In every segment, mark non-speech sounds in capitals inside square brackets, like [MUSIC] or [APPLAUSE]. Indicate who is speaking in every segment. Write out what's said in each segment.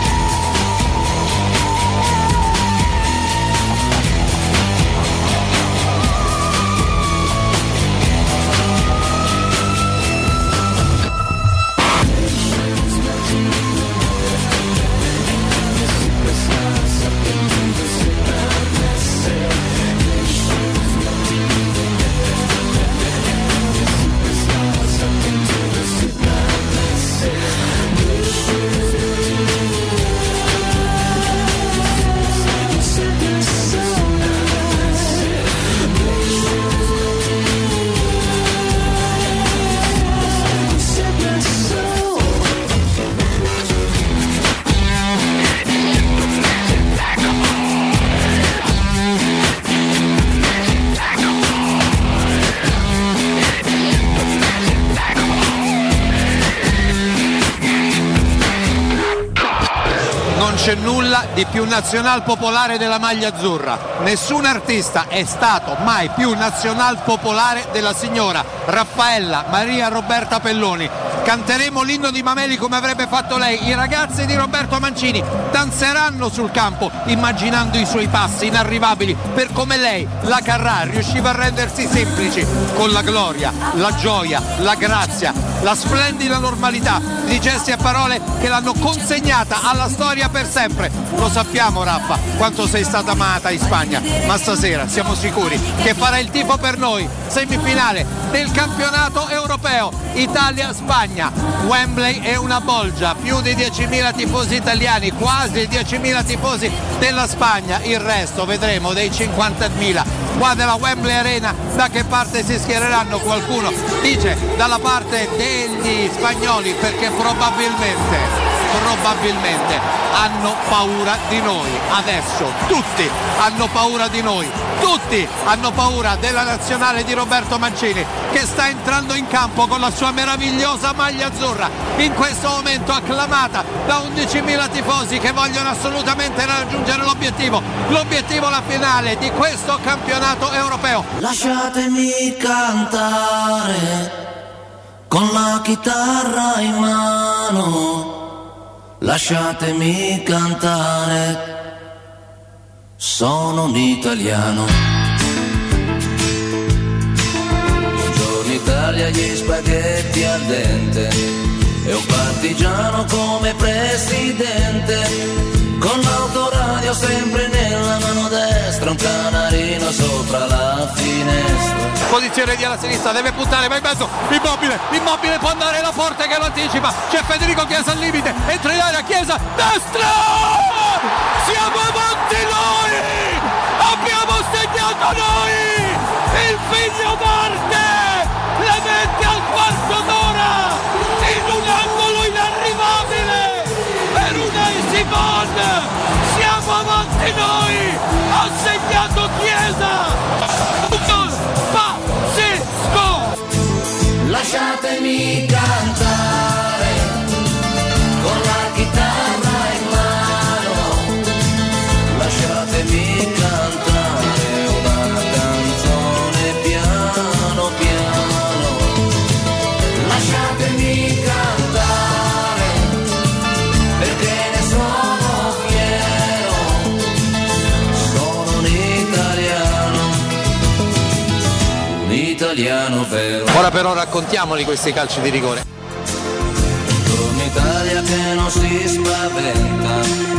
Speaker 1: Uh-uh,
Speaker 2: c'è nulla di più nazional popolare della maglia azzurra. Nessun artista è stato mai più nazional popolare della signora Raffaella Maria Roberta Pelloni. Canteremo l'inno di Mameli come avrebbe fatto lei. I ragazzi di Roberto Mancini danzeranno sul campo immaginando i suoi passi inarrivabili per come lei, la Carrà, riusciva a rendersi semplici con la gloria, la gioia, la grazia, la splendida normalità di gesti e parole che l'hanno consegnata alla storia per sempre. Lo sappiamo Raffa quanto sei stata amata in Spagna, ma stasera siamo sicuri che farà il tifo per noi. Semifinale del campionato europeo Italia-Spagna. Wembley è una bolgia, più di 10.000 tifosi italiani, quasi 10.000 tifosi della Spagna, il resto vedremo dei 50.000 qua della Wembley Arena da che parte si schiereranno qualcuno dice dalla parte degli spagnoli perché probabilmente probabilmente hanno paura di noi adesso tutti hanno paura di noi tutti hanno paura della nazionale di Roberto Mancini che sta entrando in campo con la sua meravigliosa maglia azzurra in questo momento acclamata da 11.000 tifosi che vogliono assolutamente raggiungere l'obiettivo l'obiettivo la finale di questo campionato europeo
Speaker 3: Lasciatemi cantare con la chitarra in mano. Lasciatemi cantare. Sono un italiano. Buongiorno Italia, gli spaghetti al dente. E un partigiano come presidente. Con l'autoradio sempre nella mano destra, un canarino sopra la finestra.
Speaker 2: posizione di alla sinistra, deve puntare, va in mezzo, immobile, immobile può andare la porta che lo anticipa, c'è Federico Chiesa al limite, entra in area Chiesa, destra! Siamo avanti noi! Abbiamo segnato noi! Il figlio d'arte! Le mette al quarto d'ora! In un angolo inarrivabile! Per una Simon! Siamo avanti noi! Ha segnato Chiesa! Un gol pazzesco!
Speaker 3: Lasciatemi cantare con la chitarra in mano. Lasciatemi cantare una canzone piano piano. Lasciatemi cantare perché ne sono fiero. Sono un italiano, un italiano vero.
Speaker 2: Ora però raccontiamoli questi calci di rigore.
Speaker 3: Buongiorno Italia che non si spaventa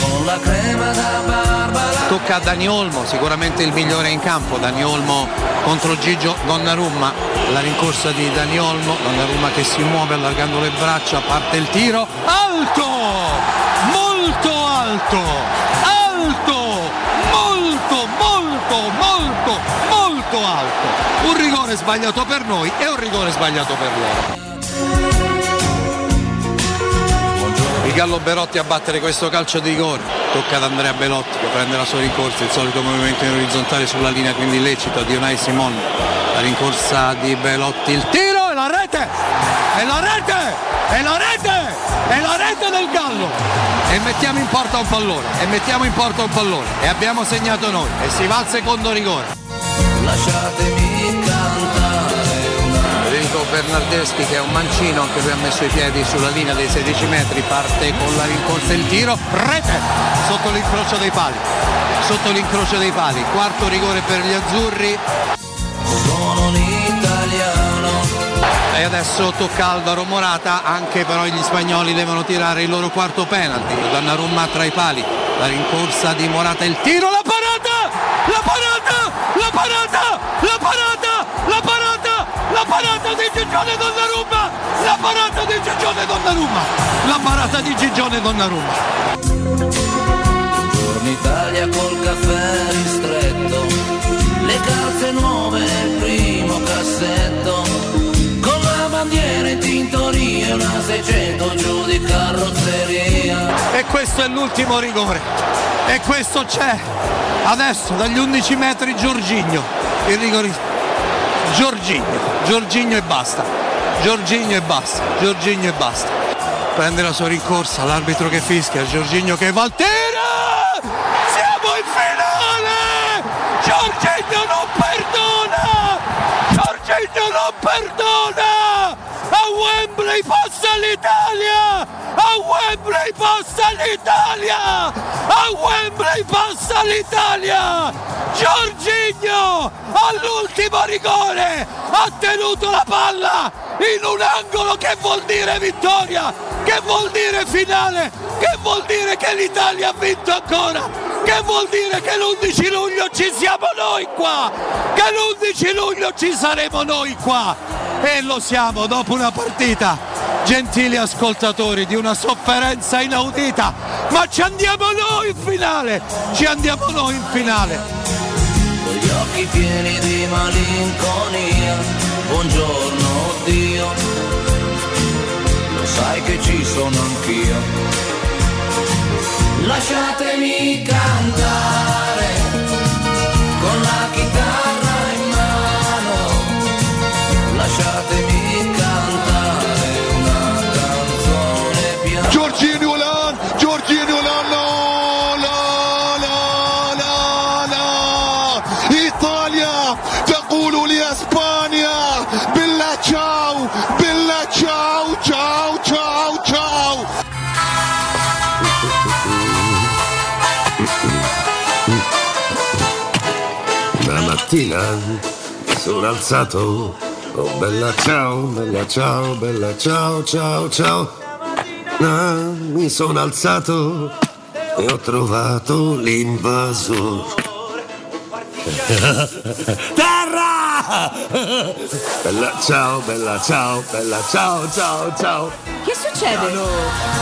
Speaker 3: con la crema da Barbara.
Speaker 2: Tocca a Dani Olmo, sicuramente il migliore in campo, Dani Olmo contro Gigio Donnarumma, la rincorsa di Dani Olmo, Donnarumma che si muove allargando le braccia, parte il tiro, alto, molto alto, alto, molto, molto, molto, molto alto. Un rigore sbagliato per noi e un rigore sbagliato per loro. Il Gallo Berotti a battere questo calcio di rigore. Tocca ad Andrea Belotti che prende la sua rincorsa, il solito movimento in orizzontale sulla linea, quindi illecito di Unai Simon. La rincorsa di Belotti, il tiro e la rete! E la rete! E la rete! E la rete del Gallo! E mettiamo in porta un pallone, e mettiamo in porta un pallone, e abbiamo segnato noi, e si va al secondo rigore.
Speaker 3: Lasciatemi cantare una
Speaker 2: Enrico Bernardeschi che è un mancino, anche lui ha messo i piedi sulla linea dei 16 metri, parte con la rincorsa e il tiro, rete sotto l'incrocio dei pali, sotto l'incrocio dei pali, quarto rigore per gli azzurri
Speaker 3: sono un italiano.
Speaker 2: e adesso tocca Alvaro Morata, anche però gli spagnoli devono tirare il loro quarto penalty, Donnarumma tra i pali, la rincorsa di Morata, il tiro, la parata, la parata, la parata, la parata, la parata, la parata di Gigione Donnarumma, la parata di Gigione Donnarumma, la parata di Gigione Donnarumma.
Speaker 3: Buongiorno Italia col caffè ristretto, le calze nuove nel primo cassetto, con la bandiera in tintoria, una 600 giù di carrozzeria.
Speaker 2: E questo è l'ultimo rigore. E questo c'è. Adesso dagli 11 metri Giorgigno. Il rigore. Giorgigno. Giorgigno e basta. Giorgigno e basta. Giorgigno e basta.
Speaker 1: prende la sua rincorsa, l'arbitro che fischia, Giorginio che va al tiro! Siamo in finale! Giorginio non perdona! Giorginio non perdona! A Wembley passa l'Italia! A Wembley passa l'Italia! A Wembley passa l'Italia! Giorginio all'ultimo rigore ha tenuto la palla in un angolo che vuol dire vittoria, che vuol dire finale, che vuol dire che l'Italia ha vinto ancora che vuol dire che l'11 luglio ci siamo noi qua, che l'11 luglio ci saremo noi qua e lo siamo dopo una partita, gentili ascoltatori, di una sofferenza inaudita, ma ci andiamo noi in finale, ci andiamo noi in finale.
Speaker 3: Con gli occhi pieni di malinconia, buongiorno Dio, lo sai che ci sono anch'io. Lasciatemi cantare con la chitarra in mano. Lasciatemi cantare una canzone piano.
Speaker 4: Giorgino Olan, Giorgino Olan, no, no, no, no, no. إيطاليا تقول لإسبانيا بالله تشاو بالله تشاو تشاو تشاو تشاو
Speaker 5: La mattina sono alzato, oh bella ciao, bella ciao, bella ciao, ciao, ciao. Ah, mi sono alzato e ho trovato l'invasore.
Speaker 6: Terra!
Speaker 5: Bella ciao, bella ciao, bella ciao, ciao, ciao.
Speaker 7: Che succede?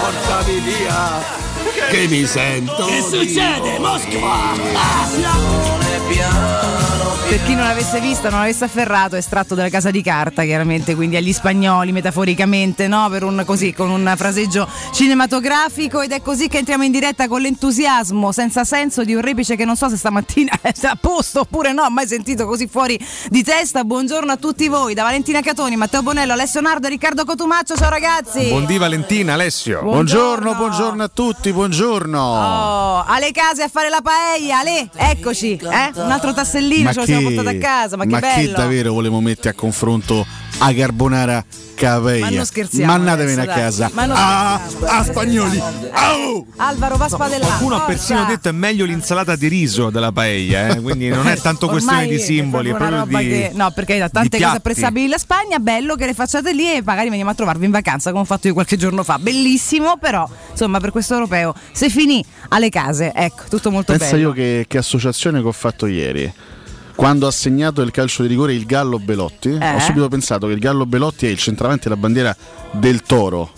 Speaker 5: portami via, che mi sento.
Speaker 6: Che succede, Mosca?
Speaker 8: Eh,
Speaker 7: Per chi non l'avesse vista, non l'avesse afferrato, è estratto dalla casa di carta, chiaramente, quindi agli spagnoli, metaforicamente, no? Per un così, con un fraseggio cinematografico. Ed è così che entriamo in diretta con l'entusiasmo, senza senso, di un repice che non so se stamattina [LAUGHS] è a posto oppure no, mai sentito così fuori di testa. Buongiorno a tutti voi, da Valentina Catoni, Matteo Bonello, Alessio Nardo, Riccardo Cotumaccio. Ciao ragazzi!
Speaker 8: Buondì Valentina, Alessio.
Speaker 7: Buongiorno.
Speaker 8: buongiorno, buongiorno a tutti, buongiorno.
Speaker 7: Oh, Ale Case a fare la paella, Ale, eccoci, eh? un altro tassellino ce lo siamo portato a casa, ma,
Speaker 8: ma
Speaker 7: che bello.
Speaker 8: davvero volevamo mettere a confronto a Carbonara Caveia?
Speaker 7: Ma non scherziamo adesso,
Speaker 8: Mannatevene a
Speaker 7: dai.
Speaker 8: casa.
Speaker 7: Ma non
Speaker 8: ah,
Speaker 7: scherziamo.
Speaker 8: ah, spagnoli. Au!
Speaker 7: Alvaro Vaspadella.
Speaker 8: Qualcuno ha persino
Speaker 7: forza.
Speaker 8: detto è meglio l'insalata di riso della paella, eh, quindi non è tanto
Speaker 7: [LAUGHS]
Speaker 8: questione
Speaker 7: Ormai
Speaker 8: di simboli, è
Speaker 7: proprio una
Speaker 8: proprio di
Speaker 7: roba che- no, perché da tante
Speaker 8: di
Speaker 7: cose
Speaker 8: piatti.
Speaker 7: apprezzabili la Spagna, bello che le facciate lì e magari veniamo a trovarvi in vacanza come ho fatto io qualche giorno fa. Bellissimo, però insomma per questo europeo se finì alle case, ecco, tutto molto
Speaker 9: Pensa
Speaker 7: bello.
Speaker 9: io che, che associazione che ho fatto ieri. Quando ha segnato il calcio di rigore il Gallo Belotti,
Speaker 7: Eh?
Speaker 9: ho subito pensato che il Gallo Belotti è il centravanti della bandiera del Toro.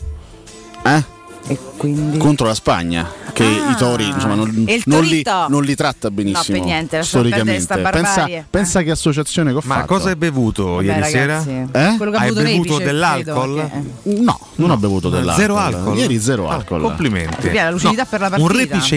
Speaker 9: Eh?
Speaker 7: E quindi Ah.
Speaker 9: Contro la Spagna, che i tori insomma, non,
Speaker 7: E il
Speaker 9: non li,
Speaker 7: Torito?
Speaker 9: non li tratta benissimo.
Speaker 7: per niente, lascia
Speaker 9: storicamente.
Speaker 7: perdere sta
Speaker 9: Pensa,
Speaker 7: barbarie.
Speaker 9: pensa che associazione che ho
Speaker 8: Ma
Speaker 9: fatto.
Speaker 8: cosa hai bevuto
Speaker 7: Vabbè,
Speaker 8: ieri
Speaker 7: ragazzi,
Speaker 8: sera?
Speaker 9: Eh?
Speaker 7: quello che ha
Speaker 8: Hai
Speaker 7: bevuto
Speaker 8: bevuto
Speaker 7: Repice,
Speaker 8: dell'alcol?
Speaker 7: credo, perché-
Speaker 9: No, non ho bevuto dell'alcol.
Speaker 8: Zero alcol.
Speaker 9: Ieri zero
Speaker 8: Ah,
Speaker 9: alcol.
Speaker 8: complimenti.
Speaker 7: Via, la lucidità per la partita.
Speaker 8: Un repice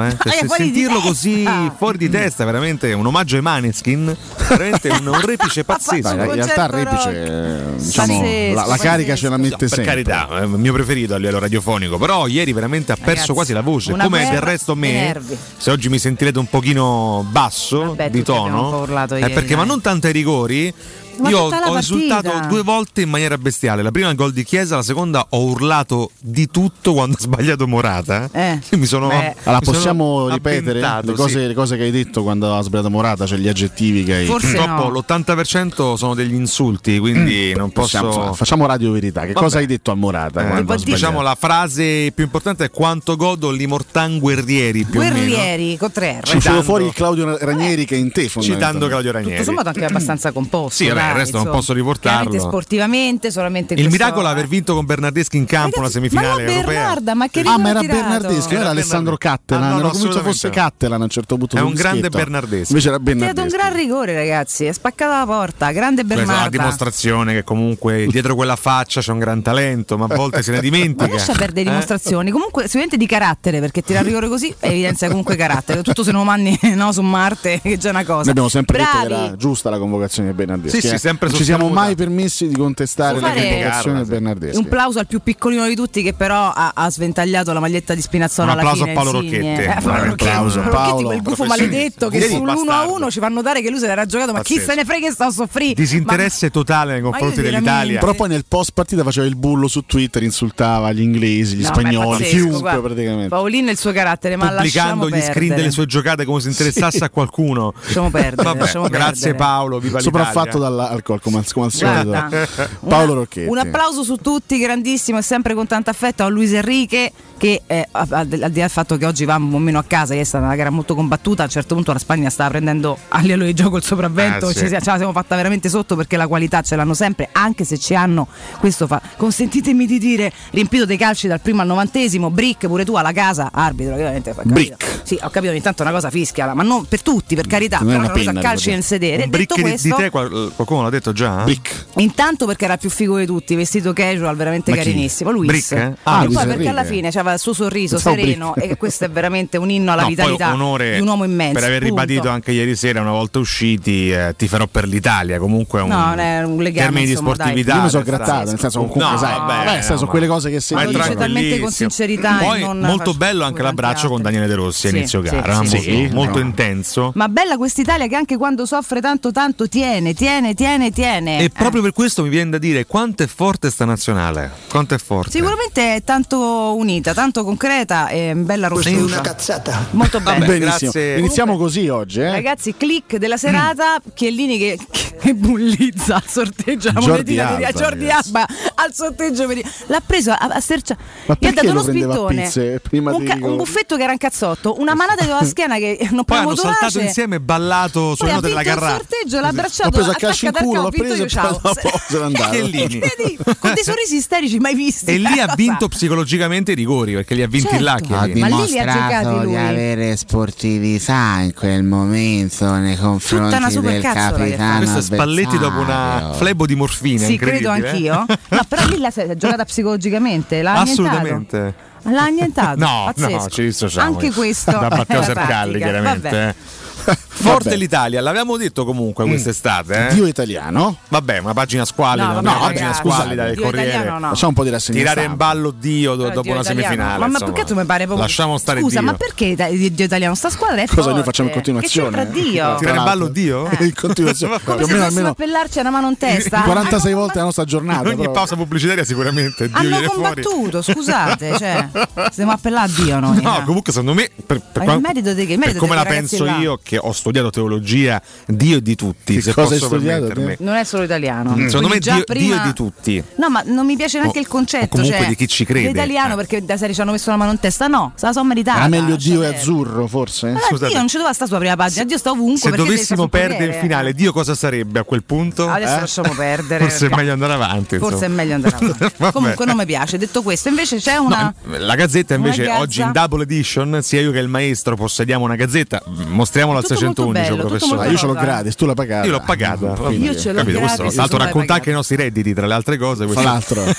Speaker 7: [LAUGHS]
Speaker 8: eh. Cioè,
Speaker 7: Ah, è
Speaker 8: se
Speaker 7: fuori di
Speaker 8: sentirlo
Speaker 7: testa.
Speaker 8: così fuori di testa, veramente un omaggio ai Maneskin, veramente un, un
Speaker 7: [LAUGHS]
Speaker 8: repice
Speaker 7: Vai,
Speaker 8: pazzesco.
Speaker 9: Beh, in realtà il
Speaker 7: certo
Speaker 9: Repice, eh, diciamo, la, la carica ce la mette
Speaker 8: per
Speaker 9: sempre.
Speaker 8: carità, è il mio preferito a livello radiofonico, però ieri veramente ha perso
Speaker 7: Ragazzi,
Speaker 8: quasi la voce,
Speaker 7: una
Speaker 8: come del
Speaker 7: guerra
Speaker 8: resto
Speaker 7: di
Speaker 8: me,
Speaker 7: nervi.
Speaker 8: se oggi mi sentirete un pochino basso
Speaker 7: Vabbè,
Speaker 8: di
Speaker 7: tutti abbiamo un po'
Speaker 8: tono,
Speaker 7: urlato
Speaker 8: è
Speaker 7: ieri,
Speaker 8: perché ma
Speaker 7: dai.
Speaker 8: non tanto ai rigori,
Speaker 7: Ma
Speaker 8: io ho,
Speaker 7: tutta la
Speaker 8: ho
Speaker 7: partita.
Speaker 8: esultato due volte in maniera bestiale, la prima il gol di Chiesa, la seconda ho urlato di tutto quando ha sbagliato Morata,
Speaker 7: Eh,
Speaker 8: mi sono...
Speaker 7: beh.
Speaker 9: Allora,
Speaker 8: mi sono
Speaker 9: possiamo ripetere
Speaker 8: appentato,
Speaker 9: le cose,
Speaker 8: sì. Eh,
Speaker 9: le cose che hai detto quando ha sbagliato Morata, cioè gli aggettivi che hai.
Speaker 7: Forse
Speaker 8: Purtroppo
Speaker 7: no.
Speaker 8: l'80% sono degli insulti, quindi non posso...
Speaker 9: Mm. Possiamo- facciamo radio verità. Che cosa hai detto a Morata?
Speaker 8: Eh,
Speaker 9: quando ha
Speaker 7: Tipo,
Speaker 9: sbagliato?
Speaker 8: diciamo la frase più importante è quanto godo l'Imortan Guerrieri più o meno.
Speaker 7: Guerrieri con tre R.
Speaker 9: Ci usciva
Speaker 8: citando-
Speaker 9: fuori il Claudio
Speaker 7: Eh.
Speaker 9: Ranieri che è in te fondamentalmente.
Speaker 8: Citando Claudio Ranieri.
Speaker 7: Tutto sommato anche abbastanza composto.
Speaker 8: Sì, vabbè, il
Speaker 7: dai,
Speaker 8: resto non
Speaker 7: insomma.
Speaker 8: posso riportarlo.
Speaker 7: Chiaramente sportivamente, solamente
Speaker 8: Il miracolo è aver vinto con Bernardeschi in campo una
Speaker 7: ma
Speaker 8: semifinale
Speaker 7: la
Speaker 8: europea.
Speaker 7: Bernarda, ma che
Speaker 9: Ah, ma
Speaker 7: rigore
Speaker 9: era
Speaker 7: ha tirato?
Speaker 9: Bernardeschi, non era
Speaker 8: Era
Speaker 9: Alessandro
Speaker 8: Bernardeschi.
Speaker 9: Cattelan.
Speaker 8: Ah, no, no,
Speaker 9: era come se fosse
Speaker 8: assolutamente.
Speaker 9: Cattelan a un certo punto.
Speaker 8: È
Speaker 9: con
Speaker 8: un grande
Speaker 9: dischetto.
Speaker 8: Bernardeschi.
Speaker 9: Invece era
Speaker 7: Ha tirato un
Speaker 9: Bernardeschi.
Speaker 7: gran rigore, ragazzi. Ha spaccato la porta. Grande
Speaker 8: Questa è una
Speaker 7: Bernarda.
Speaker 8: Cioè, dimostrazione che comunque dietro quella faccia c'è un gran talento, ma a
Speaker 7: [LAUGHS]
Speaker 8: volte se ne
Speaker 7: Ma
Speaker 8: dimentica.
Speaker 7: lascia perdere
Speaker 8: Eh?
Speaker 7: dimostrazioni, comunque sicuramente di carattere, perché tirare rigore così evidenzia comunque carattere. Tutto se non manni [LAUGHS] no, su Marte, [LAUGHS] che è già una cosa.
Speaker 9: Noi abbiamo sempre detto
Speaker 7: Bravi.
Speaker 9: che era giusta la convocazione di Bernardeschi.
Speaker 8: Sì, sì, sì, sempre
Speaker 9: non ci siamo
Speaker 8: sostenuta.
Speaker 9: mai permessi di contestare
Speaker 7: Fare-
Speaker 9: la convocazione
Speaker 8: Carla,
Speaker 9: del
Speaker 8: sì.
Speaker 9: Bernardeschi.
Speaker 7: Un plauso al più piccolino di tutti che però ha, ha sventagliato la maglietta di Spinazzola
Speaker 8: Un
Speaker 7: alla
Speaker 8: applauso
Speaker 7: fine.
Speaker 8: a Paolo
Speaker 7: Insigne.
Speaker 8: Rocchetti.
Speaker 7: Eh,
Speaker 8: Un
Speaker 7: Paolo Rocchetti.
Speaker 9: applauso a
Speaker 7: Paolo Rocchetti,
Speaker 9: Paolo.
Speaker 7: quel gufo
Speaker 8: Professionista.
Speaker 7: maledetto che
Speaker 8: Ieri
Speaker 7: sull'1 a
Speaker 8: bastardo.
Speaker 7: 1 ci fa notare che lui se l'era giocato, ma chi
Speaker 8: Pazzesco.
Speaker 7: se ne frega sta a soffrire.
Speaker 8: Disinteresse totale nei confronti
Speaker 7: io
Speaker 8: dell'Italia.
Speaker 9: Però poi nel post partita faceva il bullo su Twitter, insultava gli inglesi, gli
Speaker 7: No, ma è
Speaker 9: spagnoli,
Speaker 7: pazzesco,
Speaker 9: chiunque
Speaker 7: guarda.
Speaker 9: praticamente.
Speaker 7: Paolino e il suo carattere, ma
Speaker 8: pubblicando
Speaker 7: lasciamo
Speaker 8: gli
Speaker 7: perdere.
Speaker 8: screen delle sue giocate come se interessasse a qualcuno.
Speaker 7: Lasciamo perdere,
Speaker 8: Vabbè,
Speaker 7: lasciamo
Speaker 8: grazie
Speaker 7: perdere.
Speaker 8: Paolo, viva l'Italia.
Speaker 9: Sopraffatto dall'alcol come al, come al solito.
Speaker 7: Guarda,
Speaker 9: Paolo
Speaker 7: una-
Speaker 9: Rocchetti.
Speaker 7: Un applauso su tutti, grandissimo e sempre con tanto affetto a Luis Enrique che eh, al al di là del fatto che oggi va un po' meno a casa, che è stata una gara molto combattuta, a un certo punto la Spagna stava prendendo a livello di gioco il sopravvento,
Speaker 8: Ah, sì.
Speaker 7: ci si- ce la siamo fatta veramente sotto perché la qualità ce l'hanno sempre, anche se ci hanno, questo fa, consentitemi di dire, riempito dei calci dal primo al novantesimo, Brick pure tu alla casa, arbitro, che veramente fa capito.
Speaker 9: Brick.
Speaker 7: Sì, ho capito, ogni tanto è una cosa fischiala, ma non per tutti, per carità,
Speaker 9: Non è
Speaker 7: però
Speaker 9: una
Speaker 7: una cosa a
Speaker 9: penna,
Speaker 7: calci
Speaker 9: ricordiamo.
Speaker 7: nel sedere.
Speaker 8: Un
Speaker 7: Detto
Speaker 8: brick di, di
Speaker 7: questo,
Speaker 8: te, qual- qualcuno l'ha detto già? eh?
Speaker 9: Brick.
Speaker 7: Intanto perché era più figo di tutti, vestito casual, veramente
Speaker 9: Ma chi?
Speaker 7: carinissimo. Luis.
Speaker 8: Brick, eh?
Speaker 9: Ah,
Speaker 7: e
Speaker 9: Luis
Speaker 7: poi perché
Speaker 9: Enrique.
Speaker 7: alla fine aveva il suo sorriso
Speaker 9: Pensavo
Speaker 7: sereno
Speaker 9: Brick.
Speaker 7: e questo è veramente un inno alla
Speaker 8: No, poi
Speaker 7: vitalità
Speaker 8: onore
Speaker 7: di un uomo immenso.
Speaker 8: per aver
Speaker 7: punto.
Speaker 8: ribadito anche ieri sera, una volta usciti, eh, ti farò per l'Italia. Comunque è un,
Speaker 7: No, non è un legame,
Speaker 8: termini
Speaker 7: insomma,
Speaker 8: di
Speaker 7: dai.
Speaker 8: sportività.
Speaker 9: Io mi sono
Speaker 8: resta-
Speaker 9: grattato, nel senso, comunque,
Speaker 8: No,
Speaker 9: sai,
Speaker 8: vabbè,
Speaker 9: beh, nel senso,
Speaker 8: Eh, no,
Speaker 9: quelle cose che si
Speaker 8: Ma è
Speaker 7: lo dice
Speaker 9: dicono.
Speaker 7: talmente
Speaker 8: tranquillissimo.
Speaker 7: con sincerità e
Speaker 8: Poi,
Speaker 7: non
Speaker 8: molto
Speaker 7: faccio-
Speaker 8: bello anche
Speaker 7: come
Speaker 8: l'abbraccio
Speaker 7: tanti
Speaker 8: con
Speaker 7: altri.
Speaker 8: Daniele De Rossi a
Speaker 7: Sì,
Speaker 8: inizio
Speaker 7: sì,
Speaker 8: gara,
Speaker 7: sì,
Speaker 8: molto,
Speaker 7: sì.
Speaker 8: molto intenso.
Speaker 7: Ma bella quest'Italia che anche quando soffre tanto tanto tiene, tiene, tiene, tiene.
Speaker 8: E
Speaker 7: Eh.
Speaker 8: proprio per questo mi viene da dire quanto è forte sta nazionale. Quanto è forte.
Speaker 7: Sicuramente è tanto unita, tanto concreta e bella rostosa.
Speaker 10: cazzata.
Speaker 7: Molto bella.
Speaker 9: Benissimo.
Speaker 8: grazie.
Speaker 9: Iniziamo così oggi, eh?
Speaker 7: Ragazzi, click della serata, Chiellini che, che bullizza al sorteggio la
Speaker 9: Jordi
Speaker 7: monetina di
Speaker 9: Alba,
Speaker 7: Jordi
Speaker 9: ragazzi.
Speaker 7: Alba al sorteggio per- l'ha preso a, a sercia-
Speaker 9: Ma
Speaker 7: gli ha
Speaker 9: perché
Speaker 7: dato
Speaker 9: lo
Speaker 7: uno
Speaker 9: prendeva a
Speaker 7: spintone
Speaker 9: pizze prima
Speaker 7: un,
Speaker 9: di-
Speaker 7: un buffetto che era un cazzotto una manata dietro la schiena che non
Speaker 8: Poi
Speaker 7: potevo
Speaker 8: hanno
Speaker 7: torace
Speaker 8: saltato insieme e ballato
Speaker 7: poi ha
Speaker 8: suono
Speaker 7: vinto
Speaker 8: della
Speaker 7: il
Speaker 8: carrata.
Speaker 7: sorteggio l'ha abbracciato
Speaker 9: L'ho preso a
Speaker 7: attacca
Speaker 9: calcio in
Speaker 7: dal
Speaker 9: culo,
Speaker 7: capo,
Speaker 9: l'ho
Speaker 7: ho vinto
Speaker 9: preso
Speaker 7: io,
Speaker 9: e poi
Speaker 7: ciao.
Speaker 9: dopo
Speaker 7: [LAUGHS]
Speaker 9: sono andato.
Speaker 8: Chiellini.
Speaker 7: Vedi? con dei sorrisi isterici mai visti
Speaker 8: E lì ha
Speaker 7: Cosa? [LAUGHS]
Speaker 8: vinto psicologicamente i rigori perché li ha vinti
Speaker 7: Certo.
Speaker 8: là.
Speaker 9: Ah,
Speaker 11: Ho
Speaker 8: Chiellini.
Speaker 7: Ma lì li ha giocati
Speaker 11: dimostrato
Speaker 7: lui.
Speaker 11: di avere sportività in quel momento nei confronti
Speaker 7: una
Speaker 11: del
Speaker 7: supercazzola che ha
Speaker 11: capitano.
Speaker 8: Questo è Spalletti dopo una
Speaker 11: avversario.
Speaker 8: flebo di morfina.
Speaker 7: sì credo
Speaker 8: incredibile, eh.
Speaker 7: anch'io no però lì l'ha si è giocata psicologicamente l'ha annientato
Speaker 8: Assolutamente.
Speaker 7: L'ha annientato.
Speaker 8: [LAUGHS] No,
Speaker 7: Ah, Pazzesco.
Speaker 8: no, ci dissociamo.
Speaker 7: Anche
Speaker 9: [LAUGHS]
Speaker 7: questo. [LAUGHS]
Speaker 8: Da Matteo
Speaker 7: è la
Speaker 8: Sercalli,
Speaker 7: tattica.
Speaker 8: chiaramente.
Speaker 7: Vabbè.
Speaker 8: eh. [LAUGHS] Forte
Speaker 9: Vabbè. Mm.
Speaker 8: l'Italia, l'avevamo detto comunque quest'estate. eh.
Speaker 9: Dio italiano.
Speaker 8: Vabbè, una pagina squallida,
Speaker 7: No,
Speaker 8: una
Speaker 7: vabbè,
Speaker 8: pagina
Speaker 7: ragazzi.
Speaker 8: squallida del
Speaker 7: Dio italiano,
Speaker 8: Corriere.
Speaker 7: No.
Speaker 9: Facciamo un po' di rassegna
Speaker 8: Tirare in
Speaker 9: stampa.
Speaker 8: ballo Dio do-
Speaker 7: Però
Speaker 8: dopo
Speaker 7: Dio
Speaker 8: una
Speaker 7: italiano. Ma,
Speaker 8: semifinale.
Speaker 7: ma
Speaker 8: insomma.
Speaker 7: perché tu mi pare proprio.
Speaker 8: Lasciamo stare
Speaker 7: Scusa,
Speaker 8: Dio.
Speaker 7: ma perché da- di- Dio italiano? Sta squadra è
Speaker 9: Cosa
Speaker 7: forte.
Speaker 9: noi facciamo in continuazione? Eh,
Speaker 7: Che c'entra Dio?
Speaker 8: Tirare in ballo Dio? [LAUGHS]
Speaker 9: [LAUGHS]
Speaker 8: eh.
Speaker 9: In continuazione.
Speaker 7: Come
Speaker 9: Più o
Speaker 7: se
Speaker 9: meno
Speaker 7: fossimo
Speaker 9: almeno
Speaker 7: appellarci a una mano in testa.
Speaker 9: 46
Speaker 7: Hanno-
Speaker 9: volte la nostra giornata.
Speaker 8: Ogni
Speaker 9: però.
Speaker 8: pausa pubblicitaria sicuramente Dio
Speaker 7: Hanno
Speaker 8: viene fuori.
Speaker 7: combattuto, scusate,
Speaker 9: [LAUGHS]
Speaker 7: cioè, stiamo appellando a Dio noi.
Speaker 8: No,
Speaker 7: eh.
Speaker 8: comunque secondo me per, per
Speaker 7: Ma
Speaker 8: qua-
Speaker 7: il merito di che? Il
Speaker 8: per
Speaker 7: merito
Speaker 8: come
Speaker 7: dei
Speaker 8: la
Speaker 7: ragazzi
Speaker 8: penso
Speaker 7: là.
Speaker 8: io che ho studiato teologia, Dio è di tutti,
Speaker 9: Che
Speaker 8: se
Speaker 9: cosa hai
Speaker 8: posso
Speaker 9: studiato,
Speaker 8: permettermi.
Speaker 7: Non è solo italiano.
Speaker 8: Mm. Secondo
Speaker 7: Quindi
Speaker 8: me
Speaker 7: già
Speaker 8: Dio,
Speaker 7: prima-
Speaker 8: Dio è di tutti.
Speaker 7: No, ma non mi piace neanche
Speaker 8: O-
Speaker 7: il concetto.
Speaker 8: o comunque
Speaker 7: cioè,
Speaker 8: di chi ci crede. Ah,
Speaker 7: L'italiano
Speaker 8: Eh.
Speaker 7: perché da serie ci hanno messo la mano in testa, no, se la sono meritata.
Speaker 9: Era meglio Dio è
Speaker 7: Cioè,
Speaker 9: azzurro, forse?
Speaker 7: Ma
Speaker 8: Scusate.
Speaker 7: Dio non ci doveva stare sulla prima pagina, Dio sta ovunque.
Speaker 8: Se
Speaker 7: perché deve
Speaker 8: dovessimo
Speaker 7: stare sul
Speaker 8: perdere il
Speaker 7: Corriere?
Speaker 8: finale, Dio cosa sarebbe a quel punto?
Speaker 7: Adesso
Speaker 8: Eh?
Speaker 7: lasciamo perdere.
Speaker 8: Forse è
Speaker 7: perché-
Speaker 8: meglio andare avanti.
Speaker 7: Forse è
Speaker 8: insomma.
Speaker 7: meglio andare avanti.
Speaker 8: [LAUGHS] Vabbè.
Speaker 7: Comunque non mi piace. Detto questo, invece c'è una.
Speaker 8: No, la gazzetta invece
Speaker 7: una gazza.
Speaker 8: oggi in double edition, sia io che il maestro possediamo una gazzetta, mostriamola al
Speaker 7: Tutto molto eh.
Speaker 8: 611
Speaker 7: bello, tutto
Speaker 9: Ma
Speaker 8: professore.
Speaker 9: Ah, io ce l'ho
Speaker 7: Cosa?
Speaker 9: gratis, tu l'hai pagata.
Speaker 8: Io l'ho pagata.
Speaker 9: Quindi,
Speaker 7: Io ce l'ho
Speaker 8: Capito,
Speaker 7: gratis,
Speaker 8: questo- tra l'altro
Speaker 7: sono
Speaker 8: racconta
Speaker 7: pagata.
Speaker 8: anche i nostri redditi, tra le altre cose.
Speaker 9: Fra
Speaker 8: questo-
Speaker 9: l'altro,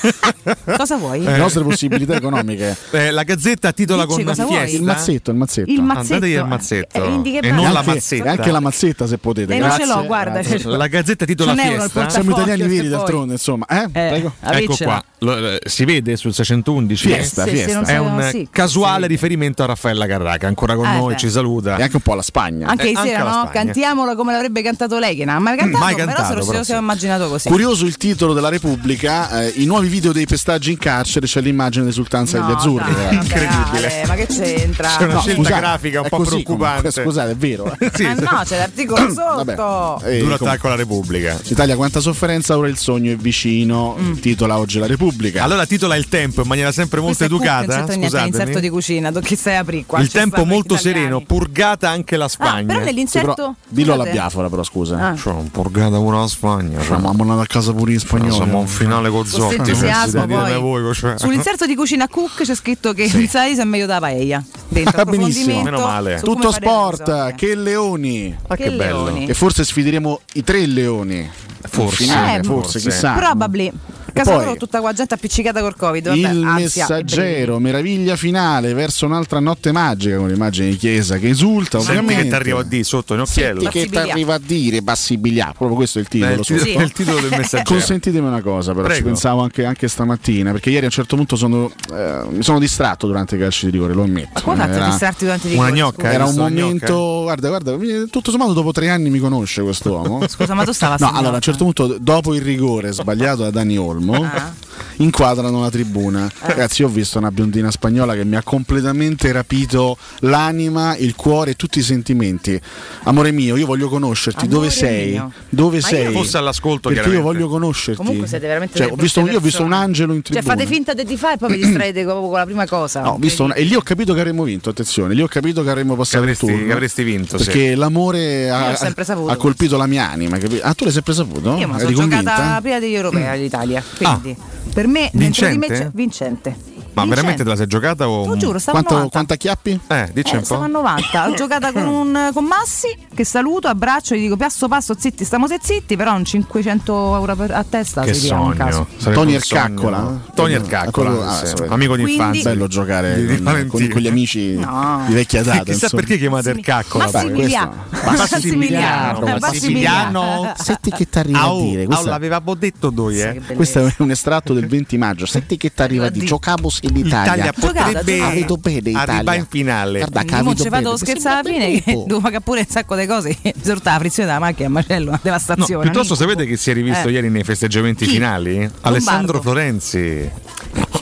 Speaker 9: le
Speaker 8: [LAUGHS]
Speaker 7: Cosa vuoi?
Speaker 9: nostre possibilità economiche.
Speaker 8: Eh, la gazzetta titola
Speaker 7: Dici
Speaker 8: con
Speaker 7: cosa vuoi?
Speaker 8: fiesta.
Speaker 9: Il mazzetto, il mazzetto.
Speaker 7: Il mazzetto. Eh,
Speaker 8: Andategli al
Speaker 7: Ah, È
Speaker 8: mazzetto.
Speaker 7: indichevole.
Speaker 8: E non
Speaker 9: E
Speaker 8: la
Speaker 9: anche-
Speaker 8: mazzetta.
Speaker 9: e Anche la mazzetta se potete.
Speaker 7: Lei Eh, non
Speaker 9: grazie.
Speaker 7: ce l'ho, guarda.
Speaker 9: Grazie.
Speaker 8: La gazzetta
Speaker 7: C'è
Speaker 8: titola
Speaker 7: un euro al
Speaker 8: fiesta.
Speaker 7: portafoglio.
Speaker 9: Siamo italiani veri
Speaker 7: se vuoi.
Speaker 9: d'altronde, insomma. Eh?
Speaker 7: Eh,
Speaker 9: Prego.
Speaker 8: Ecco
Speaker 7: aviccela.
Speaker 8: qua, lo- eh, si vede sul 611.
Speaker 9: Fiesta,
Speaker 7: Sì, sì,
Speaker 9: fiesta.
Speaker 7: non
Speaker 8: È
Speaker 7: so-
Speaker 8: un eh,
Speaker 7: sì,
Speaker 8: casuale
Speaker 7: sì.
Speaker 8: riferimento a Raffaella Carraca, ancora con
Speaker 7: Ah,
Speaker 8: noi,
Speaker 7: beh.
Speaker 8: ci saluta.
Speaker 9: E anche un po' la Spagna.
Speaker 7: Anche
Speaker 8: Eh,
Speaker 7: ieri
Speaker 8: anche
Speaker 7: sera,
Speaker 8: la
Speaker 7: no?
Speaker 8: Spagna. Mm,
Speaker 7: Cantiamolo come l'avrebbe cantato lei, che non ha mai cantato,
Speaker 8: Mai
Speaker 7: però
Speaker 8: cantato,
Speaker 7: se lo- se
Speaker 8: però
Speaker 7: lo
Speaker 8: sì.
Speaker 7: siamo immaginato così.
Speaker 9: Curioso il titolo della Repubblica, eh, i nuovi video dei pestaggi in carcere, c'è l'immagine dell'esultanza
Speaker 7: No,
Speaker 9: degli azzurri.
Speaker 7: dai,
Speaker 9: eh.
Speaker 8: Incredibile.
Speaker 7: dai, ma che c'entra?
Speaker 8: C'è una
Speaker 9: No,
Speaker 8: scelta grafica un
Speaker 9: è
Speaker 8: po'
Speaker 9: così
Speaker 8: preoccupante.
Speaker 9: comunque, scusate, è vero.
Speaker 12: [LAUGHS]
Speaker 9: eh.
Speaker 8: Sì,
Speaker 7: Ma Ah, no, cioè- c'è
Speaker 8: [COUGHS]
Speaker 7: l'articolo sotto.
Speaker 9: Vabbè. Eh,
Speaker 8: duro
Speaker 9: comunque.
Speaker 8: attacco alla Repubblica.
Speaker 9: Italia quanta sofferenza, ora il sogno è vicino,
Speaker 7: Mm.
Speaker 9: titola oggi la Repubblica.
Speaker 8: Allora titola il tempo in maniera sempre molto
Speaker 7: Questo è Cook,
Speaker 8: educata.
Speaker 7: Non c'entra niente, è
Speaker 8: Scusatemi.
Speaker 7: inserto di cucina, do chi sei aprì qua.
Speaker 8: il
Speaker 7: ci stanno
Speaker 8: tempo
Speaker 7: gli
Speaker 8: molto
Speaker 7: italiani.
Speaker 8: sereno, purgata anche la
Speaker 7: Ah,
Speaker 8: Spagna. eh.
Speaker 7: però
Speaker 9: Sì, però,
Speaker 7: nell'incerto.
Speaker 9: dillo alla
Speaker 7: scusate.
Speaker 9: Biafora però scusa.
Speaker 7: Ah.
Speaker 8: Cioè, un purgata pure la Spagna. cioè.
Speaker 9: Ma mamma andata a casa pure in spagnolo.
Speaker 8: Siamo a un finale con Zotti.
Speaker 7: Costeggi si
Speaker 8: ragazzi,
Speaker 7: asma,
Speaker 8: ditemi
Speaker 7: poi.
Speaker 8: voi, cioè.
Speaker 7: Sull'inserto di cucina Cook c'è scritto che [LAUGHS] il Saris è meglio della paella. Dentro
Speaker 9: [LAUGHS] Ah, benissimo.
Speaker 7: approfondimento
Speaker 8: Meno male.
Speaker 7: su come
Speaker 9: Tutto
Speaker 7: fare le
Speaker 9: sport,
Speaker 7: risotto.
Speaker 9: che leoni.
Speaker 8: Ah, che
Speaker 7: che
Speaker 8: bello.
Speaker 7: leoni.
Speaker 9: E forse sfideremo i tre leoni.
Speaker 8: Forse,
Speaker 9: Finale,
Speaker 7: Eh,
Speaker 9: forse, chissà.
Speaker 7: Probably. casa
Speaker 9: Poi-
Speaker 7: loro tutta qua gente appiccicata col covid. Vabbè,
Speaker 9: il
Speaker 7: ansia,
Speaker 9: messaggero, meraviglia finale verso un'altra notte magica con l'immagine di Chiesa che esulta.
Speaker 8: Senti
Speaker 9: ovviamente.
Speaker 8: che ti arriva a dire sotto in occhiello.
Speaker 9: Senti che ti arriva a dire Bassibilia, proprio questo è il titolo.
Speaker 8: Beh, il titolo-
Speaker 9: sotto.
Speaker 8: è [LAUGHS] il titolo del messaggero.
Speaker 9: Consentitemi una cosa, però ci
Speaker 8: Prego.
Speaker 9: pensavo anche, anche stamattina, perché ieri a un certo punto sono, eh, mi sono distratto durante i calci di rigore, lo ammetto.
Speaker 7: Ma come hai fatto a
Speaker 9: Era-
Speaker 7: distrarti durante i rigori, Una gnocca, scusa?
Speaker 9: Era
Speaker 7: hai
Speaker 9: un
Speaker 7: visto una
Speaker 9: momento, guarda, guarda, mi- tutto sommato dopo tre anni mi conosce quest'uomo.
Speaker 7: [LAUGHS] Scusa, ma tu stava
Speaker 9: No,
Speaker 7: segnando?
Speaker 9: allora a un certo punto, dopo il rigore sbagliato da Dani Olmo,
Speaker 7: Ah.
Speaker 9: inquadrano la tribuna. Ragazzi, io ho visto una biondina spagnola che mi ha completamente rapito l'anima, il cuore e tutti i sentimenti. Amore mio, io voglio conoscerti. dove sei?
Speaker 8: mio.
Speaker 9: Dove
Speaker 8: Ma io-
Speaker 9: sei?
Speaker 8: Fosse all'ascolto,
Speaker 9: Perché io
Speaker 8: chiaramente.
Speaker 9: voglio conoscerti.
Speaker 7: Comunque siete veramente
Speaker 9: Cioè,
Speaker 7: delle
Speaker 9: ho visto,
Speaker 7: brutte
Speaker 9: io ho visto un
Speaker 7: persone.
Speaker 9: angelo in
Speaker 7: Cioè
Speaker 9: tribuna.
Speaker 7: fate finta di ti fare e poi vi distraete proprio con la prima cosa.
Speaker 9: No, ho visto una- e lì ho capito che avremmo vinto, attenzione, lì ho capito che avremmo passato
Speaker 8: avresti-
Speaker 9: il turno.
Speaker 8: che avresti vinto,
Speaker 9: Perché
Speaker 8: sì.
Speaker 9: l'amore
Speaker 7: Io
Speaker 9: ha,
Speaker 7: l'ho sempre saputo
Speaker 9: ha colpito la mia anima. capi- Ah, tu l'hai sempre saputo?
Speaker 7: Io me la
Speaker 9: Eri
Speaker 7: sono giocata
Speaker 9: convinta? Mm. Ah,
Speaker 7: prima degli europei all'Italia. Quindi per me dentro di me
Speaker 8: Vincente?
Speaker 7: c'è Vincente.
Speaker 8: Ma veramente te la sei giocata? O...
Speaker 7: Lo giuro, stavo a Quanto- 90.
Speaker 9: quanta chiappi?
Speaker 8: Eh, dici
Speaker 7: Eh,
Speaker 8: un po'.
Speaker 7: siamo a
Speaker 8: [COUGHS]
Speaker 7: 90. Ho giocato con, un- con Massi che saluto, abbraccio, gli dico passo passo, zitti, stiamo se zitti, però un 500 euro per- a testa
Speaker 8: Che
Speaker 7: se vediamo in
Speaker 8: sogno.
Speaker 7: caso.
Speaker 8: Sarebbe
Speaker 9: Tony
Speaker 8: un sogno.
Speaker 9: Ercaccola?
Speaker 8: Tony
Speaker 9: Eh,
Speaker 8: Ercaccola,
Speaker 9: quello- ah,
Speaker 8: sì.
Speaker 9: sapete.
Speaker 8: amico di
Speaker 7: Quindi-
Speaker 8: infanzia.
Speaker 9: Bello giocare
Speaker 8: Di- di
Speaker 9: con- con,
Speaker 8: Valentino.
Speaker 9: con gli amici
Speaker 7: No.
Speaker 9: di vecchia data.
Speaker 8: Chissà
Speaker 9: insomma.
Speaker 8: perché chiamate Ercaccola. poi.
Speaker 7: Massimiliano.
Speaker 8: Massimiliano.
Speaker 7: Massimiliano.
Speaker 12: Eh,
Speaker 8: Massimiliano.
Speaker 9: Senti che ti arriva a
Speaker 8: Au,
Speaker 9: dire.
Speaker 8: au,
Speaker 9: questa-
Speaker 8: l'avevamo detto noi, eh.
Speaker 9: Questo è un estratto del 20 maggio. Senti che ti arriva di giocavo in Italia.
Speaker 8: L'Italia potrebbe
Speaker 9: Ah, vedo bene
Speaker 8: arrivare in
Speaker 9: Italia.
Speaker 8: finale.
Speaker 9: Guarda,
Speaker 7: Quindi mo
Speaker 9: capito
Speaker 7: ci vado
Speaker 9: bene,
Speaker 7: a scherzare alla fine che devo pagare pure un sacco di cose. Mi sorta la frizione della macchina, macello, una
Speaker 8: No,
Speaker 7: devastazione.
Speaker 8: piuttosto sapete che si è rivisto
Speaker 7: Eh.
Speaker 8: ieri nei festeggiamenti
Speaker 7: Chi?
Speaker 8: finali? Alessandro Florenzi.
Speaker 7: Eh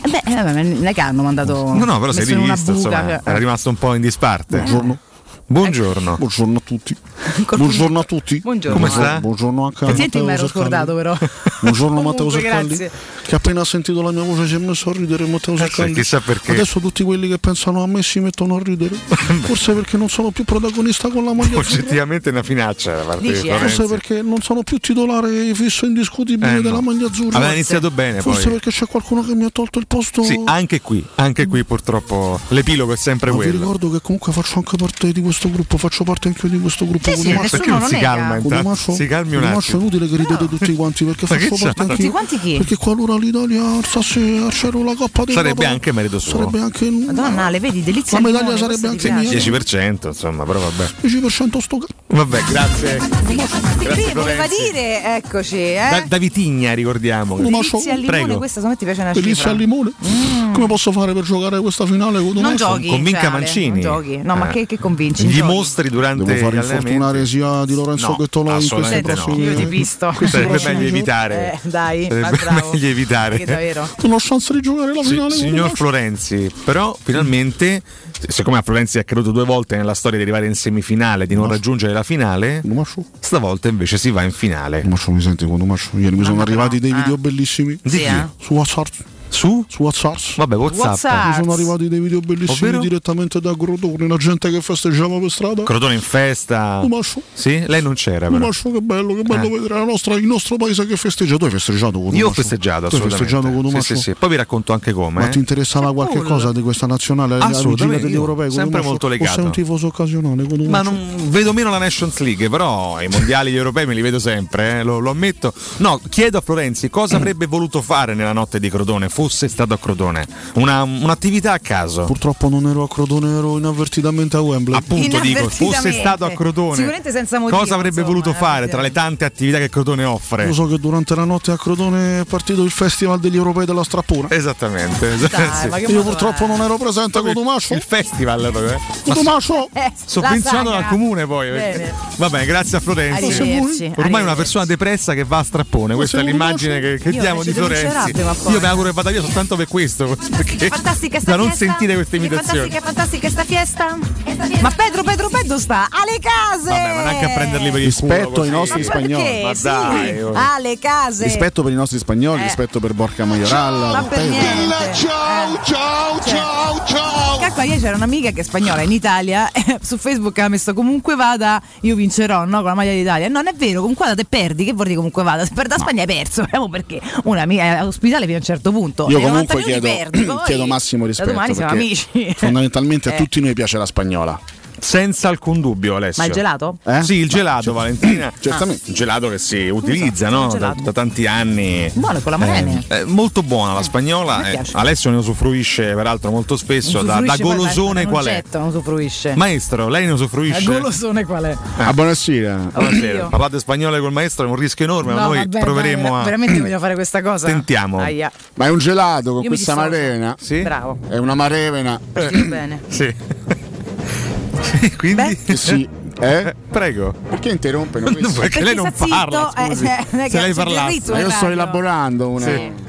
Speaker 7: Beh, eh, vabbè, non è che hanno mandato.
Speaker 8: No, no, però sei
Speaker 7: messo in una
Speaker 8: rivisto,
Speaker 7: buca,
Speaker 8: insomma, eh.
Speaker 7: cioè,
Speaker 8: era rimasto un po' in disparte.
Speaker 9: Buongiorno. Eh,
Speaker 8: Buongiorno.
Speaker 9: Buongiorno a tutti. Buongiorno a tutti.
Speaker 7: Buongiorno.
Speaker 8: Come sta?
Speaker 9: Buongiorno anche a
Speaker 7: eh. Senti,
Speaker 9: Matteo
Speaker 7: mi ero
Speaker 9: Sercalli.
Speaker 7: scordato però. [LAUGHS]
Speaker 9: Buongiorno Matteo
Speaker 7: Comunque,
Speaker 9: Sercalli.
Speaker 7: grazie.
Speaker 9: Che appena ha sentito la mia voce si è messo a ridere Matteo Sercalli.
Speaker 8: Eh sì, chissà perché.
Speaker 9: Adesso tutti quelli che pensano a me si mettono a
Speaker 8: [LAUGHS]
Speaker 9: ridere. Forse perché non sono più protagonista con la maglia azzurra.
Speaker 8: [LAUGHS] Oggettivamente è una finaccia da parte
Speaker 7: Dici,
Speaker 8: di
Speaker 7: eh?
Speaker 8: Florenzi.
Speaker 9: Forse perché non sono più titolare fisso indiscutibile
Speaker 8: Eh, no.
Speaker 9: della maglia azzurra.
Speaker 8: Aveva iniziato bene,
Speaker 9: Forse
Speaker 8: poi.
Speaker 9: perché c'è qualcuno che mi ha tolto il posto.
Speaker 8: Sì, ah. anche qui, anche qui purtroppo l'epilogo è sempre
Speaker 9: Ma vi
Speaker 8: quello.
Speaker 9: ricordo che comunque faccio anche parte di questo gruppo, faccio parte anche io di questo gruppo.
Speaker 7: Sì,
Speaker 9: con
Speaker 7: sì,
Speaker 9: i
Speaker 8: Ma
Speaker 9: maschi.
Speaker 8: perché non si
Speaker 7: nega.
Speaker 8: calma
Speaker 9: Con i
Speaker 8: intanto?
Speaker 9: maschi-
Speaker 8: Si calmi un
Speaker 9: con i maschi è
Speaker 8: attimo.
Speaker 9: inutile che ridete tutti quanti perché
Speaker 8: Ma che
Speaker 9: faccio parte
Speaker 8: c'ha?
Speaker 9: anche
Speaker 7: Tutti quanti chi?
Speaker 9: Perché qualora l'Italia alzasse a cielo la Coppa dei
Speaker 8: Sarebbe
Speaker 9: Papà,
Speaker 8: anche merito suo.
Speaker 9: Sarebbe anche
Speaker 7: Madonna, le vedi, delizia.
Speaker 9: La
Speaker 7: al
Speaker 9: medaglia
Speaker 7: limone,
Speaker 9: sarebbe
Speaker 7: questo
Speaker 9: anche
Speaker 7: ti piace?
Speaker 9: mia.
Speaker 8: 10%, insomma, però vabbè.
Speaker 9: 10% sto cazzo.
Speaker 8: Vabbè, grazie.
Speaker 7: Sì,
Speaker 8: Grazie
Speaker 7: voleva
Speaker 8: Florenzi.
Speaker 7: dire, eccoci,
Speaker 8: Da,
Speaker 7: eh.
Speaker 8: da Vitigna, ricordiamo.
Speaker 9: Uno ma-
Speaker 7: Delizia al limone,
Speaker 8: Prego.
Speaker 7: questa secondo me ti piace una
Speaker 9: Delizia
Speaker 7: cifra. Mm.
Speaker 9: al limone. Come posso fare per giocare questa finale con
Speaker 7: Non
Speaker 9: Donato?
Speaker 7: giochi,
Speaker 8: Convinca
Speaker 7: cioè, Ale, Non
Speaker 8: Mancini.
Speaker 7: giochi. No, ma
Speaker 8: Eh.
Speaker 7: che, che convinci?
Speaker 8: Gli
Speaker 7: Giochi.
Speaker 8: mostri durante
Speaker 9: Devo fare
Speaker 8: gli allenamenti.
Speaker 9: infortunare sia di Lorenzo
Speaker 8: No,
Speaker 9: che Tolò in questi
Speaker 8: assolutamente no.
Speaker 9: prossimi
Speaker 7: Io ti pisto.
Speaker 9: questi
Speaker 8: Sarebbe
Speaker 9: prossimi
Speaker 8: meglio
Speaker 9: giochi.
Speaker 8: evitare.
Speaker 7: Eh, dai, ma
Speaker 8: Sarebbe [LAUGHS]
Speaker 7: bravo.
Speaker 8: meglio evitare.
Speaker 7: Perché davvero.
Speaker 9: Sono chance di giocare la
Speaker 8: Si-
Speaker 9: finale con
Speaker 8: signor
Speaker 9: Donato.
Speaker 8: Florenzi, però finalmente, siccome a Florenzi è accaduto due volte nella storia di arrivare in semifinale, di non raggiungere la finale,
Speaker 9: Donato.
Speaker 8: stavolta invece si va in finale.
Speaker 9: Maccio mi senti quando Maccio ieri mi sono
Speaker 7: no,
Speaker 9: arrivati dei
Speaker 7: eh.
Speaker 9: video bellissimi
Speaker 8: Di
Speaker 7: Sì,
Speaker 8: chi?
Speaker 7: eh.
Speaker 9: su WhatsApp
Speaker 8: Su?
Speaker 9: su WhatsApp
Speaker 8: Vabbè, WhatsApp.
Speaker 7: Ah, WhatsApp.
Speaker 9: mi sono arrivati dei video bellissimi
Speaker 8: Ovvero?
Speaker 9: direttamente da Crotone la gente che festeggiava per strada
Speaker 8: Crotone in festa.
Speaker 9: Oh, Mascio.
Speaker 8: Sì, lei non c'era
Speaker 9: Oh,
Speaker 8: però.
Speaker 9: Mascio, che bello, che bello
Speaker 8: Eh.
Speaker 9: vedere la nostra- il nostro paese che festeggia. Tu hai festeggiato con
Speaker 8: Io ho
Speaker 9: Mascio?
Speaker 8: festeggiato
Speaker 9: Tu hai
Speaker 8: assolutamente.
Speaker 9: festeggiato con
Speaker 8: sì,
Speaker 9: Mascio?
Speaker 8: sì, sì. Poi vi racconto anche come.
Speaker 9: Ma
Speaker 8: eh.
Speaker 9: ti interessava qualche
Speaker 7: cool.
Speaker 9: cosa di questa nazionale alla vigilia
Speaker 8: Assolutamente,
Speaker 9: degli
Speaker 8: io
Speaker 9: europei? con
Speaker 8: sempre
Speaker 9: Mascio?
Speaker 8: molto
Speaker 9: O sei
Speaker 8: legato.
Speaker 9: un tifoso occasionale? con
Speaker 8: Ma
Speaker 9: Mascio?
Speaker 8: non vedo meno la Nations League, però i mondiali gli europei me li vedo sempre, eh, lo, lo ammetto. No, chiedo a Florenzi cosa avrebbe voluto fare nella notte di Crotone, fosse stato a Crotone. Una- un'attività a caso.
Speaker 9: Purtroppo non ero a Crotone, ero inavvertitamente a Wembley.
Speaker 8: Appunto dico, fosse stato a Crotone.
Speaker 7: Sicuramente senza motivo,
Speaker 8: Cosa avrebbe
Speaker 7: insomma,
Speaker 8: voluto
Speaker 7: eh,
Speaker 8: fare tra le tante attività che Crotone offre?
Speaker 9: Io so che durante la notte a Crotone è partito il festival degli europei della Strappona.
Speaker 8: Esattamente.
Speaker 7: Dai,
Speaker 8: [LAUGHS] sì.
Speaker 7: ma che
Speaker 9: Io
Speaker 7: modo
Speaker 9: purtroppo
Speaker 7: è?
Speaker 9: non ero presente con Tomascio.
Speaker 8: Il festival proprio, eh. Ma
Speaker 9: Tomascio!
Speaker 7: Eh,
Speaker 8: Sovvenzionato
Speaker 7: la saga.
Speaker 8: dal comune poi.
Speaker 7: Bene.
Speaker 8: perché- Vabbè, grazie a Florenzi.
Speaker 7: Arrivederci.
Speaker 8: Ormai è una
Speaker 7: arrivederci.
Speaker 8: persona depressa che va a strappone, questa è
Speaker 9: siamo
Speaker 8: l'immagine che, che
Speaker 7: Io
Speaker 8: diamo
Speaker 7: invece
Speaker 8: di Florenzi.
Speaker 7: denuncerate, ma
Speaker 8: Io
Speaker 7: poi.
Speaker 8: mi auguro che vada via soltanto per questo, [LAUGHS] perché
Speaker 7: Che fantastica sta
Speaker 8: da non
Speaker 7: fiesta.
Speaker 8: sentire queste imitazioni.
Speaker 7: Che fantastica, fantastica sta fiesta. Ma Pedro, Pedro, Pedro sta alle case.
Speaker 8: Vabbè, ma neanche a prenderli per il
Speaker 9: Rispetto
Speaker 8: culo
Speaker 9: ai
Speaker 8: così.
Speaker 9: nostri
Speaker 7: Ma
Speaker 9: spagnoli.
Speaker 7: perché?
Speaker 8: Ma
Speaker 7: Sì,
Speaker 8: dai, oh.
Speaker 7: alle case.
Speaker 9: Rispetto per i nostri spagnoli,
Speaker 7: Eh.
Speaker 9: rispetto per Borca Maioralla.
Speaker 7: Ma per
Speaker 9: Pedro.
Speaker 7: niente. Eh,
Speaker 13: Bella, ciao, ciao, ciao, ciao.
Speaker 7: Calcola, ieri c'era un'amica che è spagnola in Italia, [LAUGHS] eh, su Facebook ha messo comunque vada, io vincerò no, con la maglia d'Italia. Non è vero, comunque vada te perdi, che vuol dire comunque vada? Se perdi la Spagna hai perso, [LAUGHS] vediamo perché una amica è ospitale fino a un certo punto.
Speaker 9: Io
Speaker 7: Nei
Speaker 9: comunque
Speaker 7: 90 minuti
Speaker 9: [CLEARS THROAT] chiedo,
Speaker 7: perdi, poi
Speaker 9: chiedo massimo
Speaker 7: da
Speaker 9: rispetto
Speaker 7: domani siamo
Speaker 9: perché
Speaker 7: amici. [LAUGHS]
Speaker 9: fondamentalmente
Speaker 7: Eh.
Speaker 9: a tutti noi piace la spagnola.
Speaker 8: Senza alcun dubbio, Alessio.
Speaker 7: Ma il gelato?
Speaker 8: Eh? Sì, il gelato, Valentina. Ah.
Speaker 7: Certamente.
Speaker 8: Il gelato che si utilizza
Speaker 7: Esatto,
Speaker 8: no?
Speaker 7: il
Speaker 8: da,
Speaker 7: gelato.
Speaker 8: da tanti anni.
Speaker 7: Buono, con la morene.
Speaker 8: Eh, eh, molto buona la spagnola.
Speaker 7: mi
Speaker 8: eh,
Speaker 7: piace.
Speaker 8: Alessio ne usufruisce peraltro molto spesso. Da, da
Speaker 7: Usufruisce,
Speaker 8: golosone
Speaker 7: guarda,
Speaker 8: qual è?
Speaker 7: concetto, Non usufruisce.
Speaker 8: Maestro, lei ne
Speaker 7: Eh,
Speaker 8: usufruisce?
Speaker 7: golosone qual è?
Speaker 8: Ah, buonasera.
Speaker 7: Oddio.
Speaker 8: Parlate spagnolo col maestro è un rischio enorme, ma
Speaker 7: No,
Speaker 8: noi
Speaker 7: vabbè,
Speaker 8: proveremo
Speaker 7: dai,
Speaker 8: a.
Speaker 7: Veramente
Speaker 8: [CLEARS THROAT]
Speaker 7: voglio fare questa cosa.
Speaker 8: Tentiamo.
Speaker 7: Aia.
Speaker 9: Ma è un gelato con
Speaker 7: Io mi
Speaker 9: questa
Speaker 7: dissocio.
Speaker 9: marena.
Speaker 8: Sì.
Speaker 7: Bravo.
Speaker 9: È una marevena. Eh.
Speaker 7: Sì,
Speaker 9: [LAUGHS]
Speaker 7: bene.
Speaker 8: Sì. Quindi?
Speaker 9: Sì. Eh?
Speaker 8: Prego.
Speaker 9: Perché interrompono
Speaker 8: questo?
Speaker 9: Perché,
Speaker 8: Perché lei non sta zitto, parla, eh, scusi. cioè, non è Se che lei c'è parlasse. il ritmo,
Speaker 9: Io sto
Speaker 8: esatto.
Speaker 9: elaborando una,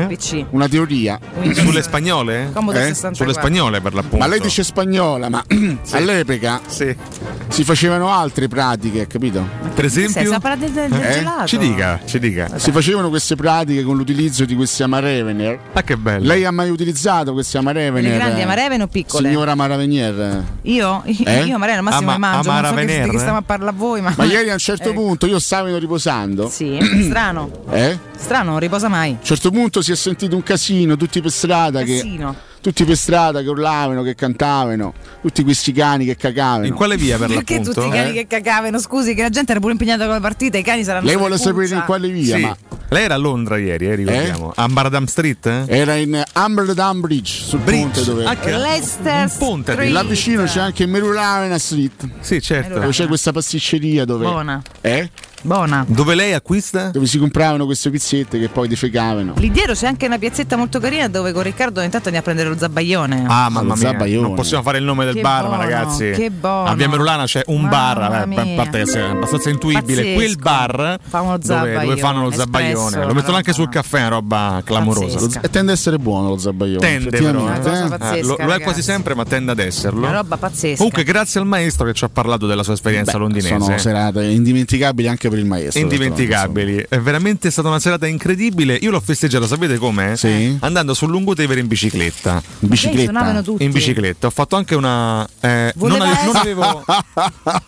Speaker 7: PC.
Speaker 9: una teoria.
Speaker 8: Sulle spagnole?
Speaker 9: Comodo
Speaker 8: Eh?
Speaker 9: 64.
Speaker 8: Sulle spagnole per l'appunto.
Speaker 9: Ma lei dice spagnola, ma [CLEARS THROAT] all'epoca si facevano altre pratiche, capito?
Speaker 8: Per esempio.
Speaker 7: Sta parlando del, del
Speaker 9: Eh?
Speaker 7: gelato.
Speaker 9: Ci
Speaker 8: dica, ci dica.
Speaker 9: Si facevano queste pratiche con l'utilizzo di questi amarevener.
Speaker 8: Ah, che bello.
Speaker 9: Lei ha mai utilizzato questi amarevener?
Speaker 7: Le grandi amarevene o piccole?
Speaker 9: Signora Amaravenier.
Speaker 7: Io?
Speaker 9: Eh?
Speaker 7: Io, Mariano, al massimo
Speaker 9: Ama-
Speaker 7: le mangio. Non so che,
Speaker 9: Amaravener,
Speaker 7: di che
Speaker 9: eh?
Speaker 7: stiamo a parlare voi, ma.
Speaker 9: Ma ieri a un certo
Speaker 7: Ecco.
Speaker 9: punto io stavo in- riposando.
Speaker 7: Sì, strano.
Speaker 9: [CLEARS THROAT] Eh?
Speaker 7: Strano, non riposa mai.
Speaker 9: A un certo punto si è sentito un casino, tutti per strada
Speaker 7: Casino.
Speaker 9: che. Tutti per strada che urlavano, che cantavano, tutti questi cani che Eh? cagavano. In
Speaker 8: quale via
Speaker 7: Perché tutti i
Speaker 8: eh?
Speaker 7: cani che cagavano? Scusi, che la gente era pure impegnata con la partita. I cani saranno.
Speaker 9: Lei
Speaker 7: sulle
Speaker 9: vuole
Speaker 7: puzza.
Speaker 9: sapere in quale via,
Speaker 8: Sì.
Speaker 9: ma
Speaker 8: Lei era a Londra ieri, eh, ricordiamo. A Amsterdam Street? eh?
Speaker 9: era in Amsterdam Bridge, sul ponte dove Eh?
Speaker 8: Ah, che-
Speaker 7: Leicester
Speaker 8: un ponte
Speaker 7: Street.
Speaker 9: Là vicino c'è anche Merulavena Street.
Speaker 8: Sì, certo.
Speaker 9: Dove c'è questa pasticceria dove
Speaker 7: Buona.
Speaker 9: Eh?
Speaker 7: Buona.
Speaker 8: Dove lei acquista?
Speaker 9: Dove si compravano queste pizzette che poi defecavano.
Speaker 7: Lì dietro c'è anche una piazzetta molto carina dove con Riccardo ogni tanto andiamo a prendere lo zabbaglione.
Speaker 8: Ah, mamma
Speaker 9: Allo
Speaker 8: mia,
Speaker 9: Zabaione.
Speaker 8: non possiamo fare il nome del
Speaker 7: Che
Speaker 8: bar, ma
Speaker 7: buono,
Speaker 8: ragazzi.
Speaker 7: che buono.
Speaker 8: A Via Merulana c'è un bar, vabbè, a
Speaker 7: mia.
Speaker 8: parte che sia abbastanza intuibile.
Speaker 7: Pazzesco.
Speaker 8: Quel bar
Speaker 7: Fa uno
Speaker 8: dove, dove
Speaker 7: zabbaglione,
Speaker 8: fanno lo
Speaker 7: espresso,
Speaker 8: zabbaglione.
Speaker 7: una
Speaker 8: Lo mettono anche sul caffè, una roba clamorosa.
Speaker 7: Pazzesca.
Speaker 9: E tende ad essere buono lo zabbaglione.
Speaker 8: Tende però,
Speaker 9: effettivamente,
Speaker 8: eh.
Speaker 9: eh.
Speaker 7: pazzesca,
Speaker 8: Eh, lo, lo è
Speaker 7: ragazzi.
Speaker 8: quasi sempre, ma tende ad esserlo.
Speaker 7: Una roba pazzesca.
Speaker 8: Comunque, grazie al maestro che ci ha parlato della sua esperienza
Speaker 9: Beh,
Speaker 8: londinese.
Speaker 9: Sono serate indimenticabili anche per il maestro.
Speaker 8: eh. Indimenticabili, è veramente stata una serata incredibile. Io l'ho festeggiata, sapete come? Andando sul lungo Tevere in bicicletta. In
Speaker 7: bicicletta? Sì, suonavano tutti.
Speaker 8: In bicicletta. Ho fatto anche una. eh, non,
Speaker 7: Voleva
Speaker 8: avevo, non
Speaker 7: essere-
Speaker 8: avevo-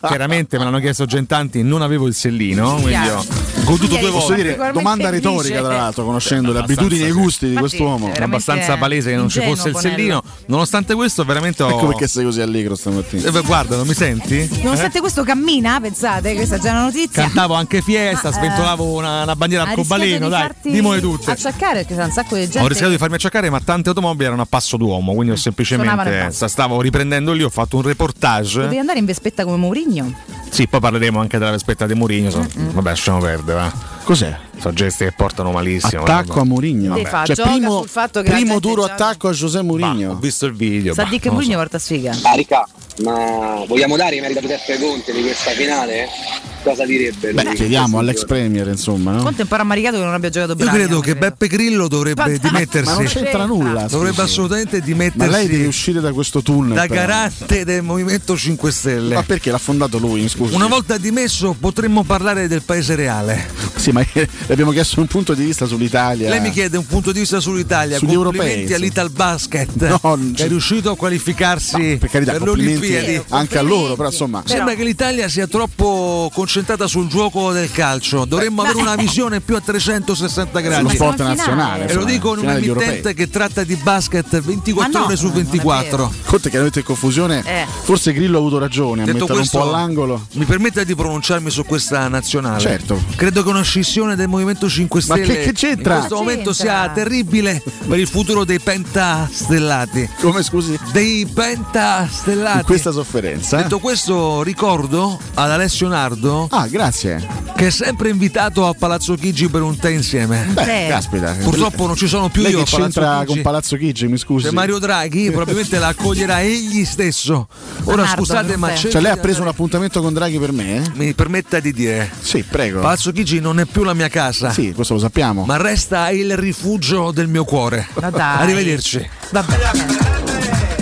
Speaker 8: Chiaramente me l'hanno chiesto Gentanti, non avevo il sellino,
Speaker 7: Mi
Speaker 8: quindi ho
Speaker 7: piace.
Speaker 8: goduto
Speaker 7: Quindi
Speaker 8: due
Speaker 7: eri
Speaker 9: Posso
Speaker 8: volte.
Speaker 9: dire, domanda
Speaker 7: felice.
Speaker 9: retorica tra l'altro, conoscendo le
Speaker 8: abbastanza,
Speaker 9: abitudini e i
Speaker 8: sì.
Speaker 9: gusti di
Speaker 7: Infatti,
Speaker 9: quest'uomo.
Speaker 7: veramente-
Speaker 8: È abbastanza palese che non ci
Speaker 7: ingenuo,
Speaker 8: fosse il
Speaker 7: Bonello.
Speaker 8: sellino. Nonostante questo, veramente ho.
Speaker 9: Ecco perché sei così allegro stamattina.
Speaker 8: Eh, beh, guarda, non mi senti? Eh?
Speaker 7: Nonostante questo cammina, pensate, questa è già una notizia.
Speaker 8: Cantavo anche fiesta,
Speaker 7: Ma, eh,
Speaker 8: sventolavo una, una bandiera
Speaker 7: Ha rischiato
Speaker 8: arcobaleno,
Speaker 7: di
Speaker 8: dai,
Speaker 7: farti
Speaker 8: dimole tutte.
Speaker 7: Acciaccare perché c'è un sacco di gente. Eh,
Speaker 8: Ho rischiato di farmi acciaccare, ma tante automobili erano a passo d'uomo, quindi
Speaker 7: Suonavano
Speaker 8: ho
Speaker 7: a
Speaker 8: semplicemente
Speaker 7: passo.
Speaker 8: stavo riprendendo lì, ho fatto un
Speaker 7: Potevi
Speaker 8: reportage.
Speaker 7: andare in vespetta come Mourinho.
Speaker 8: Sì, poi parleremo anche della vespetta di Mourinho, so- vabbè, lasciamo perdere, va.
Speaker 9: Cos'è?
Speaker 8: Sono gesti che portano malissimo.
Speaker 9: Attacco
Speaker 8: vabbè.
Speaker 9: a Mourinho.
Speaker 7: Sì, fa,
Speaker 9: Cioè,
Speaker 7: gioca
Speaker 9: primo,
Speaker 7: sul fatto che la
Speaker 9: primo
Speaker 7: gente
Speaker 9: duro
Speaker 7: gioca.
Speaker 9: attacco a José Mourinho.
Speaker 8: Ho visto il video.
Speaker 7: Sa
Speaker 8: bah,
Speaker 7: di che
Speaker 8: non lo so.
Speaker 7: Mourinho porta sfiga.
Speaker 14: Ah, Ricà, ma vogliamo dare i meriti a Giuseppe Conte di questa finale? Cosa direbbe?
Speaker 9: Beh, chiediamo all'ex premier, insomma. no?
Speaker 7: Conte è un po' rammaricato che non abbia giocato bene.
Speaker 8: che Beppe Grillo dovrebbe
Speaker 7: Fantastico.
Speaker 9: Ma non c'entra
Speaker 7: Esatto.
Speaker 9: nulla. scusi.
Speaker 8: assolutamente
Speaker 9: Ma
Speaker 8: dimettersi.
Speaker 9: lei deve uscire da questo tunnel. però.
Speaker 8: del Movimento 5 Stelle.
Speaker 9: Ma perché l'ha fondato lui? Scusi.
Speaker 8: volta dimesso potremmo parlare del paese reale.
Speaker 9: Sì, ma [LAUGHS] le abbiamo chiesto un punto di vista sull'Italia.
Speaker 8: Lei mi chiede un punto di vista sull'Italia,
Speaker 9: Sugli
Speaker 8: complimenti
Speaker 9: europei, sì.
Speaker 8: all'Ital Basket
Speaker 9: No,
Speaker 8: che è riuscito a qualificarsi
Speaker 9: Per carità,
Speaker 8: per le
Speaker 9: complimenti
Speaker 8: Olimpiadi.
Speaker 9: anche a loro, però insomma.
Speaker 8: Sembra che l'Italia sia troppo concentrata sul gioco del calcio, dovremmo avere
Speaker 9: [LAUGHS]
Speaker 8: una visione più a 360 gradi.
Speaker 9: uno sport nazionale.
Speaker 8: E lo
Speaker 9: insomma,
Speaker 8: dico in un
Speaker 9: finale di
Speaker 8: emittente
Speaker 9: europei.
Speaker 8: che tratta di basket 24
Speaker 7: Ma Ah, no,
Speaker 8: ore su
Speaker 7: non è
Speaker 8: 24.
Speaker 9: Conte chiaramente in confusione.
Speaker 7: Eh.
Speaker 9: Forse Grillo ha avuto ragione a
Speaker 8: Detto
Speaker 9: mettere
Speaker 8: questo,
Speaker 9: un po' all'angolo.
Speaker 8: Mi permetta di pronunciarmi su questa nazionale.
Speaker 9: Certo.
Speaker 8: Credo che una scissione del Movimento 5
Speaker 9: Ma che-
Speaker 8: Stelle
Speaker 9: che c'entra?
Speaker 8: in questo momento
Speaker 7: C'entra.
Speaker 8: sia terribile per il futuro dei pentastellati.
Speaker 9: Come scusi?
Speaker 8: Dei pentastellati.
Speaker 9: In questa sofferenza. eh?
Speaker 8: Detto questo, ricordo ad Alessio Nardo
Speaker 9: Ah, grazie.
Speaker 8: che è sempre invitato a Palazzo Chigi per un tè insieme.
Speaker 9: Beh,
Speaker 7: Beh.
Speaker 9: caspita.
Speaker 8: Purtroppo non ci sono più
Speaker 9: Lei
Speaker 8: io a
Speaker 9: che c'entra
Speaker 8: Palazzo
Speaker 9: con
Speaker 8: Chigi.
Speaker 9: Palazzo Chigi, mi scusi.
Speaker 8: Cioè,
Speaker 9: [LAUGHS]
Speaker 8: Mario Draghi probabilmente la accoglierà egli stesso. Ora
Speaker 7: Nardo,
Speaker 8: scusate,
Speaker 7: non
Speaker 8: ma
Speaker 7: te.
Speaker 8: cerco
Speaker 9: Cioè, lei ha
Speaker 8: di
Speaker 9: preso un
Speaker 8: andare-
Speaker 9: appuntamento con Draghi per me? eh?
Speaker 8: Mi permetta di dire,
Speaker 9: Sì, prego.
Speaker 8: Palazzo Chigi non è più la mia casa,
Speaker 9: Sì, questo lo sappiamo.
Speaker 8: ma resta il rifugio del mio cuore.
Speaker 7: Ma dai.
Speaker 8: Arrivederci.
Speaker 7: Vabbè.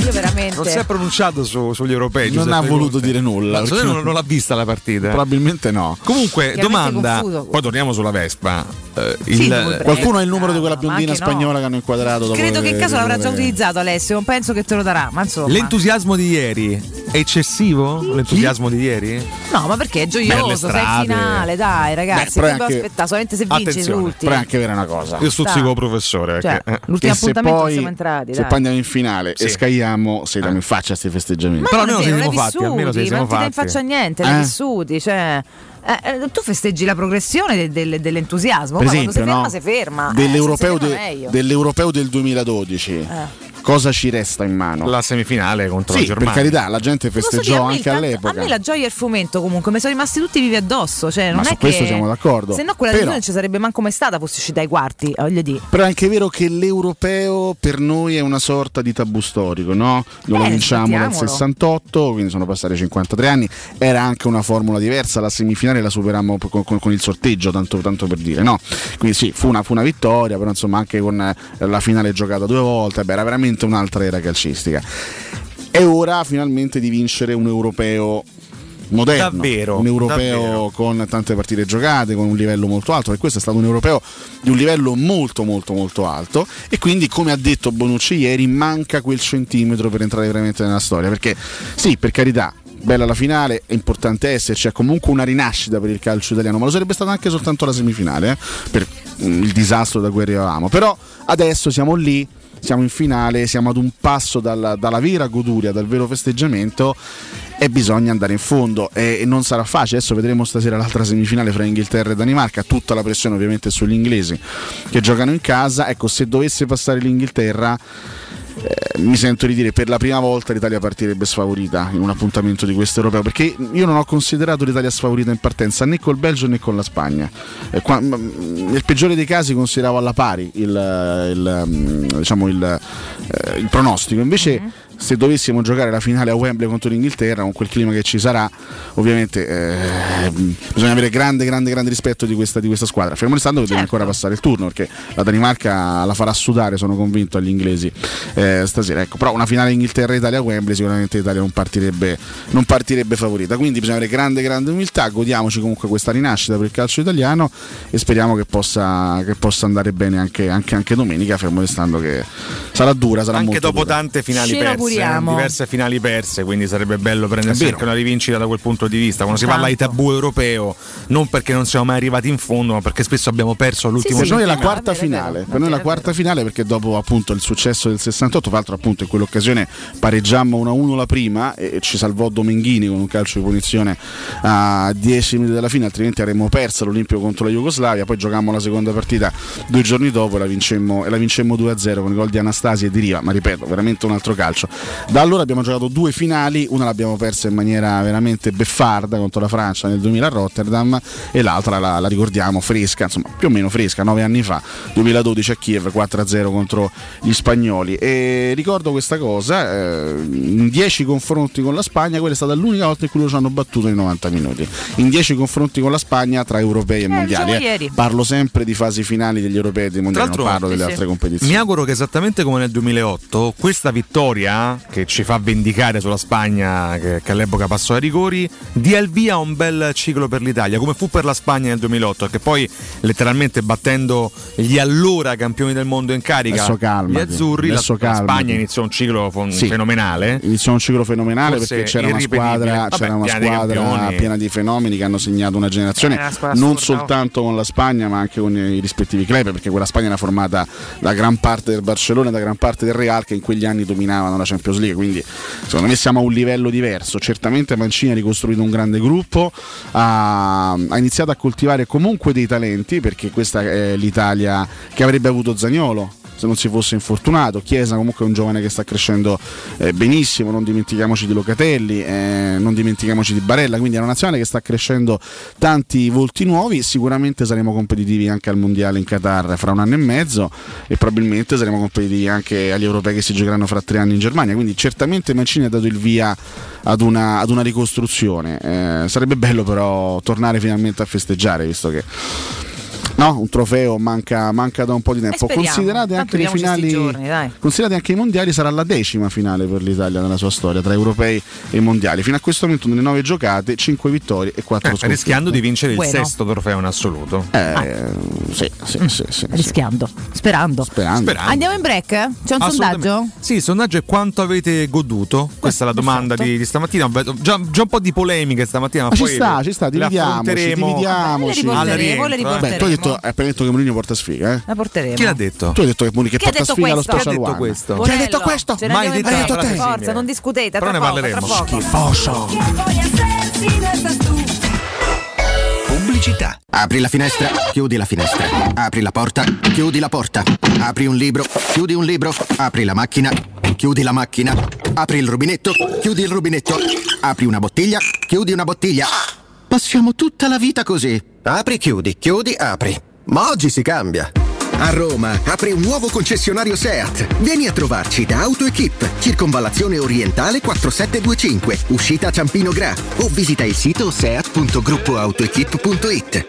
Speaker 7: Io veramente.
Speaker 8: cioè, Non si è pronunciato su- sugli europei.
Speaker 9: non
Speaker 8: Giuseppe
Speaker 9: ha voluto
Speaker 8: Conte.
Speaker 9: dire nulla.
Speaker 8: Ma secondo
Speaker 9: perché-
Speaker 8: me non, non l'ha vista la partita. eh.
Speaker 9: Probabilmente no.
Speaker 8: Comunque,
Speaker 7: Chiaramente
Speaker 8: domanda,
Speaker 7: confuso.
Speaker 8: poi torniamo sulla Vespa. Eh,
Speaker 7: Sì,
Speaker 8: il-
Speaker 7: dopo il break.
Speaker 9: Qualcuno ha il numero di quella
Speaker 7: Ah, ma
Speaker 9: biondina
Speaker 7: anche no.
Speaker 9: spagnola che hanno inquadrato dopo
Speaker 7: Credo che in caso l'avrà già utilizzato Alessio, non penso che te lo darà, ma insomma.
Speaker 8: L'entusiasmo di ieri eccessivo l'entusiasmo di ieri?
Speaker 7: No, ma perché è
Speaker 8: Belle
Speaker 7: gioioso, sei in
Speaker 8: strade.
Speaker 7: finale, dai ragazzi,
Speaker 8: Beh, però
Speaker 7: non devo
Speaker 8: anche-
Speaker 7: aspettare, solamente se vinci
Speaker 8: Attenzione,
Speaker 7: l'ultimo.
Speaker 9: Però è anche vera una cosa.
Speaker 8: Io stuzzico il professore. eh,
Speaker 7: Cioè,
Speaker 8: perché-
Speaker 7: l'ultimo
Speaker 9: E se
Speaker 7: appuntamento
Speaker 9: poi-
Speaker 7: siamo entrati,
Speaker 9: Se
Speaker 7: dai.
Speaker 9: poi andiamo in finale e scagliamo, se
Speaker 8: Eh.
Speaker 9: diamo in faccia a questi festeggiamenti.
Speaker 7: Ma non è vero, non hai vissuti, ma non ti dai in faccia niente, l'hai
Speaker 9: Eh?
Speaker 7: vissuti, cioè... eh, eh, tu festeggi la progressione de- del- dell'entusiasmo,
Speaker 9: Per
Speaker 7: ma quando
Speaker 9: esempio,
Speaker 7: si ferma
Speaker 9: no?
Speaker 7: si ferma. eh,
Speaker 9: Dell'europeo,
Speaker 7: se si
Speaker 9: de-
Speaker 7: ferma meglio. Eh.
Speaker 9: dell'europeo del 2012. Cosa ci resta in mano?
Speaker 8: La semifinale contro
Speaker 9: sì,
Speaker 8: la Germania.
Speaker 9: Per carità, la gente
Speaker 7: Posso dire,
Speaker 9: festeggiò
Speaker 7: a me il
Speaker 9: anche
Speaker 7: can-
Speaker 9: all'epoca.
Speaker 7: A me la gioia e il fomento comunque mi sono rimasti tutti vivi addosso, cioè non
Speaker 9: Ma
Speaker 7: è
Speaker 9: su
Speaker 7: che
Speaker 9: questo siamo d'accordo.
Speaker 7: Se no quella
Speaker 9: Però-
Speaker 7: di non ci sarebbe manco mai stata, fosse uscita dai quarti, eh, voglio dire.
Speaker 9: Però è anche vero che l'europeo per noi è una sorta di tabù storico, no? Lo
Speaker 7: Eh,
Speaker 9: lanciamo nel
Speaker 7: sentiamolo.
Speaker 9: 68, quindi sono passati 53 anni, era anche una formula diversa, la semifinale la superammo po- con, con- con il sorteggio, tanto, tanto per dire, no? Quindi sì, fu una, fu una vittoria, però insomma anche con eh, la finale giocata due volte, beh, era veramente un'altra era calcistica. È ora finalmente di vincere un europeo moderno,
Speaker 8: Davvero,
Speaker 9: un europeo
Speaker 8: davvero.
Speaker 9: con tante partite giocate, con un livello molto alto, e questo è stato un europeo di un livello molto molto molto alto e quindi come ha detto Bonucci ieri manca quel centimetro per entrare veramente nella storia, perché sì, per carità, bella la finale, è importante esserci, è comunque una rinascita per il calcio italiano, ma lo sarebbe stata anche soltanto la semifinale, eh, per mm, il disastro da cui arrivavamo, però adesso siamo lì siamo in finale, siamo ad un passo dalla, dalla vera goduria, dal vero festeggiamento e bisogna andare in fondo e, e non sarà facile, adesso vedremo stasera l'altra semifinale fra Inghilterra e Danimarca, tutta la pressione ovviamente è sugli inglesi che giocano in casa, ecco se dovesse passare l'Inghilterra eh, mi sento di dire per la prima volta l'Italia partirebbe sfavorita in un appuntamento di questo europeo perché io non ho considerato l'Italia sfavorita in partenza né col Belgio né con la Spagna Eh, qua- m- m- nel peggiore dei casi consideravo alla pari il, eh, il, mm, diciamo il, eh, il pronostico invece se dovessimo giocare la finale a Wembley contro l'Inghilterra con quel clima che ci sarà ovviamente eh, bisogna avere grande grande grande rispetto di questa, di questa squadra fermo restando che deve ancora passare il turno perché la Danimarca la farà sudare sono convinto agli inglesi eh, stasera ecco però una finale Inghilterra-Italia a Wembley sicuramente l'Italia non partirebbe, non partirebbe favorita quindi bisogna avere grande grande umiltà godiamoci comunque questa rinascita per il calcio italiano e speriamo che possa, che possa andare bene anche, anche- anche domenica fermo restando che sarà dura sarà
Speaker 8: Anche
Speaker 9: molto
Speaker 8: dopo
Speaker 9: dura.
Speaker 8: tante finali
Speaker 7: Ce lo
Speaker 8: perse, eh,
Speaker 7: auguriamo.
Speaker 8: diverse finali perse, quindi sarebbe bello prendersi
Speaker 9: È vero.
Speaker 8: anche una rivincita da quel punto di vista. Quando si parla di tabù europeo, non perché non siamo mai arrivati in fondo, ma perché spesso abbiamo perso all'ultimo
Speaker 9: per noi è la
Speaker 8: centimetro.
Speaker 9: quarta finale, per noi è la quarta finale perché dopo appunto il successo del 68, tra l'altro appunto in quell'occasione pareggiammo 1-1 la prima e e ci salvò Domenghini con un calcio di punizione a 10 minuti dalla fine, altrimenti avremmo perso l'Olimpio contro la Jugoslavia, poi giocammo la seconda partita due giorni dopo e la vincemmo, e la vincemmo 2-0 con i gol di Anastasi e di Riva, ma ripeto, veramente un altro calcio. Da allora abbiamo giocato due finali, una l'abbiamo persa in maniera veramente beffarda contro la Francia nel 2000 a Rotterdam e l'altra la, la ricordiamo fresca, insomma più o meno fresca, nove anni fa, 2012 a Kiev 4-0 contro gli spagnoli. E ricordo questa cosa, eh, in 10 confronti con la Spagna, quella è stata l'unica volta in cui loro ci hanno battuto in 90 minuti. In 10 confronti con la Spagna tra europei e mondiali.
Speaker 7: diciamo
Speaker 9: eh.
Speaker 7: ieri.
Speaker 9: Parlo sempre di fasi finali degli europei e dei mondiali, non parlo delle altre competizioni.
Speaker 8: Mi auguro che esattamente come nel 2008, questa vittoria che ci fa vendicare sulla Spagna, che, che all'epoca passò ai rigori, dia il via a un bel ciclo per l'Italia, come fu per la Spagna nel 2008, che poi letteralmente battendo gli allora campioni del mondo in carica,
Speaker 9: Adesso calmati,
Speaker 8: gli azzurri, la,
Speaker 9: adesso
Speaker 8: la
Speaker 9: calmati.
Speaker 8: Spagna iniziò un ciclo fon-
Speaker 9: Sì.
Speaker 8: fenomenale.
Speaker 9: Iniziò un ciclo fenomenale
Speaker 8: Forse
Speaker 9: perché c'era una
Speaker 8: irripetibile.
Speaker 9: squadra,
Speaker 8: Vabbè,
Speaker 9: c'era una
Speaker 8: piena di
Speaker 9: squadra
Speaker 8: campioni.
Speaker 9: piena di fenomeni che hanno segnato una generazione,
Speaker 8: Eh, una squadra
Speaker 9: non
Speaker 8: assurda,
Speaker 9: soltanto con la Spagna ma anche con i rispettivi club, perché quella Spagna era formata da gran parte del Barcellona e da gran parte del Real che in quegli anni dominavano la Champions League, quindi secondo me siamo a un livello diverso, certamente Mancini ha ricostruito un grande gruppo, ha, ha iniziato a coltivare comunque dei talenti perché questa è l'Italia che avrebbe avuto Zagnolo se non si fosse infortunato. Chiesa comunque è un giovane che sta crescendo eh, benissimo, non dimentichiamoci di Locatelli, eh, non dimentichiamoci di Barella, quindi è una nazionale che sta crescendo tanti volti nuovi, sicuramente saremo competitivi anche al Mondiale in Qatar fra un anno e mezzo e probabilmente saremo competitivi anche agli europei che si giocheranno fra tre anni in Germania, quindi certamente Mancini ha dato il via ad una, ad una ricostruzione, Eh, sarebbe bello però tornare finalmente a festeggiare visto che no? un trofeo manca, manca da un po' di tempo.
Speaker 7: speriamo.
Speaker 9: Ecco, Considerate
Speaker 7: Tanto
Speaker 9: anche, le
Speaker 7: vediamoci
Speaker 9: finali,
Speaker 7: sti giorni, dai.
Speaker 9: considerate anche i mondiali, sarà la decima finale per l'Italia nella sua storia tra europei e mondiali. Fino a questo momento nelle nove giocate, 5 vittorie e 4 sconfitte.
Speaker 8: Eh, rischiando di vincere il
Speaker 7: Bueno.
Speaker 8: sesto Ah. trofeo in assoluto.
Speaker 9: Ecco. Eh, sì, sì, sì, sì.
Speaker 7: Rischiando, sperando.
Speaker 9: Sperando.
Speaker 7: Andiamo in break? C'è un
Speaker 8: Assolutamente.
Speaker 7: sondaggio?
Speaker 8: Sì, il sondaggio è quanto avete goduto? Questa è la domanda di, di stamattina. Vedo Già, già un po' di polemiche stamattina.
Speaker 9: Ma ci
Speaker 8: poi
Speaker 9: sta,
Speaker 8: le-
Speaker 9: ci sta,
Speaker 8: le
Speaker 9: dividiamoci,
Speaker 8: affronteremo
Speaker 7: Ah,
Speaker 9: dividiamoci.
Speaker 8: al rientro, eh.
Speaker 9: Beh, tu hai detto, hai appena detto che Mourinho porta sfiga, eh?
Speaker 7: La porteremo.
Speaker 8: Chi l'ha detto?
Speaker 9: Tu hai detto che, Mourinho- che
Speaker 7: Chi ha
Speaker 9: porta
Speaker 7: detto
Speaker 9: sfiga allo
Speaker 7: questo? Chi ha
Speaker 9: special
Speaker 8: detto
Speaker 9: one.
Speaker 8: questo?
Speaker 9: Chi ha detto questo?
Speaker 7: Ce ne
Speaker 8: Mai
Speaker 7: andiamo in
Speaker 8: detto
Speaker 7: break,
Speaker 8: alla fine.
Speaker 7: Forza, non discutete.
Speaker 8: Però
Speaker 7: tra
Speaker 8: ne
Speaker 7: poco, tra
Speaker 8: parleremo.
Speaker 7: poco.
Speaker 15: Pubblicità. Apri la finestra, chiudi la finestra. Apri la porta, chiudi la porta. Apri un libro, chiudi un libro. Apri la macchina, chiudi la macchina. Apri il rubinetto, chiudi il rubinetto. Apri una bottiglia, chiudi una bottiglia. Passiamo tutta la vita così. Apri, chiudi, chiudi, apri. Ma oggi si cambia. A Roma apre un nuovo concessionario SEAT. Vieni a trovarci da AutoEquip, Circonvallazione Orientale 4725, uscita Ciampino Gra o visita il sito seat.gruppoautoequip.it.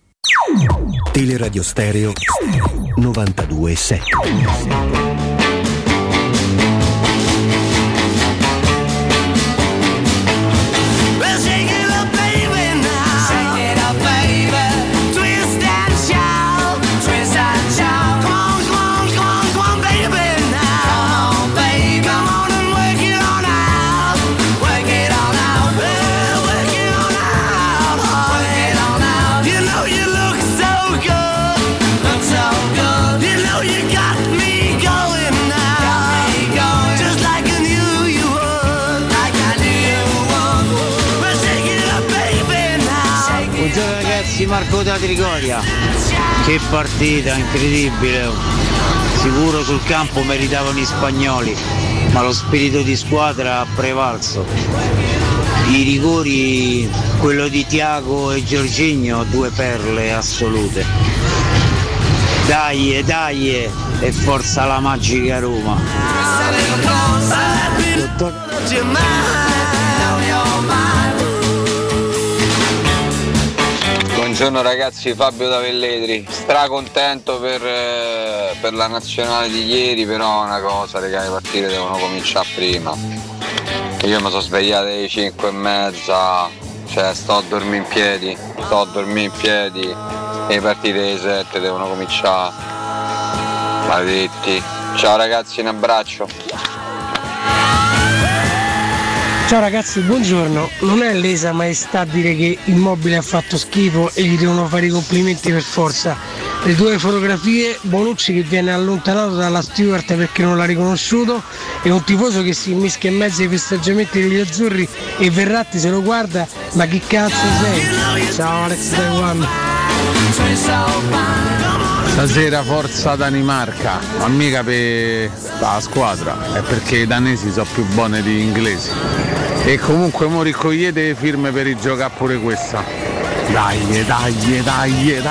Speaker 15: Teleradio Stereo 927.
Speaker 1: Let's shake it up, baby, now. Shake it up, baby. Twist and shout, twist and shout. Come on, come on, come on, come on, baby, now. Come on, baby, come on and work it on out, work it on out, well, work it on out, work it on out. You know you look so good, look so good. You know you got me going now, got me going. Just like I knew you would, like I knew you would. Well, shake it up, baby, now.
Speaker 16: Buongiorno ragazzi, Marco da Trigoria. Che partita incredibile. Sicuro sul campo meritavano i spagnoli, ma lo spirito di squadra ha prevalso. I rigori, quello di Tiago e Giorginio, due perle assolute. Dai, dai, e forza la magica Roma.
Speaker 17: Buongiorno ragazzi, Fabio da Velletri, stracontento per, eh, per la nazionale di ieri, però una cosa, raga, le partite devono cominciare prima. Io mi sono svegliato alle 5 e mezza, cioè sto a dormire in piedi, sto a dormire in piedi e le partite alle 7 devono cominciare. Maledetti. Ciao ragazzi, un abbraccio.
Speaker 2: Ciao ragazzi, buongiorno. Non è lesa maestà dire che Immobile ha fatto schifo e gli devono fare i complimenti per forza. Le due fotografie, Bonucci che viene allontanato dalla Stewart perché non l'ha riconosciuto e un tifoso che si immischia in mezzo ai festeggiamenti degli azzurri e Verratti se lo guarda, ma chi cazzo sei? Ciao Alex Taiwan.
Speaker 3: Stasera forza Danimarca, ma mica per la squadra, è perché i danesi sono più buoni di inglesi. E comunque mo raccogliete firme per giocare pure questa. Dai, dai, dai, dai.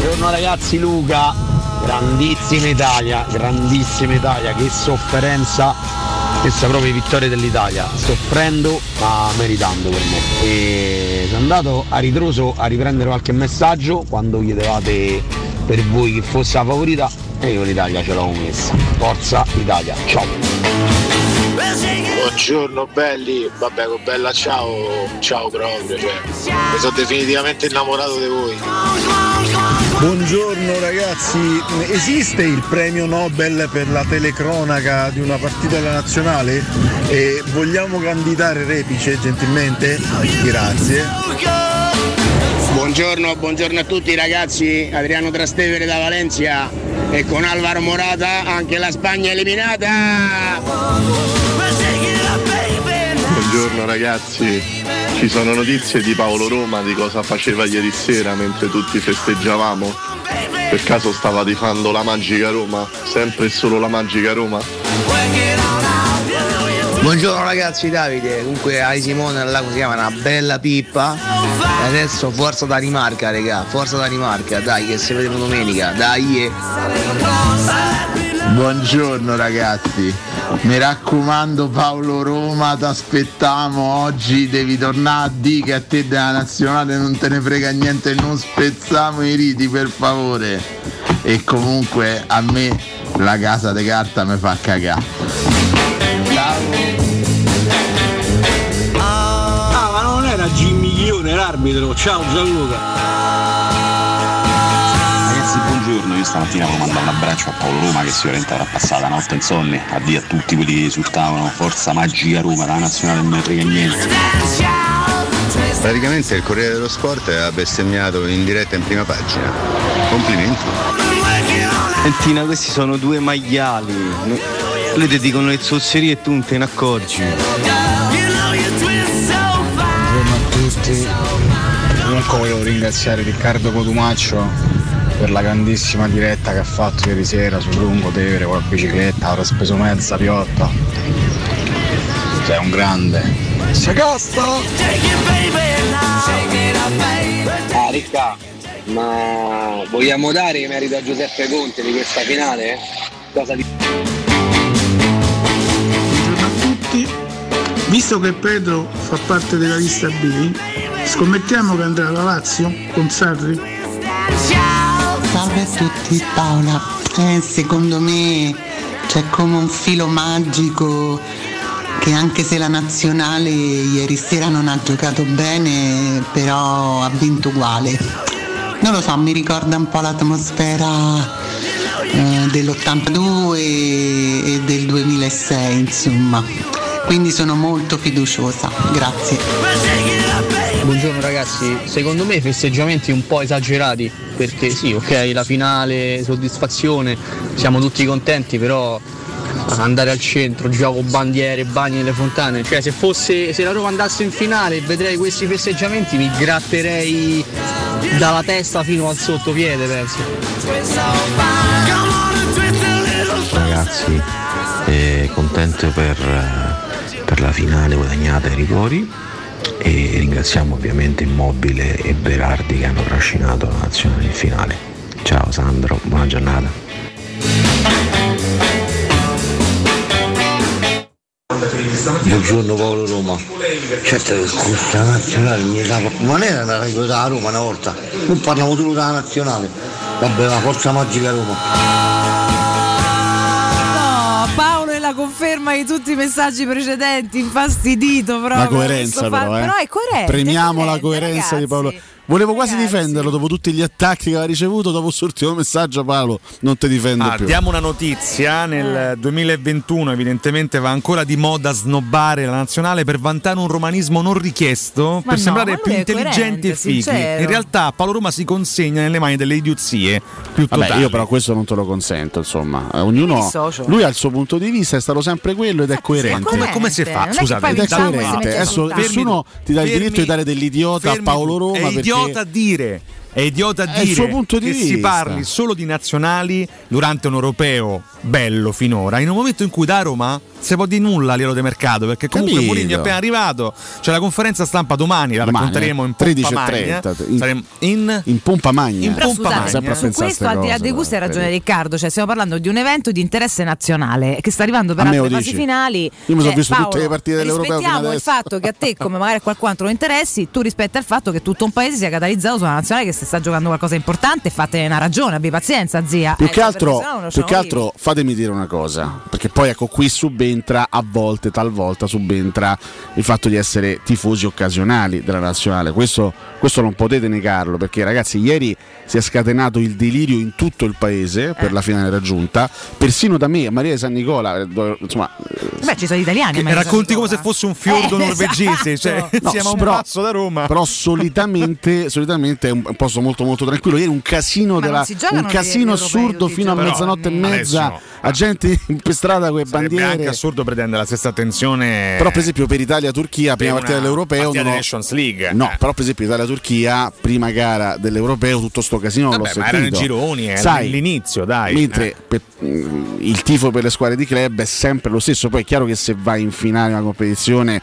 Speaker 14: Buongiorno ragazzi Luca, grandissima Italia, grandissima Italia, che sofferenza, questa proprio vittoria dell'Italia, soffrendo ma meritando per me. E sono andato a ritroso a riprendere qualche messaggio quando chiedevate per voi chi fosse la favorita e io l'Italia ce l'ho messa. Forza Italia, ciao!
Speaker 18: Buongiorno belli, vabbè con bella ciao, ciao proprio, cioè, mi sono definitivamente innamorato di voi.
Speaker 19: Buongiorno ragazzi, esiste il premio Nobel per la telecronaca di una partita della nazionale? E vogliamo candidare Repice gentilmente? Grazie.
Speaker 20: Buongiorno, buongiorno a tutti ragazzi, Adriano Trastevere da Valencia e con Alvaro Morata anche la Spagna eliminata!
Speaker 9: Buongiorno ragazzi, ci sono notizie di Paolo Roma di cosa faceva ieri sera mentre tutti festeggiavamo. Per caso stava tifando la magica Roma, sempre e solo la magica Roma.
Speaker 20: Buongiorno ragazzi Davide, comunque ai Simone là così chiama una bella pippa e adesso forza Danimarca raga, forza Danimarca, dai che si vediamo domenica, dai eh.
Speaker 14: Buongiorno ragazzi, mi raccomando Paolo Roma, ti aspettiamo oggi, devi tornare a dire che a te della nazionale non te ne frega niente, non spezziamo i riti per favore. E comunque a me la casa di carta mi fa cagare.
Speaker 1: Ah,
Speaker 21: Giglione, l'arbitro. Ciao Gianluca.
Speaker 22: Ragazzi, buongiorno. Io stamattina volevo mandare un abbraccio a Paolo Roma che sicuramente avrà passato la notte insonne. Addio a tutti quelli che esultavano. Forza magia Roma, la nazionale non ne frega niente.
Speaker 23: Praticamente il Corriere dello Sport ha bestemmiato in diretta in prima pagina. Complimenti.
Speaker 24: Valentina, questi sono due magliali. No- Lei ti dicono le zozzerie e tu non te ne accorgi.
Speaker 1: Buongiorno a tutti. Comunque volevo ringraziare Riccardo Codumaccio per la grandissima diretta che ha fatto ieri sera sul lungo Tevere con la bicicletta, avrà speso mezza piotta. Sei un grande.
Speaker 7: Ah ricca, ma vogliamo dare merito a Giuseppe Conte di questa finale? Cosa di...
Speaker 8: Visto che Pedro fa parte della lista B, scommettiamo che andrà alla Lazio con Sarri.
Speaker 25: Salve a tutti Paola, Eh, secondo me c'è come un filo magico che anche se la nazionale ieri sera non ha giocato bene, però ha vinto uguale. Non lo so, mi ricorda un po' l'atmosfera eh, dell'82 e del 2006, insomma. Quindi sono molto fiduciosa, grazie.
Speaker 14: Buongiorno ragazzi, secondo me i festeggiamenti un po' esagerati, perché sì, ok, la finale, soddisfazione, siamo tutti contenti, però andare al centro, gioco bandiere, bagni nelle fontane, cioè se fosse se la Roma andasse in finale e vedrei questi festeggiamenti mi gratterei dalla testa fino al sottopiede, penso.
Speaker 26: ragazzi e contento per, eh, per la finale guadagnata ai rigori e ringraziamo ovviamente Immobile e Berardi che hanno trascinato la nazionale in finale. Ciao Sandro, buona giornata.
Speaker 5: Buongiorno Paolo Roma. Certo che questa nazionale mi dà- ma non era una regola della Roma una volta, non parliamo solo della nazionale. Vabbè, la forza magica Roma.
Speaker 7: No, Paolo è la conferma di tutti i messaggi precedenti, infastidito proprio.
Speaker 9: La coerenza
Speaker 7: Questo
Speaker 9: però,
Speaker 7: fa-
Speaker 9: eh.
Speaker 7: però è coerente.
Speaker 9: Premiamo la coerenza di Paolo. Volevo quasi difenderlo dopo tutti gli attacchi che aveva ricevuto, dopo il sortito messaggio Paolo, non ti difendo
Speaker 8: Ah,
Speaker 9: più.
Speaker 8: diamo una notizia,
Speaker 7: Eh.
Speaker 8: nel 2021 evidentemente va ancora di moda snobbare la nazionale per vantare un romanismo non richiesto,
Speaker 7: Ma
Speaker 8: per
Speaker 7: no,
Speaker 8: sembrare
Speaker 7: ma
Speaker 8: più
Speaker 7: lui è
Speaker 8: intelligenti
Speaker 7: coerente,
Speaker 8: e fighi.
Speaker 7: sincero.
Speaker 8: In realtà Paolo Roma si consegna nelle mani delle idiozie più
Speaker 9: Vabbè,
Speaker 8: totali.
Speaker 9: io però questo non te lo consento, insomma. Eh, Ognuno,
Speaker 8: Mi
Speaker 7: cioè.
Speaker 8: socio.
Speaker 9: lui ha il suo punto di vista, è stato sempre quello ed è coerente.
Speaker 8: come- come si fa? Non è che Scusate, poi
Speaker 9: ed è
Speaker 8: diciamo e si
Speaker 9: coerente.
Speaker 8: mette
Speaker 9: Adesso
Speaker 8: sul tavolo.
Speaker 9: nessuno ti dà il
Speaker 8: Fermi-
Speaker 9: diritto di dare dell'idiota a
Speaker 8: Fermi
Speaker 9: Paolo
Speaker 8: tutti.
Speaker 9: Roma.
Speaker 8: È idiota
Speaker 9: perché...
Speaker 8: dire. È idiota
Speaker 9: È
Speaker 8: dire
Speaker 9: il suo punto di
Speaker 8: che si
Speaker 9: vista.
Speaker 8: parli solo di nazionali durante un europeo bello finora, in un momento in cui da Roma si può di nulla a livello di mercato, perché comunque
Speaker 9: Capito.
Speaker 8: Mourinho è appena arrivato, c'è la conferenza stampa domani, la
Speaker 9: Domani, eh,
Speaker 8: racconteremo in pompa
Speaker 9: 13.30,
Speaker 8: magna.
Speaker 9: in-
Speaker 8: Saremo in,
Speaker 9: pompa magna.
Speaker 8: In
Speaker 7: Però
Speaker 8: pompa
Speaker 7: scusate,
Speaker 8: magna.
Speaker 7: su questo al di là dei
Speaker 9: eh,
Speaker 7: gusti ha ragione Riccardo, cioè stiamo parlando di un evento di interesse nazionale che sta arrivando per
Speaker 9: A me lo
Speaker 7: altre fasi
Speaker 9: dici.
Speaker 7: finali. Eh,
Speaker 9: Io mi sono visto
Speaker 7: Paolo,
Speaker 9: tutte le partite dell'Europeo fino
Speaker 7: Rispettiamo il
Speaker 9: adesso.
Speaker 7: fatto che a te, come magari a qualcun altro non interessi, tu rispetta il fatto che tutto un paese sia catalizzato su una nazionale che se sta giocando qualcosa di importante, fatene una ragione, abbi pazienza zia.
Speaker 9: Più
Speaker 7: Eh,
Speaker 9: che, altro,
Speaker 7: perché sennò non ce
Speaker 9: più
Speaker 7: la
Speaker 9: che
Speaker 7: vivi.
Speaker 9: altro fatemi dire una cosa, perché poi ecco qui subentra a volte, talvolta subentra il fatto di essere tifosi occasionali della nazionale, questo, questo non potete negarlo, perché ragazzi ieri si è scatenato il delirio in tutto il paese per la finale raggiunta, persino da me, a Maria di San Nicola, eh, dove- insomma... eh,
Speaker 7: Beh, ci sono gli italiani. ma
Speaker 8: Che
Speaker 7: non so
Speaker 8: racconti
Speaker 7: di
Speaker 8: come
Speaker 7: cosa.
Speaker 8: se fosse un fiordo
Speaker 7: Eh,
Speaker 8: norvegese, cioè
Speaker 9: esatto. No,
Speaker 8: siamo un
Speaker 9: però-
Speaker 8: pazzo da Roma.
Speaker 9: Però solitamente, solitamente è un posto molto molto tranquillo. Ieri un casino,
Speaker 8: Ma
Speaker 9: della,
Speaker 8: non si giocano
Speaker 9: un
Speaker 8: gli
Speaker 9: casino
Speaker 8: europei
Speaker 9: assurdo
Speaker 8: tutti i
Speaker 9: fino a
Speaker 8: giorni.
Speaker 9: mezzanotte e
Speaker 8: Però,
Speaker 9: mezza,
Speaker 8: adesso
Speaker 9: a gente in per strada con le
Speaker 8: Sarebbe
Speaker 9: bandiere.
Speaker 8: anche assurdo pretendere la stessa attenzione.
Speaker 9: Però per esempio per Italia-Turchia, prima
Speaker 8: una
Speaker 9: partita dell'Europeo...
Speaker 8: partita
Speaker 9: non ho-
Speaker 8: di Nations League. Eh.
Speaker 9: No, però per esempio Italia-Turchia, prima gara dell'Europeo, tutto sto casino non l'ho
Speaker 8: Vabbè, ma
Speaker 9: sentito.
Speaker 8: erano i gironi, eh,
Speaker 9: Sai,
Speaker 8: l'inizio, dai.
Speaker 9: Mentre
Speaker 8: Eh.
Speaker 9: per- mh, il tifo per le squadre di club è sempre lo stesso, poi è chiaro che se vai in finale una competizione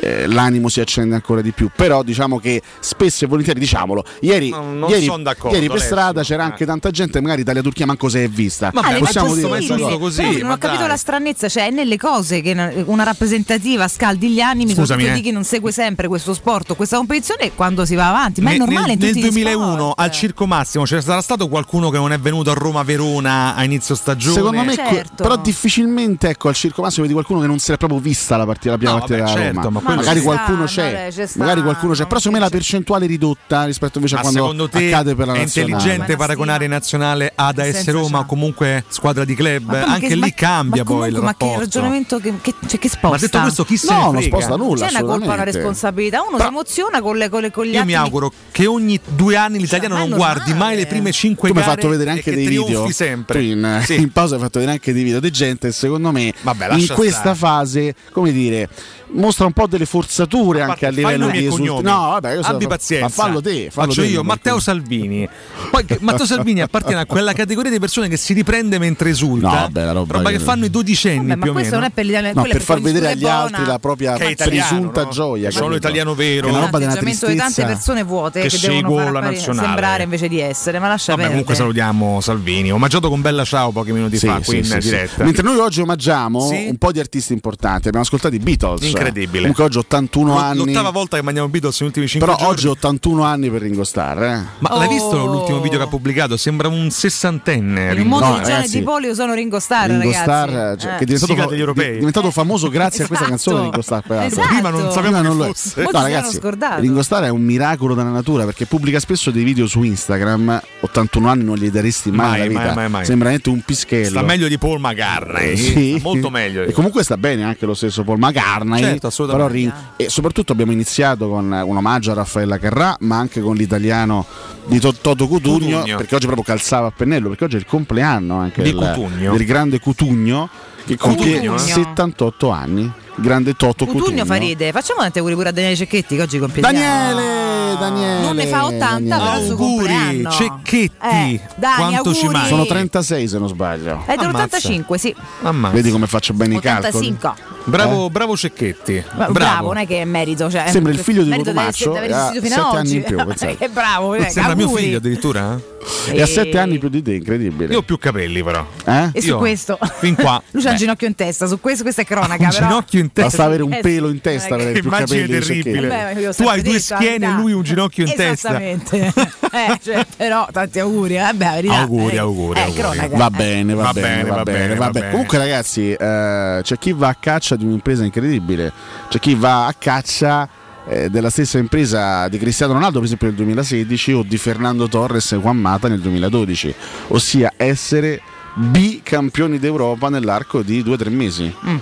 Speaker 9: eh, l'animo si accende ancora di più, però diciamo che spesso e volentieri, diciamolo, ieri,
Speaker 8: No, non
Speaker 9: ieri,
Speaker 8: son d'accordo,
Speaker 9: ieri per
Speaker 8: Alessio.
Speaker 9: strada c'era anche tanta gente, magari Italia-Turchia manco si è vista.
Speaker 7: Ma dai,
Speaker 9: Possiamo
Speaker 7: ma
Speaker 9: dire
Speaker 7: è
Speaker 9: questa
Speaker 7: possibile.
Speaker 9: cosa?
Speaker 7: Però non ho capito la stranezza, cioè è nelle cose che una- una rappresentativa scaldi gli animi,
Speaker 8: Scusami,
Speaker 7: soprattutto
Speaker 8: eh.
Speaker 7: di chi non segue sempre questo sport, questa competizione quando si va avanti, ma è
Speaker 8: Ne-
Speaker 7: normale in
Speaker 8: nel,
Speaker 7: tutti
Speaker 8: nel
Speaker 7: gli
Speaker 8: 2001 al Circo Massimo c'era sarà stato qualcuno che non è venuto a Roma Verona a inizio stagione.
Speaker 9: Secondo
Speaker 8: Certo.
Speaker 9: Certo. me, que- però difficilmente ecco al circo massimo vedi qualcuno che non si era proprio vista la partita, la prima
Speaker 8: No,
Speaker 9: partita
Speaker 8: vabbè,
Speaker 9: della
Speaker 8: certo,
Speaker 9: Roma.
Speaker 8: ma
Speaker 7: ma
Speaker 9: magari
Speaker 7: ci
Speaker 9: qualcuno
Speaker 7: stanno,
Speaker 9: c'è,
Speaker 7: eh, ci stanno.
Speaker 9: magari qualcuno c'è, però secondo me la percentuale è ridotta rispetto invece a
Speaker 8: Ma
Speaker 9: quando
Speaker 8: secondo te
Speaker 9: accade per la
Speaker 8: è
Speaker 9: nazionale.
Speaker 8: intelligente paragonare nazionale ad AS
Speaker 7: senso cioè-
Speaker 8: Roma o comunque squadra di club?
Speaker 7: Ma poi
Speaker 8: Anche
Speaker 7: che-
Speaker 8: lì
Speaker 7: ma-
Speaker 8: cambia
Speaker 7: ma
Speaker 8: poi il
Speaker 7: comunque, Ma che
Speaker 8: rapporto.
Speaker 7: ragionamento che, che, cioè, che sposta?
Speaker 8: Ma detto questo, chi se ne No, non frega? sposta nulla,
Speaker 7: C'è una colpa, una
Speaker 8: assolutamente.
Speaker 7: responsabilità. Uno si emoziona con, le, con, le, con gli
Speaker 8: Io
Speaker 7: altri. Cioè,
Speaker 8: mi auguro che ogni due anni l'italiano
Speaker 7: ma è
Speaker 8: non guardi mai le prime cinque
Speaker 9: tu mi hai
Speaker 8: gare
Speaker 9: fatto vedere
Speaker 8: e
Speaker 9: anche
Speaker 8: che
Speaker 9: dei
Speaker 8: trionfi
Speaker 9: video
Speaker 8: sempre.
Speaker 9: Tu in, [LAUGHS]
Speaker 8: Sì.
Speaker 9: in pausa hai fatto vedere anche dei video di gente secondo me in
Speaker 8: lascia
Speaker 9: questa
Speaker 8: stare.
Speaker 9: fase come dire mostra un po' delle forzature anche a
Speaker 8: Fai
Speaker 9: livello di
Speaker 8: nomi e
Speaker 9: esultazione
Speaker 8: cognomi.
Speaker 9: no vabbè io
Speaker 8: abbi
Speaker 9: sono-
Speaker 8: pazienza.
Speaker 9: ma fallo te fallo
Speaker 8: Faccio
Speaker 9: te,
Speaker 8: io,
Speaker 9: non mi-
Speaker 8: Matteo Salvini. Poi che- Matteo Salvini appartiene a quella categoria di persone che si riprende mentre esulta.
Speaker 9: No, vabbè, la roba
Speaker 8: roba che
Speaker 9: che-
Speaker 8: fanno i dodicenni
Speaker 7: Ma
Speaker 8: più o
Speaker 7: questo non
Speaker 8: meno.
Speaker 7: è per l'Italia.
Speaker 9: No, per far vedere agli altri la propria
Speaker 8: Che è italiano,
Speaker 9: presunta
Speaker 8: no?
Speaker 9: gioia
Speaker 8: Sono
Speaker 9: capito?
Speaker 8: italiano vero.
Speaker 9: Che è una roba della
Speaker 7: atteggiamento di tante
Speaker 9: tristezza
Speaker 7: persone vuote che,
Speaker 8: che
Speaker 7: devono
Speaker 8: seguo
Speaker 7: far
Speaker 8: la
Speaker 7: appari-
Speaker 8: nazionale.
Speaker 7: sembrare invece di essere, ma lascia
Speaker 8: Vabbè,
Speaker 7: perdere.
Speaker 8: comunque salutiamo Salvini. Omaggiato con bella ciao pochi minuti
Speaker 9: Sì,
Speaker 8: fa
Speaker 9: sì,
Speaker 8: qui in
Speaker 9: sì, sì.
Speaker 8: diretta.
Speaker 9: Mentre noi oggi omaggiamo
Speaker 8: Sì.
Speaker 9: un po' di artisti importanti, abbiamo ascoltato i Beatles.
Speaker 8: Incredibile.
Speaker 9: Comunque oggi 81
Speaker 8: L'o-
Speaker 9: anni.
Speaker 8: L'ottava volta che mandiamo Beatles negli ultimi 5
Speaker 9: Però
Speaker 8: giorni.
Speaker 9: oggi 81 anni per Ringo Starr. eh.
Speaker 8: Ma l'hai
Speaker 7: Oh.
Speaker 8: visto l'ultimo video che ha pubblicato? Sembra un sessantenne.
Speaker 7: Il mondo
Speaker 9: No,
Speaker 7: di Gianni
Speaker 9: ragazzi,
Speaker 7: Di Polio sono Ringo Starr,
Speaker 9: Ringo
Speaker 7: ragazzi. Eh.
Speaker 9: Starr, cioè, che è diventato,
Speaker 8: Sigla
Speaker 9: fa-
Speaker 8: degli europei.
Speaker 9: di- diventato famoso grazie a questa canzone Ringo Starr. peraltro.
Speaker 7: Esatto. Prima non sapevamo
Speaker 9: Prima
Speaker 7: chi
Speaker 9: lo è.
Speaker 7: fosse.
Speaker 9: No,
Speaker 7: Molti si erano
Speaker 9: ragazzi,
Speaker 7: scordati.
Speaker 9: Ringo Starr è un miracolo della natura perché pubblica spesso dei video su Instagram. 81 anni non gli daresti mai,
Speaker 8: Mai,
Speaker 9: la vita.
Speaker 8: mai, mai, mai.
Speaker 9: Sembra veramente un pischello.
Speaker 8: Sta meglio di Paul McCartney.
Speaker 9: Sì.
Speaker 8: Sta Molto meglio.
Speaker 9: E comunque sta bene anche lo stesso Paul McCartney.
Speaker 8: Certo, assolutamente.
Speaker 9: Però ri- e soprattutto abbiamo iniziato con eh, un omaggio a Raffaella Carrà, ma anche con l'italiano di To- Toto Cutugno,
Speaker 8: Cutugno.
Speaker 9: perché oggi proprio calzava a pennello, perché oggi è il compleanno anche
Speaker 8: Di
Speaker 9: del,
Speaker 8: Cutugno.
Speaker 9: del grande Cutugno che compie
Speaker 7: Cutugno, eh?
Speaker 9: 78 anni. Grande Toto Cutugno.
Speaker 7: Cutugno fa ride. Facciamo tanti auguri pure a Daniele Cecchetti che oggi compie. gli
Speaker 9: Daniele, Daniele.
Speaker 7: Non ne fa 80, però il suo
Speaker 9: Auguri,
Speaker 7: compleanno.
Speaker 9: Cecchetti.
Speaker 7: Eh, Dani, Eh, Quanto ci auguri. manchi?
Speaker 9: Sono 36 se non sbaglio.
Speaker 7: È dell'85, sì.
Speaker 8: Ammazza.
Speaker 9: Vedi come faccio bene i calcoli. Eh?
Speaker 7: 85.
Speaker 8: Bravo, bravo Cecchetti.
Speaker 7: Ma Bravo. non è che è merito. Cioè,
Speaker 9: Sembra il figlio di
Speaker 7: merito deve-
Speaker 9: Cotumaccio
Speaker 7: deve
Speaker 9: e ha
Speaker 7: esistito fino
Speaker 9: sette
Speaker 7: a oggi.
Speaker 9: anni in più, pensate.
Speaker 7: [LAUGHS] che bravo, eh,
Speaker 8: Sembra mio
Speaker 7: auguri.
Speaker 8: figlio addirittura. eh?
Speaker 9: E a 7 anni più di te, incredibile.
Speaker 8: Io ho più capelli però.
Speaker 9: Eh?
Speaker 7: E su questo,
Speaker 8: [LAUGHS] Fin
Speaker 7: [LAUGHS]
Speaker 8: qua.
Speaker 7: lui c'ha
Speaker 8: Beh.
Speaker 7: un ginocchio in testa. Su questo, questa è cronaca.
Speaker 8: Un
Speaker 7: però. Eh
Speaker 8: ginocchio in testa.
Speaker 9: Basta avere un pelo in
Speaker 7: testa
Speaker 9: per avere più
Speaker 8: Immagine
Speaker 9: capelli di
Speaker 8: terribile.
Speaker 7: Eh beh, io ho
Speaker 8: tu
Speaker 7: sempre
Speaker 8: hai due
Speaker 7: detto,
Speaker 8: schiene e
Speaker 7: ah,
Speaker 8: lui un ginocchio in testa.
Speaker 7: Esattamente. [LAUGHS] Eh, cioè, però, tanti auguri. eh, beh, la verità,
Speaker 8: Auguri,
Speaker 7: eh,
Speaker 8: auguri,
Speaker 7: eh,
Speaker 8: auguri.
Speaker 7: cronaca.
Speaker 9: Va bene, va,
Speaker 8: Va
Speaker 9: bene,
Speaker 8: bene,
Speaker 9: va
Speaker 8: va
Speaker 9: bene,
Speaker 8: bene,
Speaker 9: va
Speaker 8: va
Speaker 9: bene.
Speaker 8: bene.
Speaker 9: Comunque, ragazzi, eh, c'è chi va a caccia di un'impresa incredibile, c'è chi va a caccia eh, della stessa impresa di Cristiano Ronaldo, per esempio, nel 2016 o di Fernando Torres e Juan Mata nel 2012, ossia essere bicampioni d'Europa nell'arco di 2-3 mesi.
Speaker 7: Mm.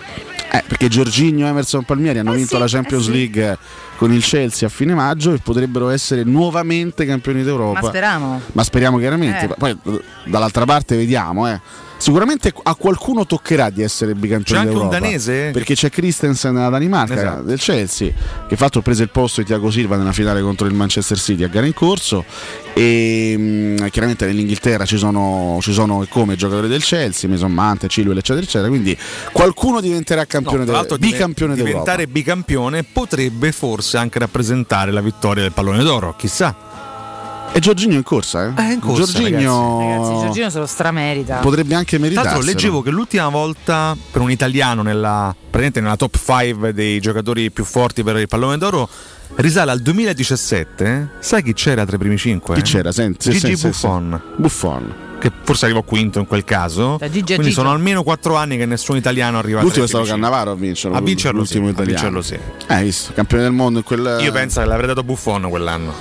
Speaker 9: Eh, perché Giorginio, Emerson Palmieri
Speaker 7: Eh
Speaker 9: hanno vinto la Champions League con il Chelsea a fine maggio e potrebbero essere nuovamente campioni d'Europa.
Speaker 7: Ma speriamo.
Speaker 9: Ma speriamo chiaramente.
Speaker 7: Eh.
Speaker 9: Poi d- dall'altra parte vediamo, eh. Sicuramente a qualcuno toccherà di essere
Speaker 8: C'è
Speaker 9: bicampione
Speaker 8: anche un
Speaker 9: d'Europa.
Speaker 8: danese?
Speaker 9: Perché c'è Christensen della Danimarca,
Speaker 8: Esatto.
Speaker 9: del Chelsea, che ha fatto prese il posto di Thiago Silva nella finale contro il Manchester City a gara in corso. E mh, chiaramente nell'Inghilterra ci sono, ci sono come giocatori del Chelsea, Mason Mante, Chilwell, eccetera, eccetera. Quindi qualcuno diventerà campione
Speaker 8: No, tra
Speaker 9: d'Europa.
Speaker 8: l'altro diven-
Speaker 9: bicampione d'Europa.
Speaker 8: diventare bicampione potrebbe forse anche rappresentare la vittoria del pallone d'oro, chissà.
Speaker 9: E Giorginio in corsa, eh?
Speaker 8: è in corsa,
Speaker 9: Giorginio-
Speaker 7: Ragazzi, Giorgino se lo stramerita.
Speaker 9: Potrebbe anche
Speaker 8: Tra l'altro
Speaker 9: meritarselo.
Speaker 8: leggevo che l'ultima volta per un italiano nella, praticamente nella top 5 dei giocatori più forti per il pallone d'oro risale al 2017. eh? Sai chi c'era tra i primi 5?
Speaker 9: Chi c'era? Senti,
Speaker 8: Gigi
Speaker 9: senti, senti.
Speaker 8: Buffon.
Speaker 9: Buffon.
Speaker 8: Che forse arrivò quinto in quel caso.
Speaker 7: Da Gigi a
Speaker 8: Quindi
Speaker 7: Gigi.
Speaker 8: sono almeno 4 anni che nessun italiano arriva
Speaker 9: L'ultimo
Speaker 8: tra
Speaker 9: è
Speaker 8: i
Speaker 9: stato
Speaker 8: primi
Speaker 9: Cannavaro a vincerlo.
Speaker 8: A vincerlo sì,
Speaker 9: l'ultimo
Speaker 8: a
Speaker 9: italiano.
Speaker 8: vincerlo sì.
Speaker 9: Eh, Hai visto, campione del mondo in quel.
Speaker 8: cinque. Io penso che l'avrei dato Buffon quell'anno.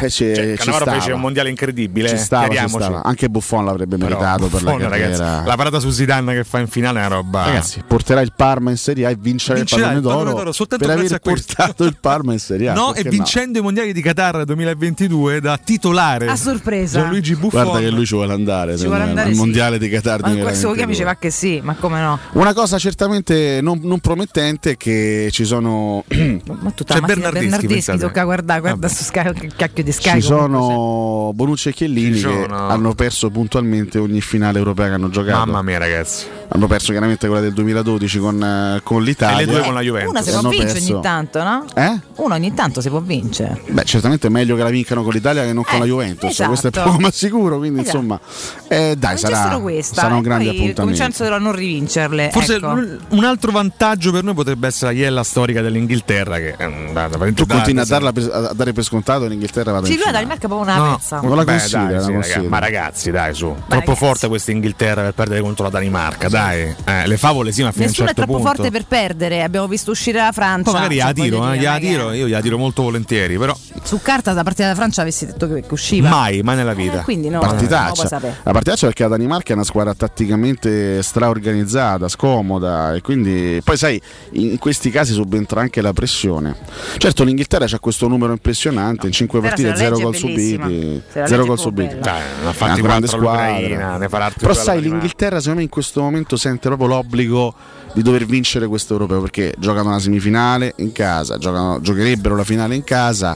Speaker 8: Cioè,
Speaker 9: Eh, c'è- ci
Speaker 8: Cannavaro
Speaker 9: stava.
Speaker 8: fece un mondiale incredibile.
Speaker 9: Ci
Speaker 8: eh,
Speaker 9: stava, ci
Speaker 8: chiariamoci.
Speaker 9: stava. Anche Buffon l'avrebbe
Speaker 8: Però
Speaker 9: meritato
Speaker 8: Buffon,
Speaker 9: per la
Speaker 8: ragazzi,
Speaker 9: carriera.
Speaker 8: la parata su Zidane che fa in finale è una roba.
Speaker 9: Ragazzi, porterà il Parma in Serie A e vincerà,
Speaker 8: Vincerà
Speaker 9: il
Speaker 8: il
Speaker 9: pallone
Speaker 8: pallone
Speaker 9: d'oro,
Speaker 8: d'oro soltanto
Speaker 9: per
Speaker 8: grazie
Speaker 9: aver
Speaker 8: a questo.
Speaker 9: portato il Parma in Serie A.
Speaker 8: No, e
Speaker 9: perché
Speaker 8: vincendo i mondiali di Qatar 2022 da titolare
Speaker 7: A sorpresa.
Speaker 8: Eh, Gianluigi Buffon.
Speaker 9: Guarda che lui ci vuole andare,
Speaker 7: Ci
Speaker 9: secondo
Speaker 7: vuole
Speaker 9: me,
Speaker 7: andare,
Speaker 9: al
Speaker 7: sì.
Speaker 9: mondiale di Qatar
Speaker 7: Ma in questo
Speaker 9: 2022.
Speaker 7: chiami ci va che sì, ma come no?
Speaker 9: Una cosa certamente non, non promettente è che ci sono
Speaker 7: Tutta la mattina tocca guardare, guarda su Sky, che cacchio di Sky.
Speaker 9: Ci
Speaker 7: comunque.
Speaker 9: sono Bonucci e Chiellini
Speaker 8: Ci
Speaker 9: che
Speaker 8: sono.
Speaker 9: hanno perso puntualmente ogni finale europea che hanno giocato.
Speaker 8: Mamma mia, ragazzi.
Speaker 9: Hanno perso chiaramente quella del 2012 con, eh, con l'Italia.
Speaker 8: E le due con la
Speaker 7: Una si
Speaker 9: E
Speaker 7: può
Speaker 9: hanno
Speaker 7: vincere
Speaker 9: perso-
Speaker 7: ogni tanto, no?
Speaker 9: Eh?
Speaker 7: Uno ogni tanto si può vincere.
Speaker 9: Beh, certamente è meglio che la vincano con l'Italia che non con la Juventus.
Speaker 7: esatto.
Speaker 9: Questo è poco ma sicuro. Quindi,
Speaker 7: Esatto.
Speaker 9: insomma, eh, dai,
Speaker 7: Vincessero
Speaker 9: sarà,
Speaker 7: questa.
Speaker 9: sarà
Speaker 7: e
Speaker 9: un grande
Speaker 7: poi Il
Speaker 9: appuntamento.
Speaker 7: Vincenzo dovrà non rivincerle.
Speaker 8: Forse
Speaker 7: ecco.
Speaker 8: l- un altro vantaggio per noi potrebbe essere la iella storica dell'Inghilterra che eh, è andata
Speaker 9: Tu continui a, darla per- a dare per scontato l'Inghilterra va la
Speaker 7: Sì, lui alla Danimarca è proprio una pezza.
Speaker 9: la considera,
Speaker 8: dai,
Speaker 9: la
Speaker 8: sì,
Speaker 9: considera.
Speaker 8: raga- ma ragazzi, dai, su. troppo
Speaker 7: ragazzi.
Speaker 8: forte questa Inghilterra per perdere contro la Danimarca, dai. Eh, le favole sì, ma fino
Speaker 7: Nessuno
Speaker 8: a un certo
Speaker 7: è troppo
Speaker 8: punto.
Speaker 7: forte per perdere, abbiamo visto uscire la Francia.
Speaker 8: Poi magari
Speaker 7: Cioè,
Speaker 8: la tiro,
Speaker 7: voglio
Speaker 8: eh,
Speaker 7: dire,
Speaker 8: gliela
Speaker 7: non è che-
Speaker 8: tiro, io gliela tiro molto volentieri, però
Speaker 7: Su carta da partita della Francia avessi detto che, che usciva.
Speaker 8: mai, mai nella vita.
Speaker 7: Eh, quindi no, non lo puoi
Speaker 9: partitaccia.
Speaker 7: sapere.
Speaker 9: La partitaccia perché la Danimarca è una squadra tatticamente straorganizzata, scomoda e quindi poi sai, in questi casi subentra anche la pressione. Certo l'Inghilterra c'ha questo numero impressionante, in 5
Speaker 8: Però se la
Speaker 9: partite 0
Speaker 8: legge è
Speaker 9: gol
Speaker 8: bellissima.
Speaker 9: subiti,
Speaker 8: Se
Speaker 9: 0
Speaker 8: la legge è
Speaker 9: gol
Speaker 8: proprio
Speaker 9: subiti.
Speaker 8: bella. Dai, ne ha fatti
Speaker 9: È una grande
Speaker 8: quattro
Speaker 9: squadra.
Speaker 8: all'Ucraina, ne farà altri
Speaker 9: Però
Speaker 8: due alla
Speaker 9: sai
Speaker 8: Danimarca.
Speaker 9: l'Inghilterra secondo me in questo momento sente proprio l'obbligo di dover vincere questo europeo perché giocano la semifinale in casa, giocano- giocherebbero la finale in casa,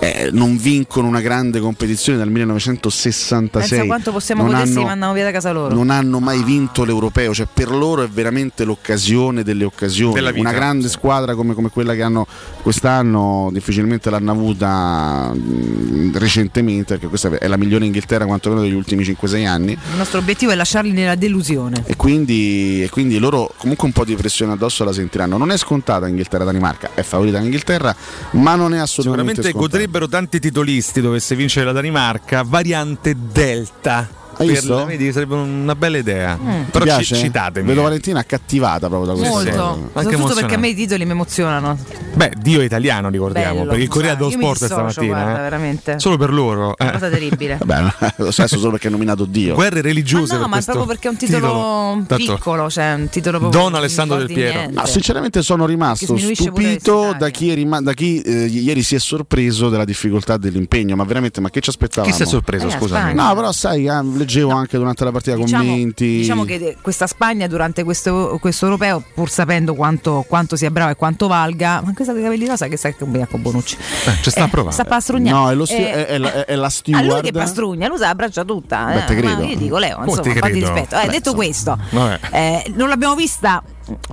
Speaker 9: eh, non vincono una grande competizione dal 1966.
Speaker 7: Pensa quanto possiamo
Speaker 9: non
Speaker 7: potersi
Speaker 9: hanno-
Speaker 7: ma andiamo via da casa loro.
Speaker 9: non hanno mai vinto l'europeo, cioè per loro è veramente l'occasione delle occasioni.
Speaker 8: Della vita,
Speaker 9: Una grande squadra come, come quella che hanno quest'anno difficilmente l'hanno avuta mh, recentemente, perché questa è la migliore Inghilterra quantomeno degli ultimi 5-6 anni.
Speaker 7: Il nostro obiettivo è lasciarli nella delusione.
Speaker 9: E quindi, e quindi loro comunque un po' di pressione addosso la sentiranno. Non è scontata Inghilterra-Danimarca, è favorita l'Inghilterra, ma non è assolutamente
Speaker 8: Sicuramente
Speaker 9: scontata.
Speaker 8: godrebbero tanti titolisti dovesse vincere la Danimarca, variante Delta.
Speaker 9: Hai
Speaker 8: Per
Speaker 9: visto?
Speaker 8: la- vedi, sarebbe una bella idea.
Speaker 7: Mm.
Speaker 9: Ti
Speaker 8: Però ci,
Speaker 9: piace?
Speaker 8: citatemi.
Speaker 9: Vedo Valentina accattivata proprio da questo.
Speaker 7: Molto, soprattutto perché a me i titoli mi emozionano.
Speaker 8: Beh, Dio è italiano, ricordiamo,
Speaker 7: Bello.
Speaker 8: perché il Corriere dello
Speaker 7: Io mi
Speaker 8: Sport è
Speaker 7: dissocio,
Speaker 8: stamattina.
Speaker 7: guarda,
Speaker 8: eh.
Speaker 7: veramente.
Speaker 8: Solo per loro.
Speaker 7: Una
Speaker 8: eh.
Speaker 9: [LAUGHS]
Speaker 7: cosa
Speaker 8: [LAUGHS]
Speaker 7: terribile.
Speaker 9: Vabbè, lo
Speaker 7: [LAUGHS]
Speaker 9: stesso solo perché ha nominato Dio.
Speaker 8: Guerre religiose.
Speaker 7: No,
Speaker 8: per
Speaker 7: ma è
Speaker 8: questo
Speaker 7: proprio perché è un titolo,
Speaker 8: titolo. Tanto-
Speaker 7: piccolo, cioè un titolo proprio
Speaker 8: Don
Speaker 7: che
Speaker 8: Alessandro
Speaker 7: non
Speaker 8: Del Piero.
Speaker 7: ricordi
Speaker 9: Ah,
Speaker 7: niente.
Speaker 9: sinceramente sono rimasto
Speaker 7: Perché sminuisce pure
Speaker 9: Ah, stupito da chi, è rima- da chi, eh, i- ieri si è sorpreso della difficoltà dell'impegno, ma veramente ma che ci aspettavamo?
Speaker 8: Chi si è sorpreso, Eh, la scusami? Spagna.
Speaker 9: No, però sai, ah, leggevo anche durante la partita commenti.
Speaker 7: Diciamo che de- questa Spagna durante questo, questo europeo, pur sapendo quanto, quanto sia brava e quanto valga, ma questa cavellirosa che sa che combina con Bonucci.
Speaker 8: Eh,
Speaker 9: ci sta a provare.
Speaker 7: Eh, sta pastrugnando.
Speaker 9: No, è, lo sti-
Speaker 7: Eh,
Speaker 9: è, è la, è- è la
Speaker 7: A
Speaker 9: steward.
Speaker 7: lui che pastrugna, lui se la braccia tutta.
Speaker 9: Beh,
Speaker 7: eh,
Speaker 9: te credo.
Speaker 7: ma io dico Leo,
Speaker 9: Oh,
Speaker 7: insomma,
Speaker 9: te
Speaker 7: fatti
Speaker 9: credo.
Speaker 7: rispetto. Eh,
Speaker 9: Beh,
Speaker 7: detto questo,
Speaker 9: Vabbè.
Speaker 7: eh, non l'abbiamo vista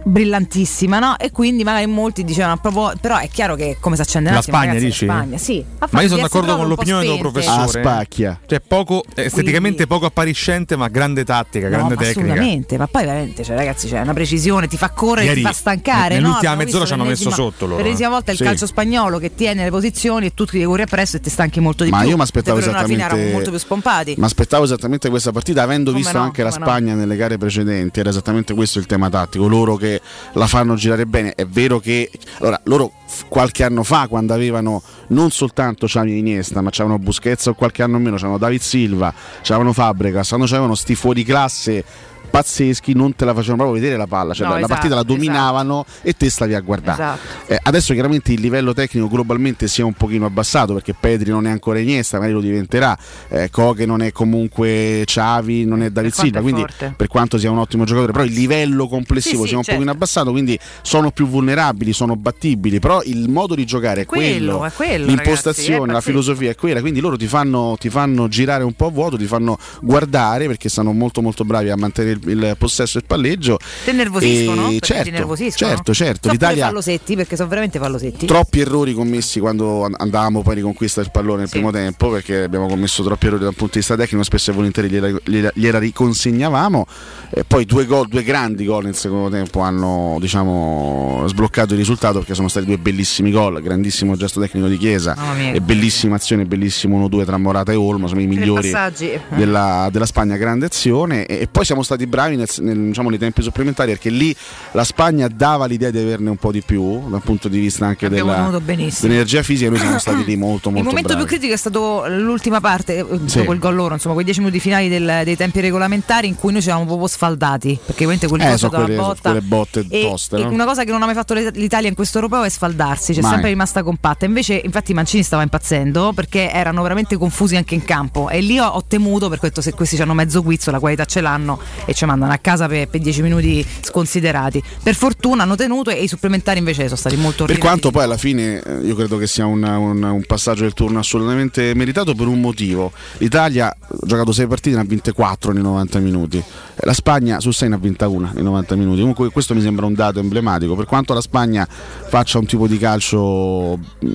Speaker 7: brillantissima, no? E quindi magari molti dicevano "Ah, proprio. Però è chiaro che come si accende un
Speaker 8: La
Speaker 7: attimo,
Speaker 8: Spagna,
Speaker 7: ragazzi, la
Speaker 8: dici?
Speaker 7: Spagna, sì. Ha fatto
Speaker 8: Ma io sono
Speaker 7: diverse
Speaker 8: d'accordo
Speaker 7: prove
Speaker 8: con
Speaker 7: un po'
Speaker 8: l'opinione del
Speaker 7: spente.
Speaker 9: Ah,
Speaker 8: professore. Cioè, poco, esteticamente poco appariscente, ma grande tattica,
Speaker 7: No,
Speaker 8: grande
Speaker 7: ma
Speaker 8: tecnica.
Speaker 7: assolutamente, ma poi veramente, cioè, ragazzi, c'è una precisione, ti fa correre,
Speaker 8: Ieri,
Speaker 7: ti fa stancare. no?
Speaker 8: nell'ultima
Speaker 7: Abbiamo
Speaker 8: mezz'ora
Speaker 7: visto
Speaker 8: ci hanno
Speaker 7: l'ennesima-
Speaker 8: messo sotto loro, eh.
Speaker 7: L'ennesima volta il
Speaker 9: Sì.
Speaker 7: calcio spagnolo che tiene le posizioni e tu ti corri appresso e ti stanchi molto di
Speaker 9: Ma
Speaker 7: più.
Speaker 9: io mi aspettavo
Speaker 7: Mentre loro alla fine
Speaker 9: esattamente.
Speaker 7: erano molto più spompati.
Speaker 9: Mi aspettavo esattamente questa partita, avendo
Speaker 7: Come
Speaker 9: visto
Speaker 7: no,
Speaker 9: anche la
Speaker 7: come no.
Speaker 9: Spagna nelle gare precedenti, era esattamente questo il tema tattico. Loro che la fanno girare bene. È vero che allora, loro f- qualche anno fa, quando avevano non soltanto Xavi e Iniesta, ma c'avevano Busquets o qualche anno meno, c'avevano David Silva, c'avevano Fabregas, quando c'avevano sti fuori classe pazzeschi, non te la facevano proprio vedere la palla, cioè
Speaker 27: No,
Speaker 9: la, la
Speaker 27: esatto,
Speaker 9: partita la dominavano e te stavi a guardare.
Speaker 22: Esatto.
Speaker 9: Eh, adesso chiaramente il livello tecnico globalmente si è un pochino abbassato perché Pedri non è ancora Iniesta, magari lo diventerà, eh, Koke non è comunque Xavi, non è David
Speaker 22: quanto
Speaker 9: Silva,
Speaker 22: Eh, è
Speaker 9: quindi
Speaker 22: forte.
Speaker 9: per quanto sia un ottimo giocatore, però il livello complessivo
Speaker 22: Sì, sì,
Speaker 9: si è un
Speaker 22: certo.
Speaker 9: pochino abbassato, quindi sono più vulnerabili, sono battibili, però il modo di giocare è quello,
Speaker 22: Quello, è quello,
Speaker 9: l'impostazione,
Speaker 22: ragazzi, è
Speaker 9: la
Speaker 22: pazzesco.
Speaker 9: filosofia è quella, quindi loro ti fanno, ti fanno girare un po' a vuoto, ti fanno guardare perché sono molto molto bravi a mantenere il, il possesso e il palleggio.
Speaker 7: Ti nervosiscono?
Speaker 9: E
Speaker 7: Perché
Speaker 9: certo,
Speaker 7: ti nervosiscono?
Speaker 9: certo, certo,
Speaker 7: Sono pure
Speaker 9: l'Italia
Speaker 7: fallosetti perché sono veramente fallosetti.
Speaker 9: troppi errori commessi quando an- andavamo poi a riconquista del pallone nel primo tempo perché abbiamo commesso troppi errori dal punto di vista tecnico spesso e volentieri gliela, gliela- gliela riconsegnavamo e poi due gol due grandi gol nel secondo tempo hanno diciamo sbloccato il risultato perché sono stati due bellissimi gol grandissimo gesto tecnico di Chiesa
Speaker 7: Mamma mia.
Speaker 9: e bellissima azione bellissimo 1-2 tra Morata e Olmo sono i migliori
Speaker 7: passaggi.
Speaker 9: della, della Spagna, grande azione. E, e poi siamo stati bravi nel- nel- diciamo, nei tempi supplementari perché lì la Spagna dava l'idea di averne un po' di più dal punto di vista anche
Speaker 7: Abbiamo
Speaker 9: della,
Speaker 7: tenuto benissimo.
Speaker 9: dell'energia fisica. Noi siamo stati lì molto,
Speaker 7: Il
Speaker 9: molto
Speaker 7: momento
Speaker 9: bravi.
Speaker 7: più critico è stato l'ultima parte, eh, dopo
Speaker 9: Sì.
Speaker 7: il gol loro, insomma, quei 10 minuti finali del- dei tempi regolamentari in cui noi ci eravamo proprio sfaldati, perché ovviamente quel
Speaker 9: Eh,
Speaker 7: gol è
Speaker 9: so
Speaker 7: stato una
Speaker 9: quelle- so
Speaker 7: botta.
Speaker 9: quelle botte
Speaker 7: e,
Speaker 9: toste,
Speaker 7: e
Speaker 9: no?
Speaker 7: una cosa che non ha mai fatto l'It- l'Italia in questo europeo è sfaldarsi, cioè
Speaker 9: Mai.
Speaker 7: sempre rimasta compatta. Invece, infatti, Mancini stava impazzendo perché erano veramente confusi anche in campo. E lì ho, ho temuto per questo se questi hanno mezzo guizzo, la qualità ce l'hanno e ci mandano a casa per, per 10 minuti sconsiderati. Per fortuna hanno tenuto e i supplementari invece sono stati molto
Speaker 9: Per
Speaker 7: ordinati.
Speaker 9: quanto poi alla fine eh, io credo che sia un, un- un passaggio del turno assolutamente meritato per un motivo. L'Italia ha giocato 6 partite, ne ha vinte 4 nei 90 minuti. Eh, la Spagna su 6 ne ha vinta una in 90 minuti. Comunque questo mi sembra un dato emblematico. Per quanto la Spagna faccia un tipo di calcio mh,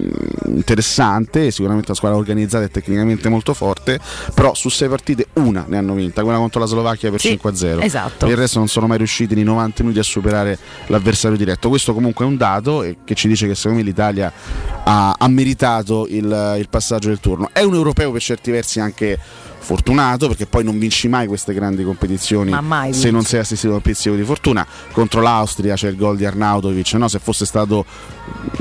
Speaker 9: interessante, sicuramente una squadra organizzata e tecnicamente molto forte, però su 6 partite una ne hanno vinta, quella contro la Slovacchia per
Speaker 7: Sì,
Speaker 9: 5-0.
Speaker 7: esatto.
Speaker 9: Per il resto non sono mai riusciti nei 90 minuti a superare l'avversario diretto. Questo comunque è un dato e che ci dice che secondo me l'Italia ha, ha meritato il, il passaggio del turno. È un europeo per certi versi anche fortunato perché poi non vinci mai queste grandi competizioni
Speaker 7: Ma mai
Speaker 9: se
Speaker 7: vinci.
Speaker 9: non sei assistito da un pizzico di fortuna contro l'Austria c'è il gol di Arnautovic no? se fosse stato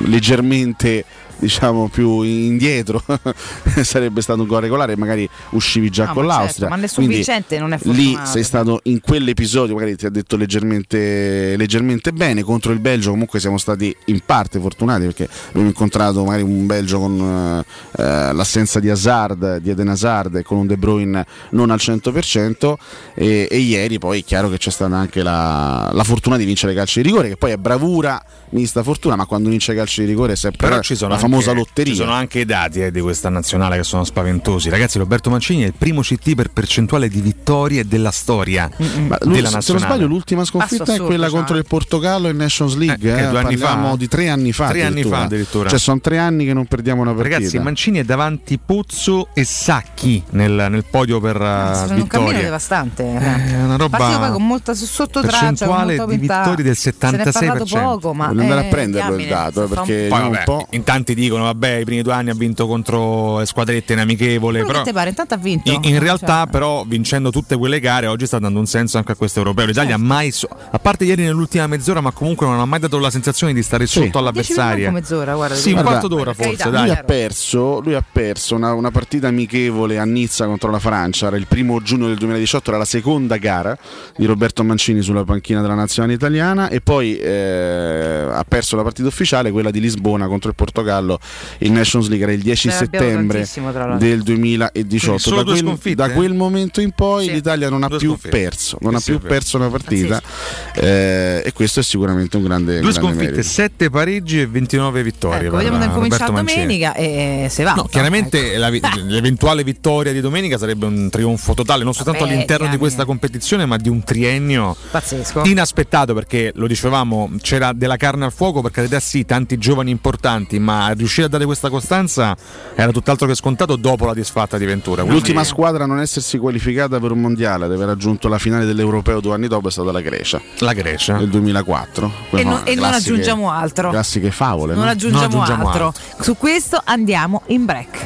Speaker 9: leggermente diciamo più indietro [LAUGHS] sarebbe stato un gol regolare e magari uscivi già
Speaker 7: No,
Speaker 9: con
Speaker 7: ma certo,
Speaker 9: l'Austria
Speaker 7: ma nessun
Speaker 9: Quindi
Speaker 7: vincente non è
Speaker 9: lì
Speaker 7: fortunato.
Speaker 9: sei stato in quell'episodio magari ti ha detto leggermente, leggermente bene contro il Belgio comunque siamo stati in parte fortunati perché abbiamo incontrato magari un Belgio con eh, eh, l'assenza di Hazard di Eden Hazard e con un De Bruyne non al 100% e, e ieri poi è chiaro che c'è stata anche la, la fortuna di vincere i calci di rigore che poi è bravura mista fortuna ma quando vince i calci di rigore è sempre
Speaker 8: Però ci sono
Speaker 9: Eh, la
Speaker 8: anche-
Speaker 9: famosa lotteria
Speaker 8: Ci sono anche i dati eh, di questa nazionale che sono spaventosi. Ragazzi, Roberto Mancini è il primo CT per percentuale di vittorie della storia
Speaker 9: Ma Mm, lui, se- se
Speaker 8: della
Speaker 9: non
Speaker 8: nazionale.
Speaker 9: sbaglio l'ultima
Speaker 7: Passo
Speaker 9: sconfitta
Speaker 7: assurdo,
Speaker 9: è quella
Speaker 7: cioè.
Speaker 9: contro il Portogallo in Nations League.
Speaker 8: Eh, che
Speaker 9: eh,
Speaker 8: due anni fa.
Speaker 9: Parliamo di tre anni fa.
Speaker 8: Tre anni fa addirittura.
Speaker 9: Cioè sono tre anni che non perdiamo una partita.
Speaker 8: Ragazzi, Mancini è davanti Pozzo e Sacchi nel, nel podio per eh,
Speaker 7: un cammino
Speaker 8: vittorie.
Speaker 7: Cioè, devastante. eh.
Speaker 8: Eh, È una roba-
Speaker 7: Partito poi con molta su- sottotraccia, con
Speaker 8: percentuale
Speaker 7: molta
Speaker 8: di
Speaker 7: umiltà.
Speaker 8: vittorie del
Speaker 7: Se ne è
Speaker 8: 76%.
Speaker 7: parlato poco, ma eh, diamine, insomma.
Speaker 8: Poi, vabbè, in tanti dicono vabbè, i primi due anni ha vinto contro squadrette inamichevole,
Speaker 7: Quello
Speaker 8: però
Speaker 7: che te pare, intanto ha vinto.
Speaker 8: in, in realtà
Speaker 7: Cioè,
Speaker 8: però vincendo tutte quelle gare oggi sta dando un senso anche a questo europeo.
Speaker 7: Certo.
Speaker 8: L'Italia mai so- a parte ieri nell'ultima mezz'ora, ma comunque non ha mai dato la sensazione di stare sotto
Speaker 7: Cioè, dieci minuti,
Speaker 8: all'avversaria.
Speaker 7: non mezz'ora, guarda.
Speaker 8: Sì, un
Speaker 7: guarda.
Speaker 8: quarto d'ora
Speaker 7: Per carità,
Speaker 8: forse,
Speaker 9: lui,
Speaker 8: dai.
Speaker 9: ha perso, lui ha perso una, una partita amichevole a Nizza contro la Francia, era il primo giugno del 2018, era la seconda gara di Roberto Mancini sulla panchina della nazionale italiana e poi eh, ha perso la partita ufficiale, quella di Lisbona contro il Portogallo in Nations League, era il 10
Speaker 7: Ne abbiamo
Speaker 9: settembre
Speaker 7: tantissimo, tra l'altro.
Speaker 9: del 2018.
Speaker 8: Solo
Speaker 9: Da
Speaker 8: due
Speaker 9: quel,
Speaker 8: sconfitte? eh.
Speaker 9: da quel momento in poi l'Italia non ha
Speaker 8: Due
Speaker 9: più
Speaker 8: sconfitte.
Speaker 9: perso, non ha
Speaker 8: Sì,
Speaker 9: più
Speaker 8: è vero.
Speaker 9: perso una
Speaker 7: Ah,
Speaker 9: partita eh, e questo è sicuramente un grande...
Speaker 8: Due
Speaker 9: un grande
Speaker 8: sconfitte,
Speaker 9: merito.
Speaker 8: 7 pareggi e 29 vittorie.
Speaker 7: Ecco, vediamo
Speaker 8: per
Speaker 7: da cominciare
Speaker 8: Roberto Mancini.
Speaker 7: domenica e eh, se va.
Speaker 8: No,
Speaker 7: insomma.
Speaker 8: chiaramente
Speaker 7: [LAUGHS]
Speaker 8: la vi- l'eventuale vittoria di domenica sarebbe un trionfo totale, non soltanto
Speaker 7: Vabbè,
Speaker 8: all'interno di
Speaker 7: diamine.
Speaker 8: questa competizione, ma di un triennio
Speaker 7: Pazzesco.
Speaker 8: inaspettato perché lo dicevamo, c'era della carne al fuoco per carità sì, tanti giovani importanti, ma riuscire a dare questa costanza era tutt'altro che scontato dopo la disfatta di Ventura. Quindi-
Speaker 9: L'ultima squadra a non essersi qualificata per un mondiale, ad aver raggiunto la finale dell'Europeo due anni dopo, è stata la Grecia.
Speaker 8: La Grecia.
Speaker 9: Nel 2004.
Speaker 7: E,
Speaker 9: Quelle
Speaker 7: non, e non
Speaker 9: classiche-
Speaker 7: aggiungiamo altro.
Speaker 9: Classiche favole.
Speaker 7: Non
Speaker 9: no?
Speaker 7: aggiungiamo, altro. Su questo andiamo in break.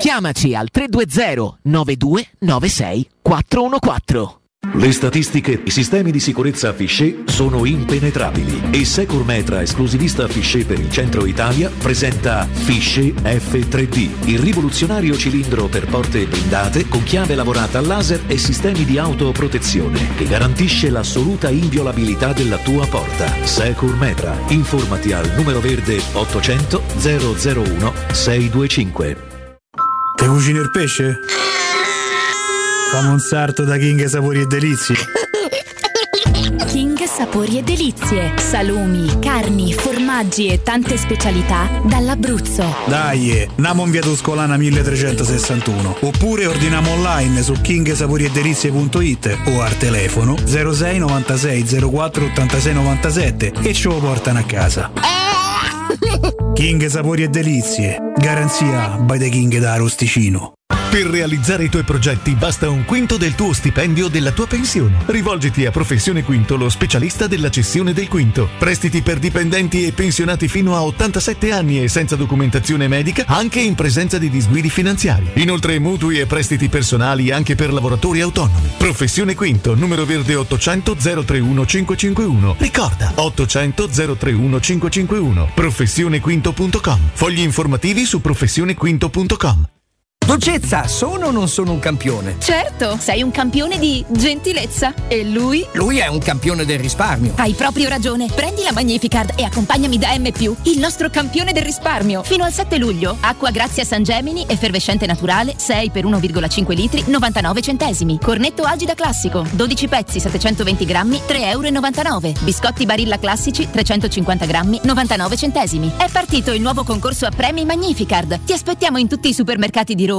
Speaker 28: Chiamaci al 320 9296 414.
Speaker 27: Le statistiche, i sistemi di sicurezza Fichet sono impenetrabili e Securmetra, esclusivista Fichet per il centro Italia, presenta Fichet F3D, il rivoluzionario cilindro per porte blindate con chiave lavorata a laser e sistemi di autoprotezione che garantisce l'assoluta inviolabilità della tua porta. Securmetra, informati al numero verde 800 001 625.
Speaker 28: Te cucini il pesce? Famo un sarto da King Sapori e Delizie.
Speaker 29: King Sapori e Delizie. Salumi, carni, formaggi e tante specialità dall'Abruzzo.
Speaker 28: Dai, namo in via Tuscolana 1361. Oppure ordiniamo online su kingsaporiedelizie.it o al telefono 06 96 04 86 97 e ce lo portano a casa. King Sapori e Delizie. Garanzia by the King da Arosticino.
Speaker 30: Per realizzare i tuoi progetti basta un quinto del tuo stipendio o della tua pensione. Rivolgiti a Professione Quinto, lo specialista della cessione del quinto. Prestiti per dipendenti e pensionati fino a 87 anni e senza documentazione medica, anche in presenza di disguidi finanziari. Inoltre mutui e prestiti personali anche per lavoratori autonomi. Professione Quinto, numero verde 800 031 551. Ricorda 800 031 551. Professionequinto.com. Fogli informativi su professionequinto.com.
Speaker 31: Dolcezza, sono o non sono un campione?
Speaker 29: Certo, sei un campione di gentilezza. E lui?
Speaker 31: Lui è un campione del risparmio.
Speaker 29: Hai proprio ragione. Prendi la Magnificard e accompagnami da M, il nostro campione del risparmio. Fino al 7 luglio, acqua Grazia San Gemini, effervescente naturale, 6 per 1,5 litri, 99 centesimi. Cornetto Agida Classico, 12 pezzi, 720 grammi, 3,99 euro. Biscotti Barilla Classici, 350 grammi, 99 centesimi. È partito il nuovo concorso a premi Magnificard. Ti aspettiamo in tutti i supermercati di Roma,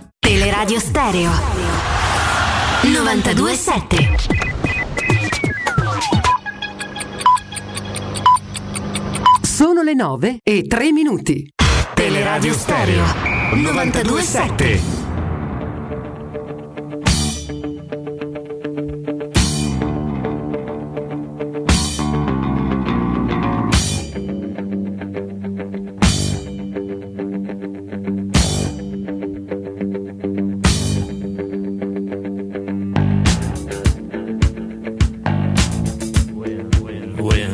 Speaker 29: Teleradio Stereo 927
Speaker 25: Sono le 9 e 3 minuti.
Speaker 29: Teleradio Stereo 927
Speaker 1: When we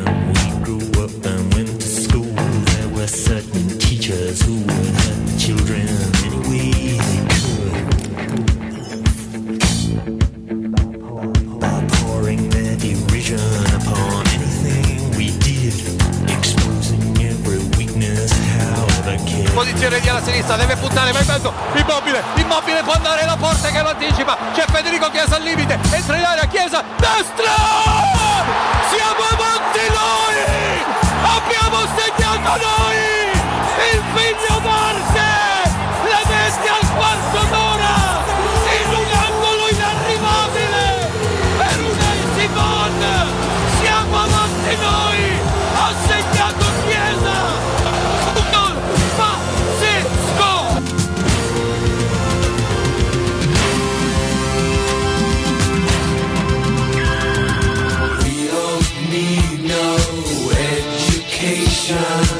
Speaker 1: grew up and went to school, there were certain teachers who would hurt children any way they could. By pouring their derision upon anything we did, exposing every weakness, however care.
Speaker 2: Posizione di alla sinistra, deve puntare, va in mezzo, immobile, immobile può andare la porta che lo anticipa, c'è Federico Chiesa al limite, entra in area, Chiesa, destra! Siamo avanti noi! Abbiamo segnato noi! Il figlio d'arte! La mette al quarto d'ora! In un angolo inarrivabile! Per un Simon! Siamo avanti noi! Ha segnato Chiesa! Un gol pazzesco!
Speaker 1: We don't need no education.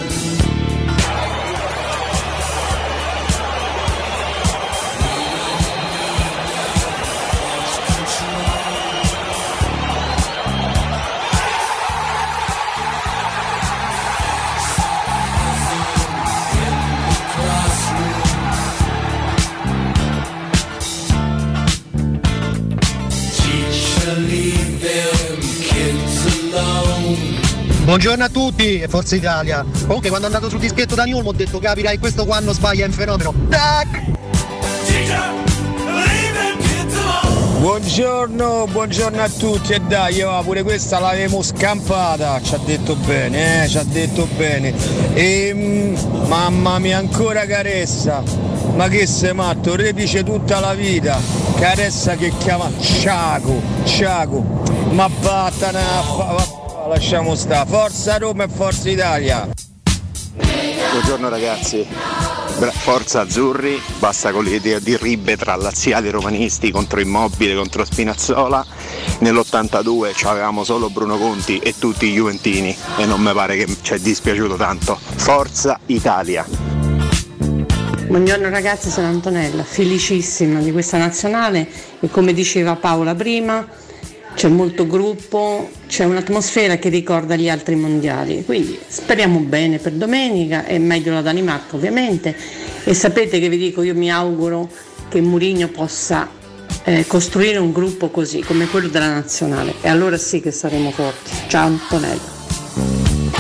Speaker 15: Buongiorno a tutti e Forza Italia. Comunque quando è andato sul dischetto Dani Olmo ho detto capirai questo quando sbaglia è un fenomeno. Tac!
Speaker 2: Buongiorno, buongiorno a tutti e dai, oh, pure questa l'avevamo scampata, ci ha detto bene, eh, ci ha detto bene. Ehm, mamma mia, ancora Caressa, ma che sei matto, repice tutta la vita, Caressa che chiama Ciaco, Ciaco, ma vattene, a fa- va- lasciamo sta, Forza Roma e Forza Italia.
Speaker 32: Buongiorno ragazzi, Bra- forza Azzurri, basta con l'idea di ribbe tra laziali romanisti contro Immobile, contro Spinazzola. Nell'82 avevamo solo Bruno Conti e tutti i Juventini e non mi pare che ci è dispiaciuto tanto. Forza Italia.
Speaker 33: Buongiorno ragazzi, sono Antonella, felicissima di questa nazionale e come diceva Paola prima c'è molto gruppo, c'è un'atmosfera che ricorda gli altri mondiali, quindi speriamo bene per domenica e meglio la Danimarca ovviamente e sapete che vi dico, io mi auguro che Mourinho possa eh, costruire un gruppo così come quello della nazionale e allora sì che saremo forti. Ciao Antonella.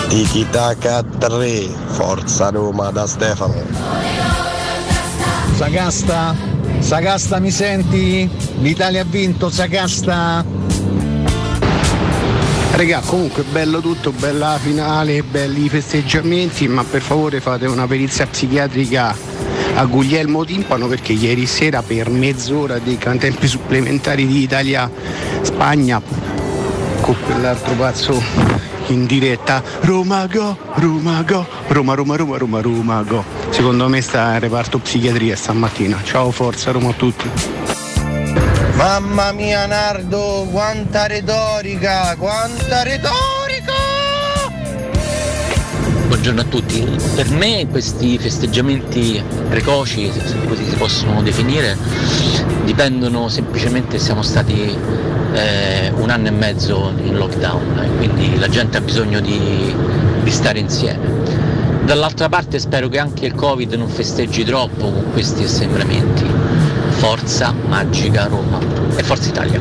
Speaker 34: Tikitaka 3, Forza Roma da Stefano.
Speaker 15: Sagasta, Sagasta mi senti? L'Italia ha vinto, Sagasta.
Speaker 14: Regà, comunque bello tutto, bella la finale, belli i festeggiamenti, ma per favore fate una perizia psichiatrica a Guglielmo Timpano perché ieri sera per mezz'ora dei can- tempi supplementari di Italia-Spagna con quell'altro pazzo in diretta Roma go, Roma go, Roma Roma Roma Roma Roma go. Secondo me sta in reparto psichiatria stamattina. Ciao forza Roma a tutti.
Speaker 2: Mamma mia Nardo, quanta retorica, quanta retorica!
Speaker 35: Buongiorno a tutti, per me questi festeggiamenti precoci, se così si possono definire, dipendono semplicemente, siamo stati eh, un anno e mezzo in lockdown e quindi la gente ha bisogno di, di stare insieme. Dall'altra parte spero che anche il Covid non festeggi troppo con questi assembramenti. Forza Magica Roma e Forza Italia.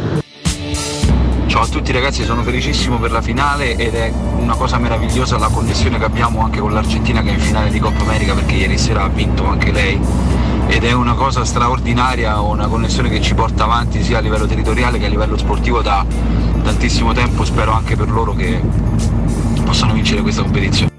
Speaker 17: Ciao a tutti ragazzi, sono felicissimo per la finale ed è una cosa meravigliosa la connessione che abbiamo anche con l'Argentina che è in finale di Coppa America perché ieri sera ha vinto anche lei ed è una cosa straordinaria, una connessione che ci porta avanti sia a livello territoriale che a livello sportivo da tantissimo tempo, spero anche per loro che possano vincere questa competizione.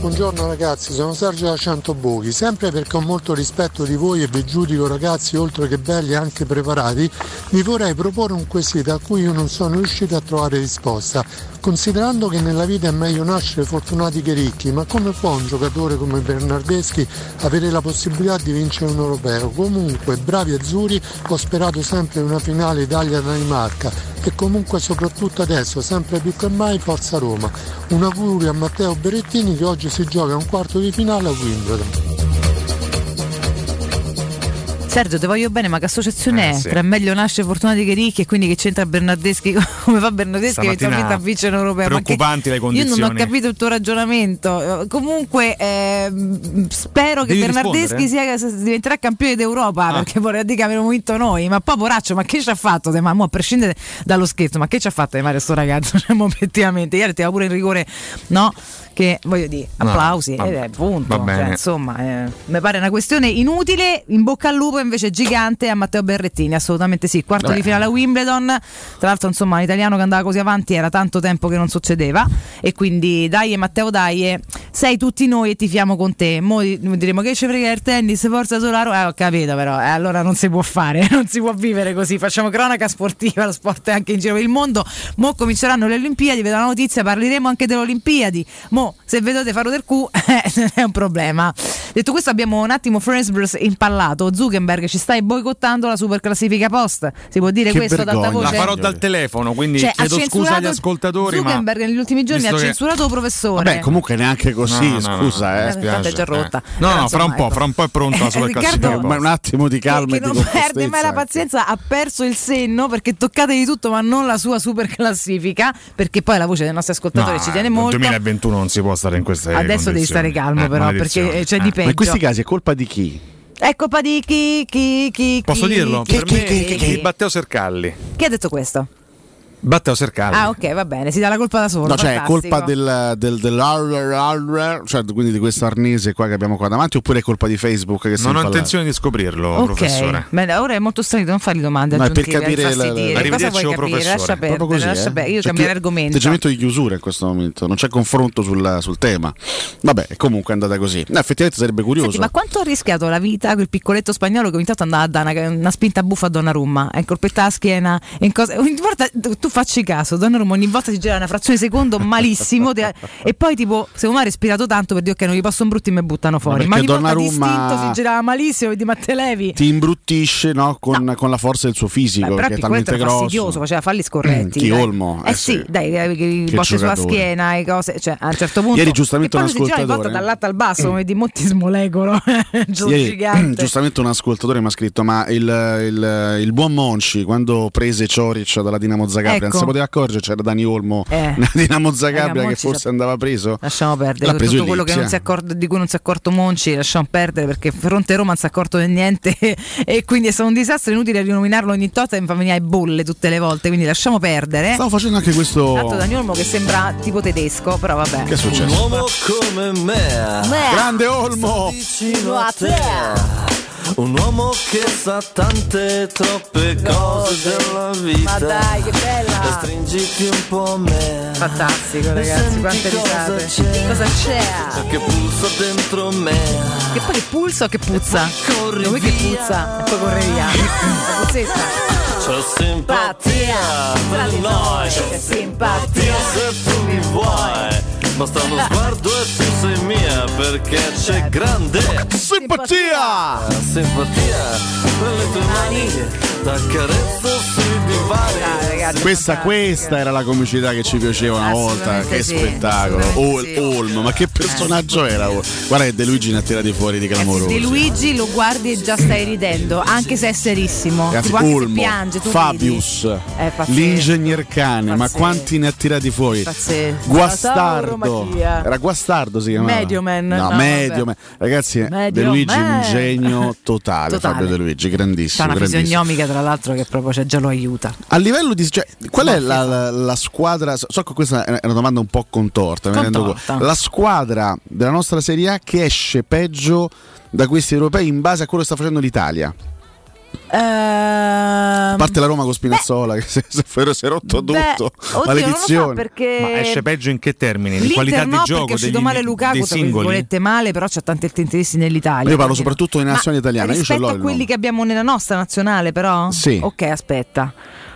Speaker 36: Buongiorno ragazzi, sono Sergio da Centobuchi, sempre perché ho molto rispetto di voi e vi giudico ragazzi oltre che belli anche preparati, vi vorrei proporre un quesito a cui io non sono riuscito a trovare risposta. Considerando che nella vita è meglio nascere fortunati che ricchi, ma come può un giocatore come Bernardeschi avere la possibilità di vincere un europeo? Comunque, bravi azzurri, ho sperato sempre in una finale Italia-Danimarca e comunque soprattutto adesso, sempre più che mai, Forza Roma. Un augurio a Matteo Berettini che oggi si gioca un quarto di finale a Wimbledon.
Speaker 7: Sergio, ti voglio bene, ma che associazione
Speaker 36: Eh,
Speaker 7: è?
Speaker 36: sì.
Speaker 7: Tra meglio nasce Fortunati che ricchi e quindi che c'entra Bernardeschi [LAUGHS] come fa Bernardeschi che
Speaker 8: Stamattina
Speaker 7: eventualmente a vincere l'Europeo? Ma che-
Speaker 8: preoccupanti le
Speaker 7: Io non ho
Speaker 8: condizioni.
Speaker 7: capito il tuo ragionamento. Eh, Comunque ehm, spero che
Speaker 8: Devi Ah.
Speaker 7: Bernardeschi sia, diventerà campione d'Europa perché vorrei dire che avremmo vinto noi. Ma poi poraccio, ma che ci ha fatto? De Ma- mo, a prescindere dallo scherzo, ma che ci ha fatto De Mario sto ragazzo? [LAUGHS] Cioè, mo, obiettivamente, ieri ti pure in rigore, no? Che voglio dire,
Speaker 8: No,
Speaker 7: applausi,
Speaker 8: vabbè.
Speaker 7: ed è punto.
Speaker 8: Va bene.
Speaker 7: Cioè, insomma, eh, mi pare una questione inutile. In bocca al lupo invece gigante a Matteo Berrettini, assolutamente sì. Quarto
Speaker 8: Vabbè.
Speaker 7: di finale a Wimbledon. Tra l'altro, insomma, un italiano che andava così avanti era tanto tempo che non succedeva. E quindi dai Matteo dai, sei tutti noi e tifiamo con te. Mo di- diremo che ci frega il tennis, forza Solaro. Eh, ho capito, però eh, allora non si può fare, [LAUGHS] non si può vivere così. Facciamo cronaca sportiva, lo sport è anche in giro per il mondo. Mo cominceranno le Olimpiadi, vedo la notizia, parleremo anche delle Olimpiadi. Mo se vedete farò del [LAUGHS] Q eh, è un problema. Detto questo abbiamo un attimo Friendsburg impallato. Zuckerberg ci stai boicottando la super classifica post. Si può dire questo ad alta voce?
Speaker 8: La farò dal telefono, quindi
Speaker 7: Cioè, ha
Speaker 8: chiedo scusa agli
Speaker 7: censurato
Speaker 8: ascoltatori. ma
Speaker 7: Zuckerberg negli ultimi giorni
Speaker 8: visto
Speaker 7: ha
Speaker 8: che-
Speaker 7: censurato un professore.
Speaker 9: Vabbè, comunque neanche così così, scusa, eh.
Speaker 7: Eh, intanto è già rotta.
Speaker 9: No,
Speaker 7: Però,
Speaker 9: no, fra un
Speaker 7: insomma,
Speaker 9: po', fra un po' è pronta la
Speaker 7: Eh,
Speaker 9: superclassifica.
Speaker 7: Riccardo,
Speaker 9: Ma un attimo di calma e di
Speaker 7: non perde mai la
Speaker 9: compostezza.
Speaker 7: pazienza, ha perso il senno perché toccate di tutto, ma non la sua super classifica. Perché poi la voce dei nostri ascoltatori ci tiene
Speaker 8: nel
Speaker 7: molto.
Speaker 8: 2021 non si può stare in queste
Speaker 7: Adesso devi
Speaker 8: condizioni.
Speaker 7: stare calmo,
Speaker 8: Eh,
Speaker 7: però,
Speaker 8: maledizione.
Speaker 7: perché eh, c'è di
Speaker 9: Ma
Speaker 7: peggio.
Speaker 9: in questi casi è colpa di chi?
Speaker 7: Ecco pa di chi, chi, chi, chi-
Speaker 8: Posso dirlo?
Speaker 7: chi-
Speaker 8: per me
Speaker 7: chi- chi- chi-
Speaker 8: di Matteo Sercalli.
Speaker 7: Chi ha detto questo?
Speaker 8: Matteo Sercalli.
Speaker 7: Ah, ok, va bene, si dà la colpa da solo.
Speaker 9: No, cioè è
Speaker 7: fantastico.
Speaker 9: colpa del, del, dell'ar- cioè quindi di questo arnese qua che abbiamo qua davanti, oppure è colpa di Facebook che si
Speaker 8: non ho
Speaker 9: impalla-
Speaker 8: intenzione di scoprirlo,
Speaker 7: Ok,
Speaker 8: professore.
Speaker 7: bene, ora è molto strano non fargli domande.
Speaker 9: No, è per
Speaker 7: aggiuntive,
Speaker 9: capire la-
Speaker 7: infastidire.
Speaker 9: la-
Speaker 7: Cosa vuoi
Speaker 9: Arrivederci,
Speaker 7: capire?
Speaker 9: professore.
Speaker 7: Lascia perdere,
Speaker 9: Proprio così,
Speaker 7: lascia
Speaker 9: eh?
Speaker 7: perdere. Io
Speaker 9: Cioè,
Speaker 7: cambierei
Speaker 9: chi-
Speaker 7: argomento.
Speaker 9: Atteggiamento di chiusura in questo momento, non c'è confronto sul, sul tema. Vabbè, comunque è andata così. No, effettivamente sarebbe curioso.
Speaker 7: Senti, ma quanto ha rischiato la vita quel piccoletto spagnolo che ogni tanto andava a dare una, una spinta buffa a Donnarumma? È incolpettata la schiena. e in cose- ogni volta tu tu facci caso, Donnarumma ogni volta si gira una frazione di
Speaker 9: [LAUGHS]
Speaker 7: secondo malissimo. te- e poi, tipo, secondo me ha respirato tanto per dire ok, non gli passo un brutto e mi buttano fuori.
Speaker 9: perché
Speaker 7: Ma ogni volta
Speaker 9: Donnarumma-
Speaker 7: distinto si girava malissimo, vedi Matte Levi.
Speaker 9: Ti imbruttisce no, con, con la forza del suo fisico,
Speaker 7: Però
Speaker 9: perché
Speaker 7: il
Speaker 9: è
Speaker 7: piccoletto
Speaker 9: talmente
Speaker 7: era
Speaker 9: grosso. Mm,
Speaker 7: fastidioso, faceva falli scorretti.
Speaker 9: Chi
Speaker 7: dai.
Speaker 9: Olmo,
Speaker 7: Eh,
Speaker 9: eh
Speaker 7: sì,
Speaker 9: sì.
Speaker 7: dai, eh, che i
Speaker 9: Che
Speaker 7: botte sulla
Speaker 9: giocatore.
Speaker 7: schiena, e cose. Cioè, a un certo punto.
Speaker 9: Ieri giustamente
Speaker 7: e poi
Speaker 9: un
Speaker 7: lui si girava ogni volta
Speaker 9: ascoltatore,
Speaker 7: dal
Speaker 9: eh.
Speaker 7: lato al basso, come di Monti Smolecolo. [LAUGHS] Giorgio
Speaker 9: Ieri, [CLEARS THROAT]
Speaker 7: gigante.
Speaker 9: giustamente un ascoltatore mi ha scritto: Ma il, il- il buon Monci quando prese Cioric dalla Dinamo Zagabria,
Speaker 7: Ecco.
Speaker 9: non si poteva accorgere, c'era Dani Olmo [LAUGHS]
Speaker 7: Eh.
Speaker 9: nella Dinamo
Speaker 7: Raga,
Speaker 9: Zagabria
Speaker 7: Monci
Speaker 9: che
Speaker 7: c'ha-
Speaker 9: forse andava preso.
Speaker 7: Lasciamo perdere
Speaker 9: L'ha preso
Speaker 7: tutto quello che
Speaker 9: Lipsia.
Speaker 7: non si è accorto- di cui non si è accorto Monci, lasciamo perdere perché Fronte Roma non si è accorto di niente [LAUGHS] e quindi è stato un disastro, è inutile rinominarlo ogni tot e mi fa venire ai bolle tutte le volte, quindi lasciamo perdere.
Speaker 9: Stavo facendo anche questo.
Speaker 7: Eh? Tanto Dani Olmo che sembra tipo tedesco, però vabbè.
Speaker 9: Che è successo?
Speaker 3: Un uomo come me,
Speaker 7: Me.
Speaker 3: grande
Speaker 9: Olmo,
Speaker 3: vicino a te. Un uomo che sa tante troppe cose della vita.
Speaker 7: Ma dai, che bella!
Speaker 3: E Stringiti un po' a me.
Speaker 7: Fantastico, ragazzi, quante risate. Cosa c'è?
Speaker 3: Che pulso dentro me.
Speaker 7: Che poi che pulso che puzza? Come che puzza? E poi corre via. La puzzetta.
Speaker 3: C'ho simpatia
Speaker 7: Tra
Speaker 3: per
Speaker 7: di
Speaker 3: noi.
Speaker 7: c'è
Speaker 3: simpatia Tá. se tu mi vuoi. Basta uno sguardo e tu sei mia perché c'è grande
Speaker 9: simpatia.
Speaker 3: Simpatia per le tue mani Tá, da carezza sui divani.
Speaker 9: Questa, questa era la comicità che ci piaceva una volta.
Speaker 3: Assolutamente
Speaker 9: Che
Speaker 3: sì,
Speaker 9: spettacolo! Ol- Olmo,
Speaker 7: Eh.
Speaker 9: ma che personaggio era? Olmo? Guarda che De Luigi ne ha tirati fuori di clamoroso.
Speaker 7: De Luigi lo guardi e già stai ridendo, anche se è serissimo.
Speaker 9: Ragazzi,
Speaker 7: tipo anche se
Speaker 9: Olmo,
Speaker 7: piange, tu
Speaker 9: Fabius,
Speaker 7: È pazzesco.
Speaker 9: l'ingegner cane, ma quanti ne ha tirati fuori?
Speaker 7: Pazzesco.
Speaker 9: Guastardo,
Speaker 7: Tauromatia.
Speaker 9: era Guastardo si chiamava?
Speaker 7: Medioman.
Speaker 9: No,
Speaker 7: No,
Speaker 9: Medioman. Ragazzi, eh,
Speaker 7: Medioman.
Speaker 9: De Luigi un genio totale,
Speaker 7: Totale.
Speaker 9: Fabio De Luigi,
Speaker 7: C'ha
Speaker 9: grandissimo,
Speaker 7: una
Speaker 9: grandissimo.
Speaker 7: fisionomica, tra l'altro, che proprio cioè, già lo aiuta.
Speaker 9: A livello di. Cioè, qual è la, la- la squadra. So so che questa è una domanda un po' contorta, mi rendo
Speaker 7: Contorta.
Speaker 9: conto. La squadra della nostra Serie A che esce peggio da questi europei in base a quello che sta facendo l'Italia. A
Speaker 7: Ehm,
Speaker 9: parte la Roma con Spinazzola, che se, se fosse- si è rotto
Speaker 7: beh,
Speaker 9: tutto.
Speaker 7: oddio,
Speaker 9: Maledizione.
Speaker 7: non lo so perché
Speaker 8: Ma esce peggio in che
Speaker 9: Eh,
Speaker 8: termini? Di
Speaker 7: L'Inter
Speaker 8: qualità
Speaker 7: no,
Speaker 8: di
Speaker 7: perché
Speaker 8: gioco
Speaker 7: è uscito
Speaker 8: degli,
Speaker 7: male
Speaker 8: dei
Speaker 7: Lukaku, tra
Speaker 8: singoli?
Speaker 7: virgolette male, però c'ha tanti interessi nell'Italia.
Speaker 9: Io parlo
Speaker 7: quindi-
Speaker 9: soprattutto di
Speaker 7: Ma
Speaker 9: nazionale italiana. Io ce
Speaker 7: Rispetto
Speaker 9: l'ho
Speaker 7: a
Speaker 9: il
Speaker 7: quelli
Speaker 9: nome.
Speaker 7: che abbiamo nella nostra nazionale, però?
Speaker 9: Sì.
Speaker 7: Ok, aspetta.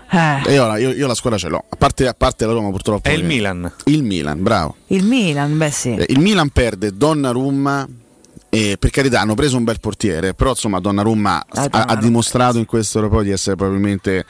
Speaker 7: Eh,
Speaker 9: E io, la- io- io la squadra ce l'ho. A parte, a parte la Roma, purtroppo.
Speaker 8: È il
Speaker 9: che-
Speaker 8: Milan.
Speaker 9: Il Milan, bravo.
Speaker 7: il Milan, beh sì.
Speaker 9: Eh, Il Milan perde Donnarumma. E per carità hanno preso un bel portiere, però insomma Donnarumma ha- ha,
Speaker 7: Donnarumma.
Speaker 9: dimostrato in questo europeo di essere probabilmente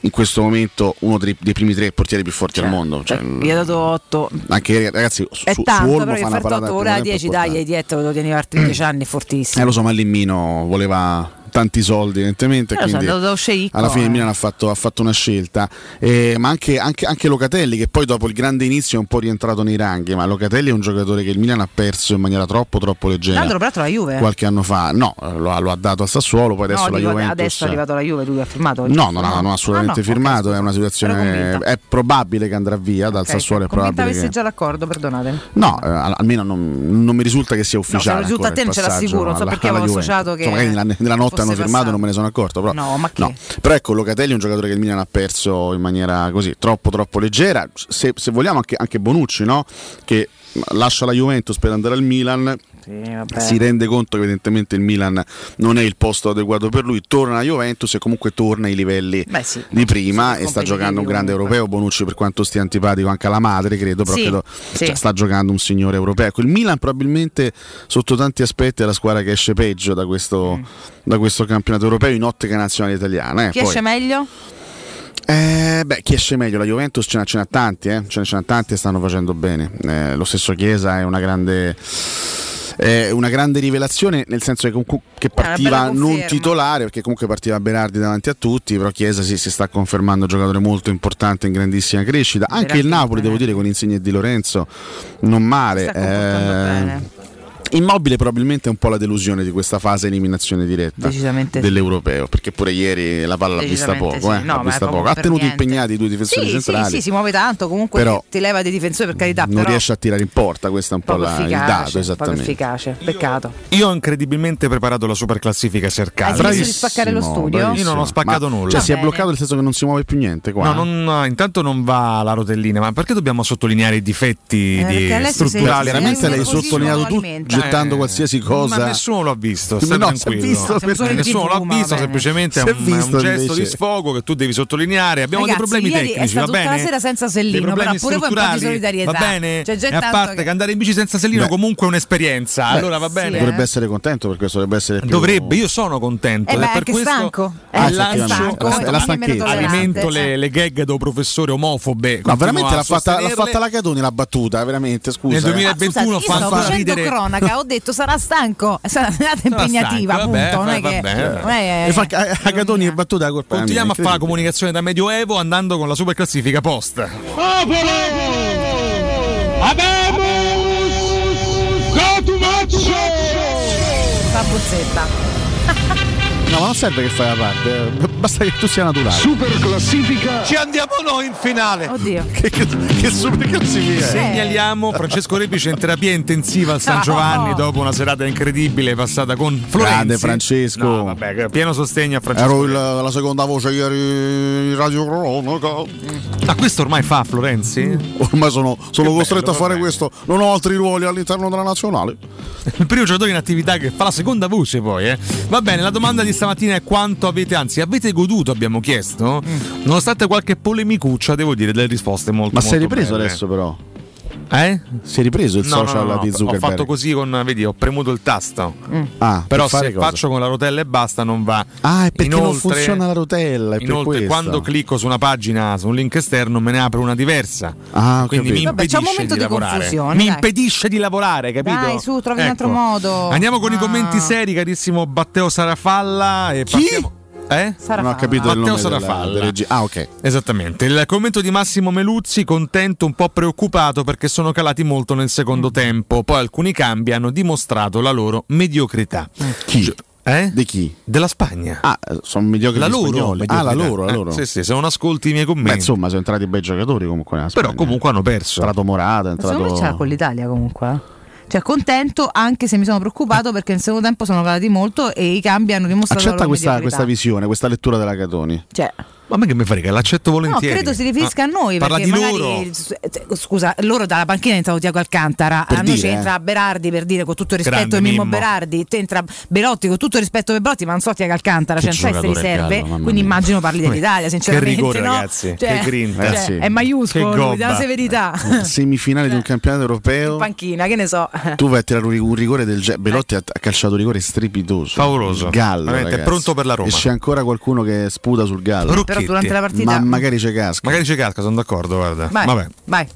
Speaker 9: in questo momento uno dei, dei primi tre portieri più forti al mondo. Cioè,
Speaker 7: Gli ha dato 8.
Speaker 9: anche ieri, ragazzi su,
Speaker 7: eh, È
Speaker 9: su
Speaker 7: tanto,
Speaker 9: Olmo
Speaker 7: però gli
Speaker 9: fa
Speaker 7: ha
Speaker 9: una
Speaker 7: fatto
Speaker 9: parata
Speaker 7: 8
Speaker 9: al
Speaker 7: ora
Speaker 9: primo tempo
Speaker 7: 10, dai, hai dietro, lo tieni altri 10 anni, è fortissimo.
Speaker 9: Eh, lo so, ma Limmino voleva tanti soldi, evidentemente.
Speaker 7: Eh, lo so,
Speaker 9: Cioè, quindi
Speaker 7: è andato da Sceicco,
Speaker 9: alla fine
Speaker 7: eh.
Speaker 9: il Milan ha fatto, ha fatto una scelta. Eh, ma anche, anche- anche Locatelli, che poi dopo il grande inizio è un po' rientrato nei ranghi. Ma Locatelli è un giocatore che il Milan ha perso in maniera troppo, troppo
Speaker 7: Tra
Speaker 9: leggera.
Speaker 7: l'altro, peraltro, la Juve.
Speaker 9: Qualche anno fa, no, lo ha, lo ha dato a Sassuolo, poi adesso
Speaker 7: no,
Speaker 9: la
Speaker 7: dico,
Speaker 9: Juventus. eh.
Speaker 7: adesso è arrivato la Juve, lui ha firmato.
Speaker 9: No,
Speaker 7: giusto?
Speaker 9: non ha, non ha assolutamente
Speaker 7: Ah, no,
Speaker 9: firmato, è una situazione. È probabile che andrà via dal
Speaker 7: ok,
Speaker 9: Sassuolo, è
Speaker 7: convinta
Speaker 9: probabile.
Speaker 7: avesse
Speaker 9: Che...
Speaker 7: già l'accordo, perdonatemi.
Speaker 9: No, eh, al- almeno non, non mi risulta che sia
Speaker 7: No, se
Speaker 9: ufficiale.
Speaker 7: lo risulta a
Speaker 9: ancora
Speaker 7: te
Speaker 9: il
Speaker 7: non ce
Speaker 9: passaggio
Speaker 7: l'assicuro, non so
Speaker 9: alla-
Speaker 7: perché
Speaker 9: alla
Speaker 7: avevo
Speaker 9: Juventus.
Speaker 7: associato che.
Speaker 9: Insomma, magari nella, nella notte
Speaker 7: fosse
Speaker 9: hanno firmato,
Speaker 7: passato.
Speaker 9: non me ne sono accorto. Però,
Speaker 7: No, ma che?
Speaker 9: Però ecco, Locatelli è un giocatore che il Milan ha perso in maniera così troppo troppo leggera. Se, se vogliamo anche, anche Bonucci, no? Che lascia la Juventus per andare al Milan.
Speaker 7: Eh.
Speaker 9: Si rende conto che evidentemente il Milan non è il posto adeguato per lui, torna alla Juventus e comunque torna ai livelli
Speaker 7: Beh, sì.
Speaker 9: di prima e sta
Speaker 7: competitivi
Speaker 9: giocando un grande europeo. Bonucci, per quanto stia antipatico anche alla madre, credo, però
Speaker 7: Sì,
Speaker 9: credo,
Speaker 7: sì.
Speaker 9: cioè, sta giocando un signore europeo. Ecco, il Milan probabilmente sotto tanti aspetti è la squadra che esce peggio
Speaker 7: Mm.
Speaker 9: da questo, da questo campionato europeo in ottica nazionale italiana. eh.
Speaker 7: Chi
Speaker 9: Poi,
Speaker 7: esce meglio?
Speaker 9: Eh, beh, chi esce meglio? La Juventus ce n'ha, ce n'ha tanti, eh? ce n'ha, ce n'ha tanti e stanno facendo bene. Eh, lo stesso Chiesa è una grande. è una grande rivelazione nel senso che, comunque- che
Speaker 25: bella
Speaker 9: partiva non
Speaker 25: conferma.
Speaker 9: titolare perché comunque partiva Berardi davanti a tutti però Chiesa sì, si sta confermando un giocatore molto importante in grandissima crescita anche
Speaker 25: Berardi
Speaker 9: il Napoli devo dire con Insigne e Di Lorenzo non male Eh, Immobile probabilmente è un po' la delusione di questa fase eliminazione diretta
Speaker 7: Decisamente sì.
Speaker 9: dell'europeo, perché pure ieri la palla l'ha vista
Speaker 7: Decisamente
Speaker 9: poco,
Speaker 7: sì.
Speaker 9: eh,
Speaker 7: No,
Speaker 9: l'ha
Speaker 7: ma
Speaker 9: vista
Speaker 7: proprio
Speaker 9: poco. ha
Speaker 7: per
Speaker 9: tenuto
Speaker 7: niente.
Speaker 9: impegnati i due difensori
Speaker 7: Sì, sì,
Speaker 9: centrali,
Speaker 7: sì, si muove tanto, comunque
Speaker 9: Però-
Speaker 7: ti leva dei difensori per carità,
Speaker 9: non
Speaker 7: però
Speaker 9: riesce a tirare in porta, questo è un po'
Speaker 7: poco
Speaker 9: la- il
Speaker 7: efficace,
Speaker 9: dato,
Speaker 7: poco
Speaker 9: esattamente.
Speaker 7: efficace, peccato.
Speaker 8: Io ho incredibilmente preparato la super classifica cercata.
Speaker 7: Hai finito di spaccare lo studio?
Speaker 8: Io non ho spaccato
Speaker 9: Ma-
Speaker 8: nulla.
Speaker 9: Cioè, si è bloccato nel senso che non si muove più niente qua. eh?
Speaker 8: No, non- intanto non va la rotellina, ma perché dobbiamo sottolineare i difetti
Speaker 9: Eh,
Speaker 8: di-
Speaker 9: perché adesso
Speaker 8: strutturali?
Speaker 9: sei- Veramente sei l'hai un nervosismo sottolineato tu,
Speaker 7: eh.
Speaker 9: alimenta. gettando qualsiasi cosa.
Speaker 8: Ma nessuno l'ha visto, stai
Speaker 9: No, si è
Speaker 8: tranquillo.
Speaker 9: visto, Siamo perché- solo in
Speaker 8: nessuno l'ha
Speaker 9: TV, ma
Speaker 8: visto,
Speaker 9: bene.
Speaker 8: semplicemente è
Speaker 9: Si è
Speaker 8: un, è un
Speaker 9: visto
Speaker 8: gesto
Speaker 9: invece.
Speaker 8: di sfogo che tu devi sottolineare. Abbiamo
Speaker 7: Ragazzi,
Speaker 8: dei problemi
Speaker 7: ieri
Speaker 8: tecnici,
Speaker 7: è stata
Speaker 8: va bene?
Speaker 7: tutta la sera senza
Speaker 8: Dei
Speaker 7: Sellino, però
Speaker 8: problemi
Speaker 7: pure voi un po' di
Speaker 8: strutturali,
Speaker 7: solidarietà.
Speaker 8: Va bene?
Speaker 7: C'è già
Speaker 8: e a
Speaker 7: tanto
Speaker 8: parte che... andare in bici senza Sellino comunque è un'esperienza.
Speaker 9: Beh,
Speaker 8: allora va bene.
Speaker 9: Dovrebbe essere contento per questo, dovrebbe essere più...
Speaker 8: Dovrebbe, io sono contento.
Speaker 7: Eh
Speaker 8: ed
Speaker 7: beh,
Speaker 8: è
Speaker 7: è
Speaker 8: per
Speaker 7: che
Speaker 8: questo
Speaker 7: stanco. Eh,
Speaker 9: Ah,
Speaker 7: è
Speaker 9: effettivamente,
Speaker 7: stanco,
Speaker 9: la- la
Speaker 7: quindi
Speaker 9: stanchezza.
Speaker 7: meno tollerante.
Speaker 8: Alimento
Speaker 7: cioè.
Speaker 8: le, le gag do professore omofobe.
Speaker 9: No,
Speaker 8: Continuo
Speaker 9: veramente
Speaker 8: a
Speaker 9: l'ha fatta, l'ha
Speaker 8: sostenerle.
Speaker 9: fatta la Catoni la battuta, veramente, scusa. eh.
Speaker 8: Nel 2021
Speaker 7: Io stavo facendo cronaca, ho detto sarà stanco, sarà andata impegnativa,
Speaker 8: stanco, vabbè,
Speaker 7: appunto. non è
Speaker 8: va
Speaker 7: che
Speaker 8: bene.
Speaker 7: non è-
Speaker 9: E fa a- a Catoni è battuta la colpa.
Speaker 8: Continuiamo a fare la
Speaker 9: incredibile.
Speaker 8: comunicazione da medioevo andando con la super classifica post.
Speaker 1: Popolo! Abemus! Cotumaccio!
Speaker 3: Tá
Speaker 7: Fabuzzetta.
Speaker 9: No, ma non serve che fai la parte, eh, basta che tu sia naturale.
Speaker 1: Super
Speaker 9: classifica.
Speaker 1: Ci
Speaker 8: andiamo noi in finale.
Speaker 2: [LAUGHS]
Speaker 7: Oddio.
Speaker 9: che, che, che super classifica. è?
Speaker 7: Eh.
Speaker 8: Segnaliamo Francesco Rebice in terapia intensiva al San Giovanni dopo una serata incredibile passata con Florenzi.
Speaker 9: Grande Francesco.
Speaker 8: No, vabbè, pieno sostegno a Francesco.
Speaker 9: Ero il- la seconda voce ieri in Radio Cronaca.
Speaker 8: Ah, questo ormai fa Florenzi?
Speaker 9: Ormai sono, sono
Speaker 8: Che
Speaker 9: costretto
Speaker 8: bello,
Speaker 9: a fare
Speaker 8: ormai.
Speaker 9: questo. Non ho altri ruoli all'interno della nazionale.
Speaker 8: Il primo giocatore in attività che fa la seconda voce poi, eh. Va bene, la domanda di stamattina è quanto avete, anzi, avete goduto, abbiamo chiesto? Nonostante qualche polemicuccia, devo dire, delle risposte molto
Speaker 9: Ma sei
Speaker 8: molto
Speaker 9: ripreso
Speaker 8: belle.
Speaker 9: adesso, però?
Speaker 8: Eh?
Speaker 9: Si è ripreso il
Speaker 8: No, no,
Speaker 9: social
Speaker 8: no, no,
Speaker 9: di
Speaker 8: ho
Speaker 9: Zuckerberg?
Speaker 8: fatto così con, vedi, ho premuto il tasto.
Speaker 9: Ah, per
Speaker 8: Però
Speaker 9: fare
Speaker 8: se
Speaker 9: cosa?
Speaker 8: faccio con la rotella e basta non va.
Speaker 9: Ah, è perché non
Speaker 8: Inoltre-
Speaker 9: funziona la rotella. È per
Speaker 8: Inoltre,
Speaker 9: questo.
Speaker 8: quando clicco su una pagina, su un link esterno, me ne apre una diversa.
Speaker 9: Ah, ho
Speaker 8: Quindi mi
Speaker 9: capito. Vabbè,
Speaker 8: impedisce
Speaker 9: c'è un momento
Speaker 8: di,
Speaker 9: di
Speaker 8: lavorare.
Speaker 9: confusione,
Speaker 8: Mi
Speaker 9: dai.
Speaker 8: impedisce di lavorare, capito?
Speaker 7: Dai, su, trovi un altro
Speaker 8: Ecco.
Speaker 7: modo.
Speaker 8: Andiamo con i
Speaker 7: Ah.
Speaker 8: commenti seri, carissimo Batteo Sarafalla. E partiamo. Eh?
Speaker 7: Sarafalla. Non ho capito il
Speaker 8: Matteo
Speaker 9: nome della-
Speaker 8: Sarafalla.
Speaker 9: della regia. Ah, ok.
Speaker 8: Esattamente. Il commento di Massimo Meluzzi, contento, un po' preoccupato perché sono calati molto nel secondo
Speaker 7: Mm.
Speaker 8: tempo. Poi alcuni cambi hanno dimostrato la loro mediocrità.
Speaker 9: Chi?
Speaker 8: Eh?
Speaker 9: Di chi?
Speaker 8: Della Spagna.
Speaker 9: Ah, sono mediocri
Speaker 8: La
Speaker 9: gli
Speaker 8: loro
Speaker 9: spagnoli.
Speaker 8: mediocrità.
Speaker 9: Ah, la loro, la
Speaker 8: Eh,
Speaker 9: loro.
Speaker 8: sì, sì, se non ascolti i miei commenti.
Speaker 9: Beh, insomma, sono entrati bei giocatori comunque nella
Speaker 8: Però comunque hanno perso.
Speaker 9: È entrato Morata, è
Speaker 7: Ma Secondo me ce l'ha
Speaker 9: entrato...
Speaker 7: con l'Italia comunque. eh. Cioè contento anche se mi sono preoccupato perché nel secondo tempo sono calati molto e i cambi hanno dimostrato la
Speaker 9: Accetta
Speaker 7: loro
Speaker 9: questa,
Speaker 7: mediocrità.
Speaker 9: questa visione, questa lettura della Catoni.
Speaker 7: Cioè,
Speaker 8: Ma a me che mi frega, l'accetto
Speaker 7: no,
Speaker 8: volentieri. Ah,
Speaker 7: credo si riferisca a noi
Speaker 8: Parla
Speaker 7: perché
Speaker 8: di
Speaker 7: magari
Speaker 8: loro.
Speaker 7: il- s- eh, scusa, loro dalla panchina è entrato Tiago Alcantara,
Speaker 8: Per
Speaker 7: a noi
Speaker 8: dire,
Speaker 7: ci entra
Speaker 8: eh.
Speaker 7: Berardi per dire con tutto il rispetto
Speaker 8: Grande
Speaker 7: a Mimmo
Speaker 8: Mimmo.
Speaker 7: Berardi, te entra Belotti con tutto il rispetto per Belotti, ma non so Tiago Alcantara,
Speaker 8: Che
Speaker 7: cioè non so se
Speaker 8: giocatore è
Speaker 7: riserve,
Speaker 8: Gallo, mamma
Speaker 7: quindi
Speaker 8: mia.
Speaker 7: immagino parli dell'Italia, sinceramente,
Speaker 8: che rigore,
Speaker 7: no?
Speaker 8: ragazzi,
Speaker 7: Cioè,
Speaker 8: che grinta.
Speaker 7: cioè,
Speaker 9: Ragazzi,
Speaker 7: è
Speaker 9: che
Speaker 7: maiuscolo, lui, della
Speaker 9: gobba.
Speaker 8: [LAUGHS]
Speaker 9: Eh,
Speaker 7: severità. Cioè,
Speaker 9: Semifinale di un campionato europeo.
Speaker 7: panchina, che ne so.
Speaker 9: Tu vai a tirare un rig- un rigore del genere. Belotti ha ha calciato un rigore strepitoso.
Speaker 8: Favoloso.
Speaker 9: Gallo.
Speaker 8: Veramente, è
Speaker 9: ragazzi.
Speaker 8: pronto per la Roma.
Speaker 9: E c'è ancora qualcuno che sputa sul gallo.
Speaker 8: Però Rocchetti. durante la partita-
Speaker 9: Ma magari c'è casca.
Speaker 8: Magari c'è casca, sono d'accordo, guarda.
Speaker 7: Vai.
Speaker 8: Vabbè.
Speaker 7: Vai.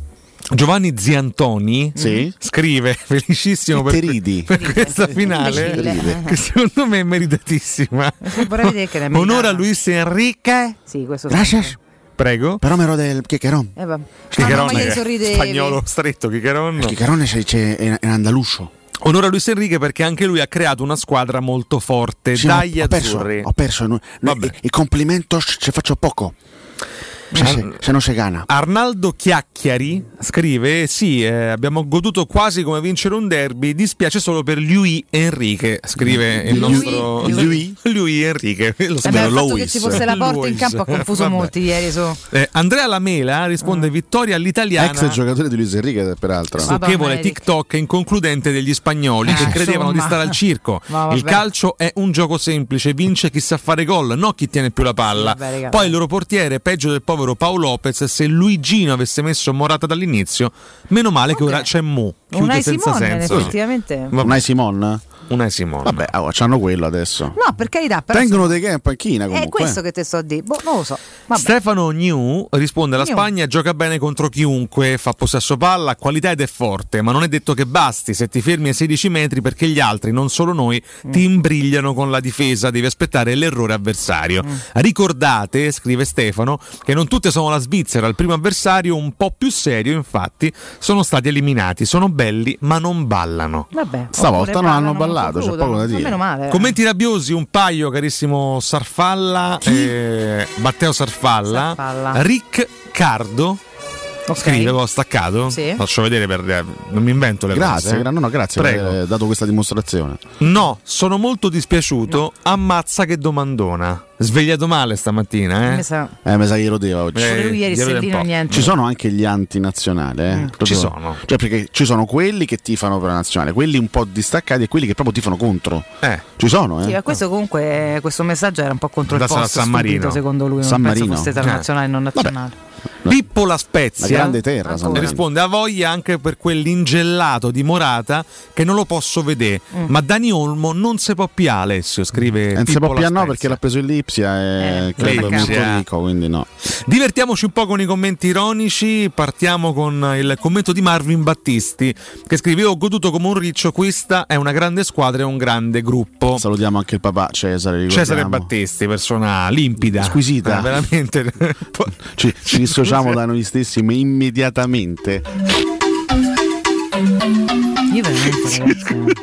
Speaker 8: Giovanni Ziantoni scrive [LAUGHS] felicissimo per, per questa finale
Speaker 7: Imbecille.
Speaker 8: che secondo me è meritatissima.
Speaker 7: Vorrei vedere che ne merita.
Speaker 8: Onora Luis Enrique.
Speaker 7: Sì, questo
Speaker 9: Gracias.
Speaker 8: Prego.
Speaker 9: Però mero del Chicheron.
Speaker 7: Eh, vabbè.
Speaker 8: Chicheron
Speaker 7: Ah, mamma,
Speaker 8: che
Speaker 7: gli
Speaker 8: è
Speaker 7: sorridevi. Eh,
Speaker 8: spagnolo stretto Chicheron.
Speaker 9: Chicheron c'è, c'è, è, è andaluccio.
Speaker 8: Onora Luis Enrique perché anche lui ha creato una squadra molto forte.
Speaker 9: Sì,
Speaker 8: Dai
Speaker 9: ho, ho perso,
Speaker 8: azzurri.
Speaker 9: ho perso. No, e, e complimento ci faccio poco. Se, se- se non si gana.
Speaker 8: Arnaldo Chiacchiari scrive: Sì, eh, abbiamo goduto quasi come vincere un derby. Dispiace solo per Lui Enrique. Scrive il
Speaker 9: Lui-
Speaker 8: nostro
Speaker 9: Lui?
Speaker 8: Lui Enrique. Lo
Speaker 7: Eh, beh,
Speaker 8: spero,
Speaker 7: il fatto che
Speaker 8: Lois.
Speaker 7: ci fosse la porta in
Speaker 8: Lois.
Speaker 7: campo ha confuso
Speaker 8: [LAUGHS] Vabbè.
Speaker 7: molti ieri su
Speaker 8: Eh, Andrea Lamela
Speaker 9: Mm.
Speaker 8: risponde: Vittoria all'italiana.
Speaker 9: Ex giocatore di Luis Enrique, peraltro.
Speaker 8: stucchevole TikTok inconcludente degli spagnoli che credevano di
Speaker 9: Eh, insomma.
Speaker 8: stare
Speaker 9: [LAUGHS]
Speaker 8: al circo.
Speaker 9: Ma vabbè.
Speaker 8: il calcio è un gioco semplice, vince chi sa fare gol, non chi tiene più la palla.
Speaker 9: Sì, vabbè, raga.
Speaker 8: Poi il loro portiere, peggio del povero Paolo Lopez, se Luigino avesse messo Morata dall'inizio, meno male che ora c'è Mu. Chiude
Speaker 7: Unai
Speaker 8: senza
Speaker 7: Simone
Speaker 8: senso.
Speaker 7: effettivamente
Speaker 9: Unai Simon?
Speaker 8: una Simone.
Speaker 9: Vabbè, oh, c'hanno quello adesso.
Speaker 7: No, per carità, però
Speaker 9: Tengono dei che in panchina
Speaker 7: È
Speaker 9: comunque. eh.
Speaker 7: questo che te sto a dire. Boh, non lo so. Vabbè.
Speaker 8: Stefano New risponde alla
Speaker 7: Gnu.
Speaker 8: Spagna gioca bene contro chiunque, fa possesso palla, ha qualità ed è forte, ma non è detto che basti se ti fermi a 16 metri perché gli altri, non solo noi,
Speaker 7: Mm.
Speaker 8: ti imbrigliano con la difesa, devi aspettare l'errore avversario.
Speaker 7: Mm.
Speaker 8: Ricordate, scrive Stefano, che non tutte sono la Svizzera, il primo avversario un po' più serio infatti sono stati eliminati, sono belli ma non ballano.
Speaker 7: Vabbè,
Speaker 9: Stavolta
Speaker 7: oppure
Speaker 9: non hanno
Speaker 7: parlano,
Speaker 9: ballato, c'è
Speaker 7: concludono.
Speaker 9: poco da
Speaker 7: Ma
Speaker 9: dire.
Speaker 7: Meno male.
Speaker 8: Commenti rabbiosi, un paio, carissimo Sarfalla, eh, Matteo Sarfalla,
Speaker 7: Sarfalla.
Speaker 8: Rick Cardo. Scrive, ho staccato.
Speaker 7: Sì.
Speaker 8: Faccio vedere per. eh, Non mi invento le
Speaker 9: Grazie,
Speaker 8: cose.
Speaker 9: gra- no, no, grazie
Speaker 8: eh.
Speaker 9: eh.
Speaker 8: Prego.
Speaker 9: per aver dato questa dimostrazione.
Speaker 8: No, sono molto dispiaciuto. Ammazza che domandona. Svegliato male stamattina, eh?
Speaker 7: Mi sa-
Speaker 9: Eh, mi sa che gli rodeva oggi.
Speaker 8: Eh, Pure lui ieri gli rodeva un
Speaker 7: Sellino po'. niente.
Speaker 9: Ci sono anche gli antinazionali, eh? Proprio-
Speaker 8: Ci sono.
Speaker 9: Cioè, perché ci sono quelli che tifano per la nazionale, quelli un po' distaccati e quelli che proprio tifano contro.
Speaker 8: Eh.
Speaker 9: Ci sono, eh?
Speaker 7: Sì, ma questo comunque questo messaggio era un po' contro il
Speaker 9: Andassero
Speaker 7: post
Speaker 9: a San
Speaker 7: stupito,
Speaker 9: Marino.
Speaker 7: secondo lui,
Speaker 9: San
Speaker 7: non penso
Speaker 9: Marino.
Speaker 7: fosse tra
Speaker 9: Eh.
Speaker 7: nazionale e non nazionale.
Speaker 8: Pippo La Spezia
Speaker 9: La grande terra, San Marino.
Speaker 8: risponde a voglia anche per quell'ingellato di Morata che non lo posso vedere.
Speaker 9: Mm.
Speaker 8: Ma Dani Olmo non se può più, Alessio. Scrive
Speaker 9: Non si
Speaker 8: Pippo
Speaker 9: può
Speaker 8: La
Speaker 9: più no
Speaker 8: Spezia.
Speaker 9: perché l'ha preso il Lipsia e
Speaker 8: Eh,
Speaker 9: credo è molto
Speaker 8: Lipsia.
Speaker 9: ricco, quindi no.
Speaker 8: Divertiamoci un po' con i commenti ironici, partiamo con il commento di Marvin Battisti che scrive "Io ho goduto come un riccio, questa è una grande squadra e un grande gruppo".
Speaker 9: Salutiamo anche il papà Cesare, ricordiamo.
Speaker 8: Cesare Battisti, persona limpida,
Speaker 9: Squisita.
Speaker 8: Eh, veramente.
Speaker 9: [LAUGHS] Ci, ci dissociamo da noi stessi ma immediatamente.
Speaker 7: Io veramente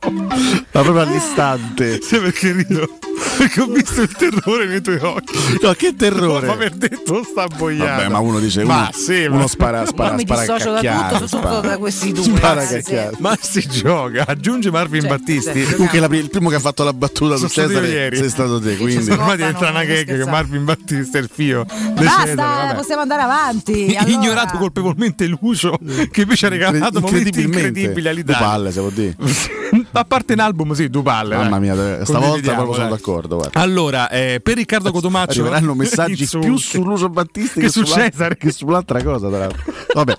Speaker 9: Ma proprio all'istante.
Speaker 8: Sì, perché rido. Perché ho visto il terrore nei tuoi occhi.
Speaker 9: No, che terrore.
Speaker 8: Dopo aver detto sta boiando.
Speaker 9: Vabbè, ma uno dice uno,
Speaker 8: sì,
Speaker 9: uno spara spara
Speaker 7: Ma mi
Speaker 9: spara
Speaker 7: dissocio da
Speaker 9: cacchiare,
Speaker 7: tutto, soprattutto
Speaker 9: spara.
Speaker 7: da questi due.
Speaker 9: Spara
Speaker 7: ragazzi.
Speaker 9: cacchiare.
Speaker 8: Ma si gioca, aggiunge Marvin
Speaker 7: Cioè,
Speaker 8: Battisti.
Speaker 7: cioè,
Speaker 9: Comunque la pri- il primo che ha fatto la battuta su
Speaker 8: Sono stato
Speaker 9: Cesare
Speaker 8: io ieri.
Speaker 9: sei stato te, quindi
Speaker 8: Ormai diventa una gag che Marvin Battisti è il figlio. di
Speaker 7: Basta,
Speaker 8: Cesare, vabbè.
Speaker 7: possiamo andare
Speaker 9: [LAUGHS]
Speaker 7: avanti. Allora,
Speaker 8: Ignorato colpevolmente Lucio, [LAUGHS] che invece ha regalato momenti incredibili
Speaker 9: Due
Speaker 8: all'Italia.
Speaker 9: palle, se vuol dire.
Speaker 8: [LAUGHS] A parte in album, sì, due palle.
Speaker 9: Mamma
Speaker 8: dai.
Speaker 9: mia, dai, stavolta
Speaker 8: Condividiamo,
Speaker 9: proprio sono
Speaker 8: dai.
Speaker 9: d'accordo, guarda.
Speaker 8: Allora, eh, per Riccardo Cotomaccio
Speaker 9: Arriveranno messaggi
Speaker 8: [LAUGHS] insulti.
Speaker 9: più su Lucio Battisti
Speaker 8: [LAUGHS] che su
Speaker 9: sulla-
Speaker 8: Cesare.
Speaker 9: che sull'altra cosa, tra l'altro.
Speaker 8: [LAUGHS]
Speaker 9: Vabbè.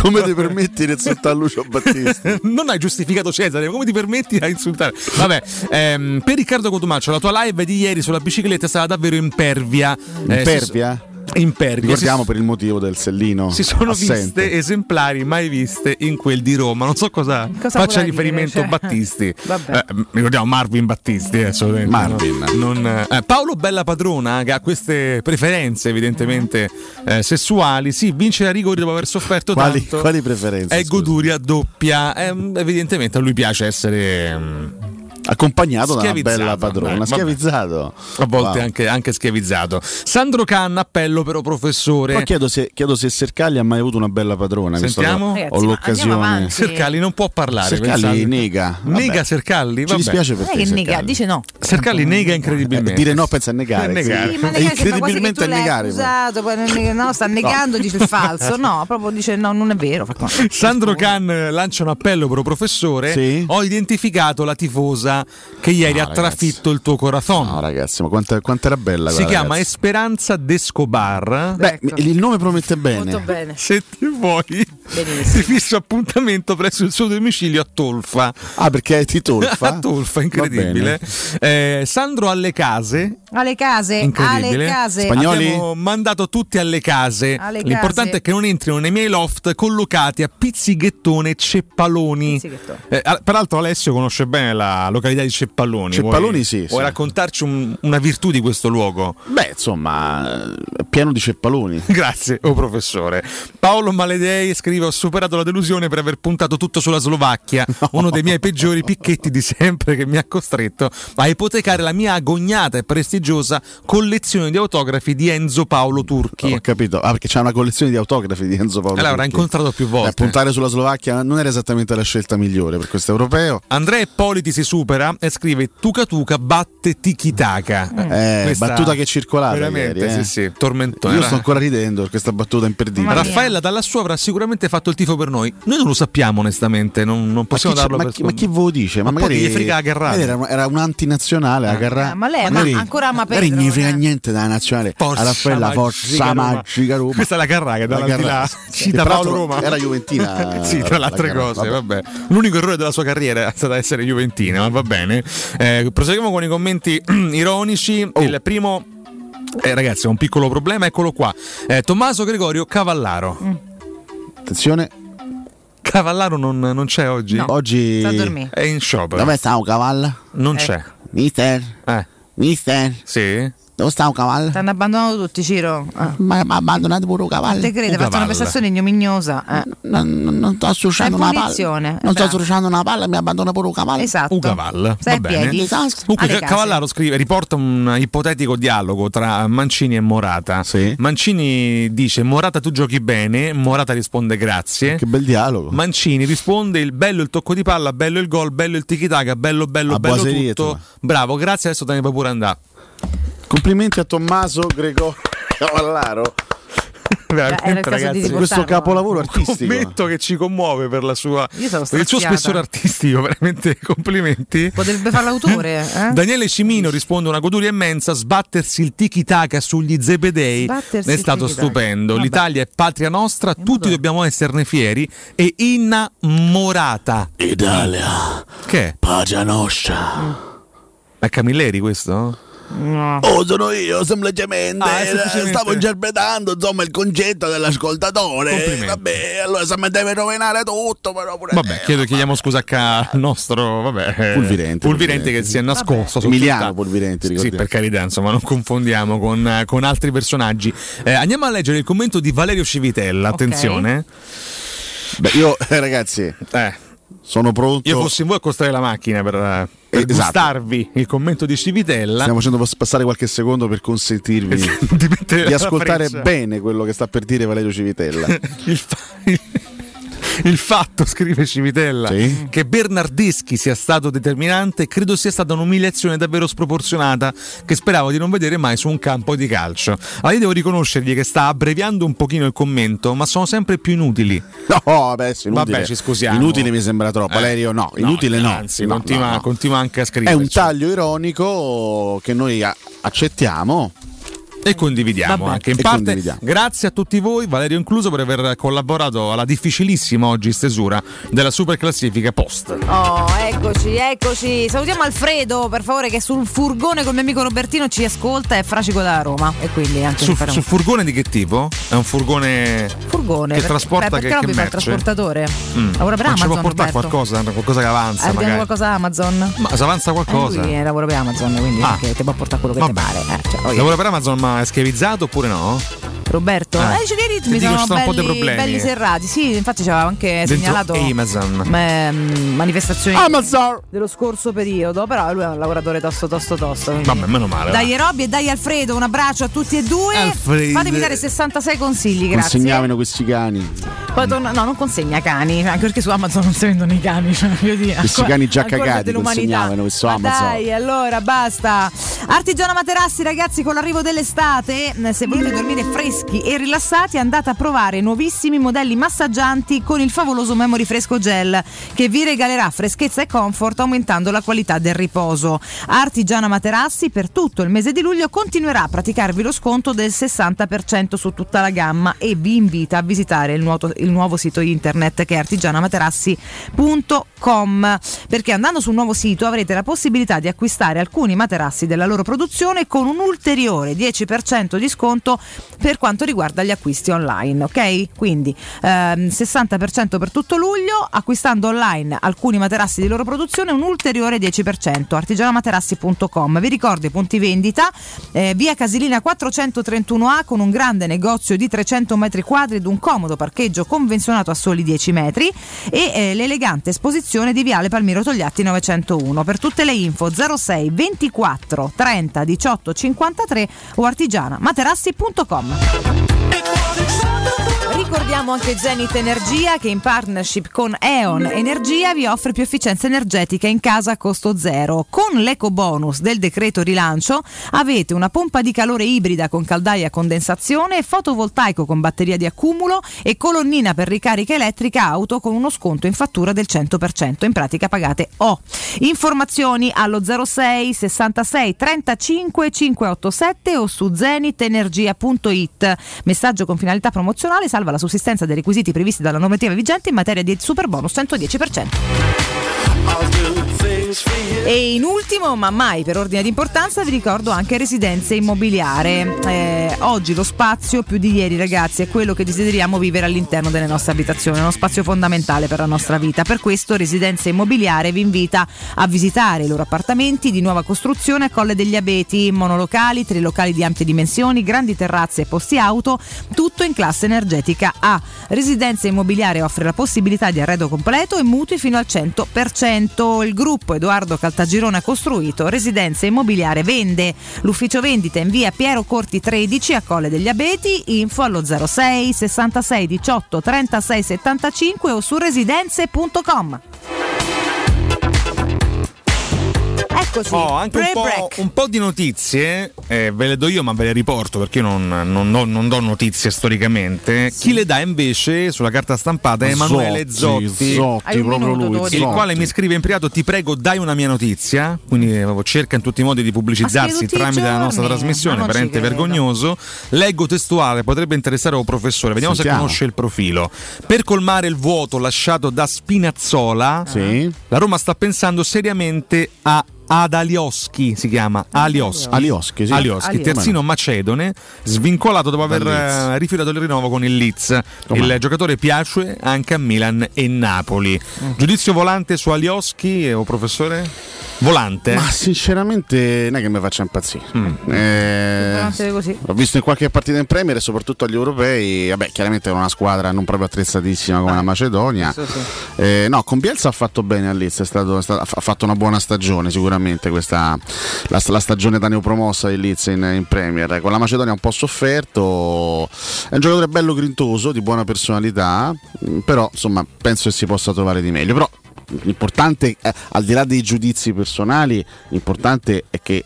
Speaker 9: Come ti permetti di insultare Lucio
Speaker 8: Eh,
Speaker 9: Battisti?
Speaker 8: [LAUGHS] non hai giustificato Cesare, come ti permetti a insultare? Vabbè, ehm, per Riccardo Cotumaccio, la tua live di ieri sulla bicicletta è stata davvero impervia. Eh,
Speaker 9: Impervia?
Speaker 8: si- impervia.
Speaker 9: Ricordiamo
Speaker 8: Si-
Speaker 9: per il motivo del sellino.
Speaker 8: Si sono
Speaker 9: assente.
Speaker 8: viste esemplari mai viste in quel di Roma. Non so cosa,
Speaker 9: Cosa
Speaker 8: faccia
Speaker 9: voleva dire,
Speaker 8: riferimento
Speaker 9: cioè?
Speaker 8: Battisti.
Speaker 9: [LAUGHS] Vabbè.
Speaker 8: Eh, m- ricordiamo Marvin Battisti, eh, assolutamente.
Speaker 9: Marvin.
Speaker 8: Non- eh, Paolo Bella Padrona, che ha queste preferenze evidentemente eh, sessuali, sì, vince a rigori dopo aver sofferto
Speaker 9: Mm. Quali,
Speaker 8: tanto. Eh,
Speaker 9: quali preferenze?
Speaker 8: È goduria doppia, ehm, evidentemente a lui piace essere ehm,
Speaker 9: Accompagnato da una
Speaker 8: schiavizzato.
Speaker 9: bella padrona,
Speaker 8: Eh, vabbè.
Speaker 9: schiavizzato.
Speaker 8: A volte
Speaker 9: Wow.
Speaker 8: anche, anche schiavizzato. Sandro Canna, appello però professore.
Speaker 9: Poi chiedo se, chiedo se Sercalli ha mai avuto una bella padrona. visto che
Speaker 8: Sentiamo.
Speaker 9: Ho l'occasione.
Speaker 8: Sercalli non può parlare.
Speaker 9: Sercalli
Speaker 8: pensate.
Speaker 9: nega. Vabbè.
Speaker 8: Nega Sercalli?
Speaker 9: Ci
Speaker 8: Vabbè.
Speaker 9: dispiace per
Speaker 7: non è che nega, dice no.
Speaker 8: Sercalli nega incredibilmente.
Speaker 9: Dire no pensa a negare.
Speaker 8: È [LAUGHS] negare.
Speaker 9: sì.
Speaker 8: Ma
Speaker 9: È
Speaker 7: Magari sembra quasi che
Speaker 9: incredibilmente a
Speaker 7: tu l'hai
Speaker 9: negare. poi.
Speaker 7: accusato, poi non nega- no,
Speaker 9: [LAUGHS]
Speaker 7: sta negando, dice il falso. No, proprio dice no, non è vero. fa qua.
Speaker 8: [LAUGHS] Sandro Can eh, lancia un appello pro professore.
Speaker 9: Sì.
Speaker 8: Ho identificato la tifosa che ieri
Speaker 9: No,
Speaker 8: ha
Speaker 9: ragazzi.
Speaker 8: trafitto il tuo corazon.
Speaker 9: No, ragazzi, ma quanto, quanto era bella
Speaker 8: si
Speaker 9: quella,
Speaker 8: chiama
Speaker 9: ragazzi.
Speaker 8: Esperanza Descobar.
Speaker 9: Beh, il nome promette bene.
Speaker 7: bene.
Speaker 8: Se ti vuoi, si fissa appuntamento presso il suo domicilio a Tolfa.
Speaker 9: Ah, perché è Titolfa?
Speaker 8: [LAUGHS] a Tolfa, incredibile. Eh, Sandro alle case.
Speaker 7: Alle case, alle
Speaker 8: Incredibile.
Speaker 7: case.
Speaker 8: Abbiamo mandato tutti alle case.
Speaker 7: Alle
Speaker 8: L'importante
Speaker 7: case.
Speaker 8: è che non entrino nei miei loft collocati a Pizzighettone e Ceppaloni.
Speaker 7: Pizzighettone.
Speaker 8: Eh, al- peraltro Alessio conosce bene la località di Ceppaloni.
Speaker 9: Ceppaloni
Speaker 8: Vuoi-
Speaker 9: sì,
Speaker 8: Vuoi
Speaker 9: sì.
Speaker 8: raccontarci un- una virtù di questo luogo?
Speaker 9: Beh, insomma, eh, pieno di ceppaloni.
Speaker 8: [LAUGHS] Grazie, oh professore. Paolo Maledei scrive: Ho superato la delusione per aver puntato tutto
Speaker 9: [LAUGHS]
Speaker 8: sulla Slovacchia, uno dei miei peggiori picchetti di sempre che mi ha costretto a ipotecare la mia agognata e prestigiosa collezione di autografi di Enzo Paolo Turchi.
Speaker 9: Ho capito, ah, perché c'è una collezione di autografi di Enzo Paolo.
Speaker 8: Allora, l'ha
Speaker 9: Turchi.
Speaker 8: incontrato più volte.
Speaker 9: Eh, puntare sulla Slovacchia non era esattamente la scelta migliore per questo europeo.
Speaker 8: Andrea Ippoliti si supera e scrive Tuca Tuca batte Tiki Taka.
Speaker 9: Eh,
Speaker 8: Questa-
Speaker 9: battuta che circolava
Speaker 8: Veramente,
Speaker 9: ieri, eh.
Speaker 8: sì, sì, tormentone.
Speaker 9: Io
Speaker 8: Era-
Speaker 9: sto ancora ridendo per questa battuta imperdibile.
Speaker 8: Raffaella Dallassu avrà sicuramente fatto il tifo per noi. Noi non lo sappiamo onestamente, non, non
Speaker 9: Ma chi,
Speaker 8: possiamo
Speaker 9: c'è-
Speaker 8: darlo
Speaker 9: ma
Speaker 8: per
Speaker 9: chi- ma chi
Speaker 8: scontato.
Speaker 9: ve lo dice? Ma,
Speaker 8: Ma poi
Speaker 9: magari
Speaker 8: gli frega la Garrati.
Speaker 9: magari Era, un- era un antinazionale, la Garrati.
Speaker 7: Ma lei ma
Speaker 9: Magari-
Speaker 7: ancora Allora, ma
Speaker 9: Magari non gli frega niente dalla nazionale.
Speaker 8: Forza
Speaker 9: a Raffaella Forza
Speaker 8: Magica Roma.
Speaker 9: Magica Roma.
Speaker 8: Questa è la Carrà che dava
Speaker 9: La
Speaker 8: di
Speaker 9: Carrà.
Speaker 8: là.
Speaker 9: Sì,
Speaker 8: [LAUGHS] Cita
Speaker 9: tra
Speaker 8: Paolo
Speaker 9: l'altro
Speaker 8: Roma.
Speaker 9: Era Juventina.
Speaker 8: [LAUGHS] sì, tra le altre
Speaker 9: la Carrà,
Speaker 8: cose, vabbè. L'unico errore della sua carriera è stato essere Juventina, ma va bene. Eh, proseguiamo con i commenti [CLEARS THROAT] ironici.
Speaker 9: Oh.
Speaker 8: Il primo, eh, ragazzi, ho un piccolo problema, eccolo qua. Eh, Tommaso Gregorio Cavallaro.
Speaker 7: Mm.
Speaker 9: Attenzione.
Speaker 8: Cavallaro non, non c'è oggi?
Speaker 9: Oggi
Speaker 8: è in sciopero.
Speaker 9: Dove sta un cavalla?
Speaker 8: Non c'è.
Speaker 7: Ecco.
Speaker 8: Eh.
Speaker 9: Mister. Mister.
Speaker 8: Sì.
Speaker 9: Dove sta un cavallo?
Speaker 7: T'hanno abbandonato tutti, Ciro.
Speaker 9: Ah, Ma, ma abbandonato pure un
Speaker 7: Non
Speaker 9: cavallo.
Speaker 7: te credo,
Speaker 9: Un
Speaker 7: ha fatto una
Speaker 9: cavallo.
Speaker 7: prestazione ignominiosa. eh.
Speaker 9: Non, non- non sto associando
Speaker 7: Sei in
Speaker 9: una palla.
Speaker 7: punizione,
Speaker 9: Non sto
Speaker 7: bravo.
Speaker 9: associando una palla, mi abbandona pure un cavallo.
Speaker 7: Esatto.
Speaker 9: Esatto.
Speaker 8: Un cavallo,
Speaker 7: Stai
Speaker 8: va
Speaker 7: a
Speaker 8: bene.
Speaker 7: piedi.
Speaker 8: Comunque,
Speaker 7: Alle
Speaker 8: Ca-
Speaker 7: case.
Speaker 8: Cavallaro scrive, riporta un ipotetico dialogo tra Mancini e Morata. Mancini dice: Morata, tu giochi bene. Morata risponde: Grazie. Che
Speaker 9: bel dialogo.
Speaker 8: Mancini risponde: Il bello il tocco di palla, bello il gol, bello il tiki-taka, bello, bello,
Speaker 9: A
Speaker 8: bello
Speaker 9: Boaserie,
Speaker 8: tutto.
Speaker 9: insomma.
Speaker 8: Bravo, grazie. Adesso te ne puoi pure andare.
Speaker 9: Complimenti a Tommaso Gregorio Cavallaro.
Speaker 8: [LAUGHS]
Speaker 9: Cioè,
Speaker 8: Veramente, ragazzi,
Speaker 9: questo capolavoro
Speaker 8: Un
Speaker 9: artistico.
Speaker 8: commento che ci commuove per, la sua,
Speaker 7: Io sono
Speaker 8: per il suo
Speaker 7: straziata.
Speaker 8: spessore artistico, [LAUGHS] veramente complimenti.
Speaker 7: Potrebbe fare l'autore, eh?
Speaker 8: [LAUGHS] Daniele Cimino risponde una goduria immensa, sbattersi il tiki-taka sugli zebedei
Speaker 7: Sbattersi
Speaker 8: è
Speaker 7: il
Speaker 8: stato
Speaker 7: tiki-taka.
Speaker 8: stupendo.
Speaker 7: Vabbè.
Speaker 8: L'Italia è patria nostra, tutti dobbiamo esserne fieri e innamorata.
Speaker 9: Italia.
Speaker 8: Che?
Speaker 9: Pagia nostra.
Speaker 8: Ma è Camilleri questo?
Speaker 9: Oh, sono io, semplicemente.
Speaker 8: Ah,
Speaker 7: eh,
Speaker 8: è semplicemente.
Speaker 9: Stavo interpretando insomma il concetto dell'ascoltatore.
Speaker 8: Complimenti.
Speaker 9: Eh, Vabbè, allora se mi deve rovinare tutto, però pure.
Speaker 8: Vabbè, chiedo, chiediamo scusa a ca- al nostro vabbè, eh,
Speaker 9: Pulvirenti, Pulvirenti.
Speaker 8: che si è nascosto. sotto
Speaker 9: Emiliano
Speaker 8: il tappo.
Speaker 9: Pulvirenti,
Speaker 8: Sì,
Speaker 9: ricordiamo.
Speaker 8: per carità, insomma, non confondiamo con, eh, con altri personaggi. Eh, andiamo a leggere il commento di Valerio Civitella. Attenzione,
Speaker 9: Beh, io, eh, ragazzi, sono pronto.
Speaker 8: io fossi in voi a costare la macchina per, eh, per
Speaker 9: Esatto.
Speaker 8: gustarvi il commento di Civitella.
Speaker 9: Stiamo facendo pas- passare qualche secondo per consentirvi
Speaker 8: [LAUGHS] di, mettere la
Speaker 9: ascoltare
Speaker 8: freccia.
Speaker 9: bene quello che sta per dire Valerio
Speaker 8: [LAUGHS]
Speaker 9: Civitella.
Speaker 8: il, fa- il- il fatto, scrive Civitella, che Bernardeschi sia stato determinante credo sia stata un'umiliazione davvero sproporzionata che speravo di non vedere mai su un campo di calcio. Allora io devo riconoscergli che sta abbreviando un pochino il commento, ma sono sempre più inutili.
Speaker 9: No, adesso inutile.
Speaker 8: Vabbè, ci scusiamo. Eh.
Speaker 9: Inutile mi sembra troppo. Valerio, no, inutile no.
Speaker 8: Anzi,
Speaker 9: No,
Speaker 8: continua,
Speaker 9: no, no.
Speaker 8: continua anche a
Speaker 9: È
Speaker 8: scrivere.
Speaker 9: un taglio ironico che noi a- accettiamo.
Speaker 8: E condividiamo
Speaker 9: Vabbè.
Speaker 8: anche in
Speaker 9: E
Speaker 8: parte.
Speaker 9: condividiamo.
Speaker 8: Grazie a tutti voi, Valerio incluso, per aver collaborato alla difficilissima oggi stesura della super classifica post.
Speaker 7: Oh, eccoci, eccoci. Salutiamo Alfredo, per favore, che sul furgone col mio amico Robertino ci ascolta, è fracico da Roma. E quindi anche
Speaker 8: Sul,
Speaker 7: mi farà un
Speaker 8: sul furgone di che tipo? È un furgone.
Speaker 7: furgone.
Speaker 8: che
Speaker 7: perché-
Speaker 8: trasporta
Speaker 7: beh, perché
Speaker 8: che-
Speaker 7: Robby
Speaker 8: che
Speaker 7: fa il
Speaker 8: merce?
Speaker 7: trasportatore.
Speaker 8: Mm.
Speaker 7: Lavora per
Speaker 8: Ma ci può
Speaker 7: Amazon.
Speaker 8: portare
Speaker 7: Roberto.
Speaker 8: qualcosa, qualcosa che avanza,
Speaker 7: Arriviamo
Speaker 8: magari.
Speaker 7: qualcosa Amazon?
Speaker 8: Ma se avanza qualcosa.
Speaker 7: Eh, lui lavora per Amazon, quindi
Speaker 8: Ah.
Speaker 7: anche ti può portare quello che ti pare. eh, cioè, voglio
Speaker 8: Lavora per Amazon, ma è schevizzato oppure no?
Speaker 7: Roberto,
Speaker 8: Ah.
Speaker 7: eh, i suoi
Speaker 8: Ti
Speaker 7: ritmi
Speaker 8: dico, ci
Speaker 7: sono
Speaker 8: sono un po' dei
Speaker 7: belli,
Speaker 8: problemi.
Speaker 7: belli serrati. Sì, infatti ci aveva anche
Speaker 8: Dentro Ah,
Speaker 7: segnalato
Speaker 8: Amazon.
Speaker 7: ma- mm, manifestazioni
Speaker 9: Amazon.
Speaker 7: dello scorso periodo, però lui è un lavoratore tosto tosto tosto. quindi-
Speaker 8: Vabbè, meno male. va.
Speaker 7: Dai Robby e dai Alfredo, un abbraccio a tutti e due.
Speaker 9: Alfredo.
Speaker 7: Fatemi dare 66 consigli, grazie.
Speaker 9: Consegnavano questi cani.
Speaker 7: Poi torna- no, non consegna cani, anche perché su Amazon non si vendono i cani. Cioè, voglio dire,
Speaker 9: Questi
Speaker 7: ancora-
Speaker 9: cani già
Speaker 7: ancora
Speaker 9: cagati
Speaker 7: dell'umanità.
Speaker 9: consegnavano questo Amazon.
Speaker 7: Dai, allora basta. Artigiano Materassi, ragazzi, con l'arrivo dell'estate, eh, se volete dormire freschi e rilassati, andate a provare i nuovissimi modelli massaggianti con il favoloso Memory Fresco Gel che vi regalerà freschezza e comfort aumentando la qualità del riposo. Artigiano Materassi per tutto il mese di luglio continuerà a praticarvi lo sconto del 60% su tutta la gamma e vi invita a visitare il nuoto- il nuovo, sito internet che è artigianamaterassi.com perché andando sul nuovo sito avrete la possibilità di acquistare alcuni materassi della loro produzione con un ulteriore 10% di sconto per quanto riguarda gli acquisti online, ok? Quindi ehm, 60% per tutto luglio, acquistando online alcuni materassi di loro produzione un ulteriore 10%, artigianamaterassi.com. Vi ricordo i punti vendita, eh, via Casilina 431A con un grande negozio di 300 metri quadri ed un comodo parcheggio convenzionato a soli 10 metri e eh, l'elegante esposizione di Viale Palmiro Togliatti 901. Per tutte le info 06 24 30 18 53 o artigianamaterassi.com. Ricordiamo anche Zenit Energia che in partnership con Eon Energia vi offre più efficienza energetica in casa a costo zero. Con l'eco bonus del decreto rilancio avete una pompa di calore ibrida con caldaia a condensazione, fotovoltaico con batteria di accumulo e colonnina per ricarica elettrica auto con uno sconto in fattura del 100%. In pratica pagate O. Informazioni allo 06 66 35 587 o su zenitenergia.it. Messaggio con finalità promozionale salva la sussistenza dei requisiti previsti dalla normativa vigente in materia di super bonus 110%. E in ultimo, ma mai per ordine di importanza, vi ricordo anche residenze immobiliare. Eh, oggi lo spazio più di ieri, ragazzi, è quello che desideriamo vivere all'interno delle nostre abitazioni, è uno spazio fondamentale per la nostra vita. Per questo Residenze Immobiliare vi invita a visitare i loro appartamenti di nuova costruzione a Colle degli Abeti, monolocali, trilocali di ampie dimensioni, grandi terrazze e posti auto, tutto in classe energetica A. Residenza Immobiliare offre la possibilità di arredo completo e mutui fino al 100%. Il gruppo Edoardo Caltagirone ha costruito Residenza Immobiliare Vende. L'ufficio vendita è in via Piero Corti 13 a Colle degli Abeti, info allo 06 66 18 36 75 o su residenze.com. Eccoci,
Speaker 8: Ho Oh, anche un po',
Speaker 7: pre-break.
Speaker 8: un po' di notizie, eh, ve le do io ma ve le riporto perché io non, non- non- non do notizie storicamente. Chi le dà invece sulla carta stampata è Emanuele
Speaker 9: Zotti,
Speaker 8: Zotti,
Speaker 9: Zotti, Hai un proprio minuto, lui, Dori.
Speaker 8: il
Speaker 9: Zotti.
Speaker 8: quale mi scrive in privato ti prego dai una mia notizia, quindi eh, cerca in tutti i modi di
Speaker 9: Ma scrive
Speaker 8: pubblicizzarsi
Speaker 9: tutti i
Speaker 8: tramite la
Speaker 9: giorni,
Speaker 8: nostra trasmissione,
Speaker 9: ma non ci
Speaker 8: veramente
Speaker 9: credo.
Speaker 8: vergognoso. Leggo testuale, potrebbe interessare un professore, vediamo
Speaker 9: Sentiamo.
Speaker 8: se conosce il profilo. Per colmare il vuoto lasciato da Spinazzola, la Roma sta pensando seriamente a Adalioschi, si chiama Alioschi,
Speaker 9: Alioschi, sì. Alioschi.
Speaker 8: terzino macedone, svincolato dopo aver
Speaker 9: Dal Leeds.
Speaker 8: eh, rifiutato il rinnovo con il Leeds. Il giocatore piace anche a Milan e Napoli.
Speaker 9: Mm.
Speaker 8: Giudizio volante su Alioschi, eh, o professore? Volante.
Speaker 9: Ma sinceramente non è che mi faccia impazzire. Eh,
Speaker 7: Durante così.
Speaker 9: L'ho visto in qualche partita in Premier e soprattutto agli europei. Vabbè, chiaramente era una squadra non proprio attrezzatissima
Speaker 7: Ah.
Speaker 9: come la Macedonia. Eh, no, con Bielsa ha fatto bene a Leeds, è stato- è stato- ha fatto una buona stagione sicuramente questa, la, la stagione da neopromossa di Leeds in, in Premier. Con la Macedonia ha un po' sofferto, è un giocatore bello grintoso, di buona personalità, mh, però insomma penso che si possa trovare di meglio. Però mm, l'importante, eh, al di là dei giudizi personali, l'importante è che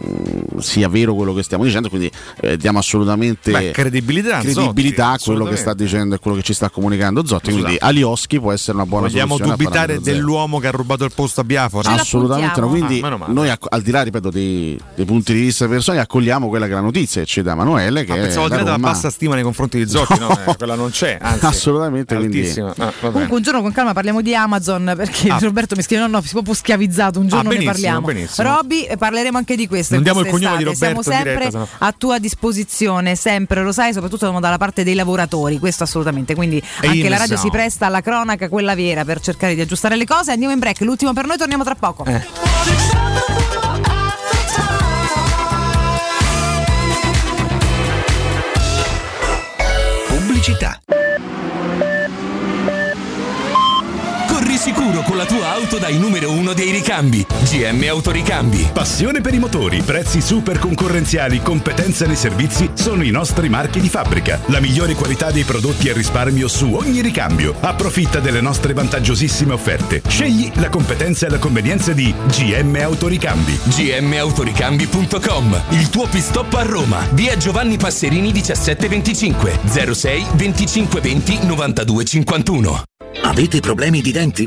Speaker 9: mh, sia vero quello che stiamo dicendo quindi eh, diamo assolutamente
Speaker 8: Beh, credibilità,
Speaker 9: credibilità a
Speaker 8: Zotti,
Speaker 9: quello che sta
Speaker 8: Eh, assolutamente.
Speaker 9: dicendo e quello che ci sta comunicando Zotti quindi
Speaker 8: Esatto.
Speaker 9: Alioschi può essere una buona
Speaker 8: Vogliamo
Speaker 9: soluzione a
Speaker 8: dubitare
Speaker 9: parametro zero.
Speaker 8: dell'uomo che ha rubato il posto a Biafora?
Speaker 9: Assolutamente no, quindi
Speaker 8: Ah, meno male.
Speaker 9: noi acc- al di là ripeto dei, dei punti di vista personali accogliamo quella che è la notizia che ci dà Emanuele che
Speaker 8: Ah,
Speaker 9: è
Speaker 8: pensavo al di
Speaker 9: la
Speaker 8: là della
Speaker 9: Roma-
Speaker 8: bassa stima nei confronti di
Speaker 9: [LAUGHS]
Speaker 8: Zotti, no, eh, quella non c'è, anzi,
Speaker 9: assolutamente
Speaker 8: è
Speaker 9: quindi-
Speaker 8: altissima. Ah, va bene.
Speaker 7: Comunque un giorno con calma parliamo di Amazon perché
Speaker 8: Ah.
Speaker 7: Roberto mi scrive no no, si è proprio schiavizzato, un giorno
Speaker 8: Ah,
Speaker 7: ne
Speaker 8: benissimo,
Speaker 7: parliamo.
Speaker 8: benissimo.
Speaker 7: Robby eh, parleremo anche di questo.
Speaker 8: Non
Speaker 7: in
Speaker 8: diamo il
Speaker 7: questa
Speaker 8: cognome di
Speaker 7: estate.
Speaker 8: Roberto
Speaker 7: Siamo
Speaker 8: in diretta,
Speaker 7: sempre a tua disposizione, sempre, lo sai, soprattutto siamo dalla parte dei lavoratori, questo assolutamente. Quindi
Speaker 8: E
Speaker 7: anche
Speaker 8: io
Speaker 7: la
Speaker 8: ne
Speaker 7: radio
Speaker 8: so.
Speaker 7: si presta alla cronaca, quella vera, per cercare di aggiustare le cose. Andiamo in break, l'ultimo per noi, torniamo tra poco.
Speaker 8: Eh.
Speaker 37: Pubblicità. Corri sicuro con la tua auto dai numero uno dei ricambi. GM Autoricambi.
Speaker 25: Passione per i motori, prezzi super concorrenziali, competenza nei servizi sono i nostri marchi di fabbrica. La migliore qualità dei prodotti e risparmio su ogni ricambio. Approfitta delle nostre vantaggiosissime offerte. Scegli la competenza e la convenienza di GM Autoricambi.
Speaker 37: gmautoricambi.com Il tuo pit stop a Roma. Via Giovanni Passerini 1725 06 2520 92 51.
Speaker 27: Avete problemi di denti?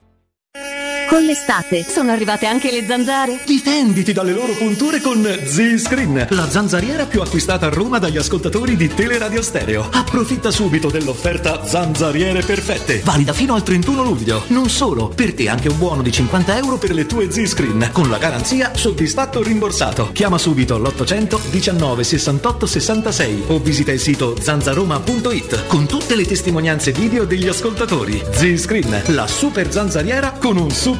Speaker 38: Con l'estate sono arrivate anche le zanzare.
Speaker 39: Difenditi dalle loro punture con Z-Screen, la zanzariera più acquistata a Roma dagli ascoltatori di Teleradio Stereo. Approfitta subito dell'offerta Zanzariere Perfette, valida fino al 31 luglio. Non solo, per te anche un buono di 50 euro per le tue Z-Screen, con la garanzia soddisfatto o rimborsato. Chiama subito l'800 19 68 66 o visita il sito zanzaroma.it con tutte le testimonianze video degli ascoltatori. Z-Screen, la super zanzariera con un super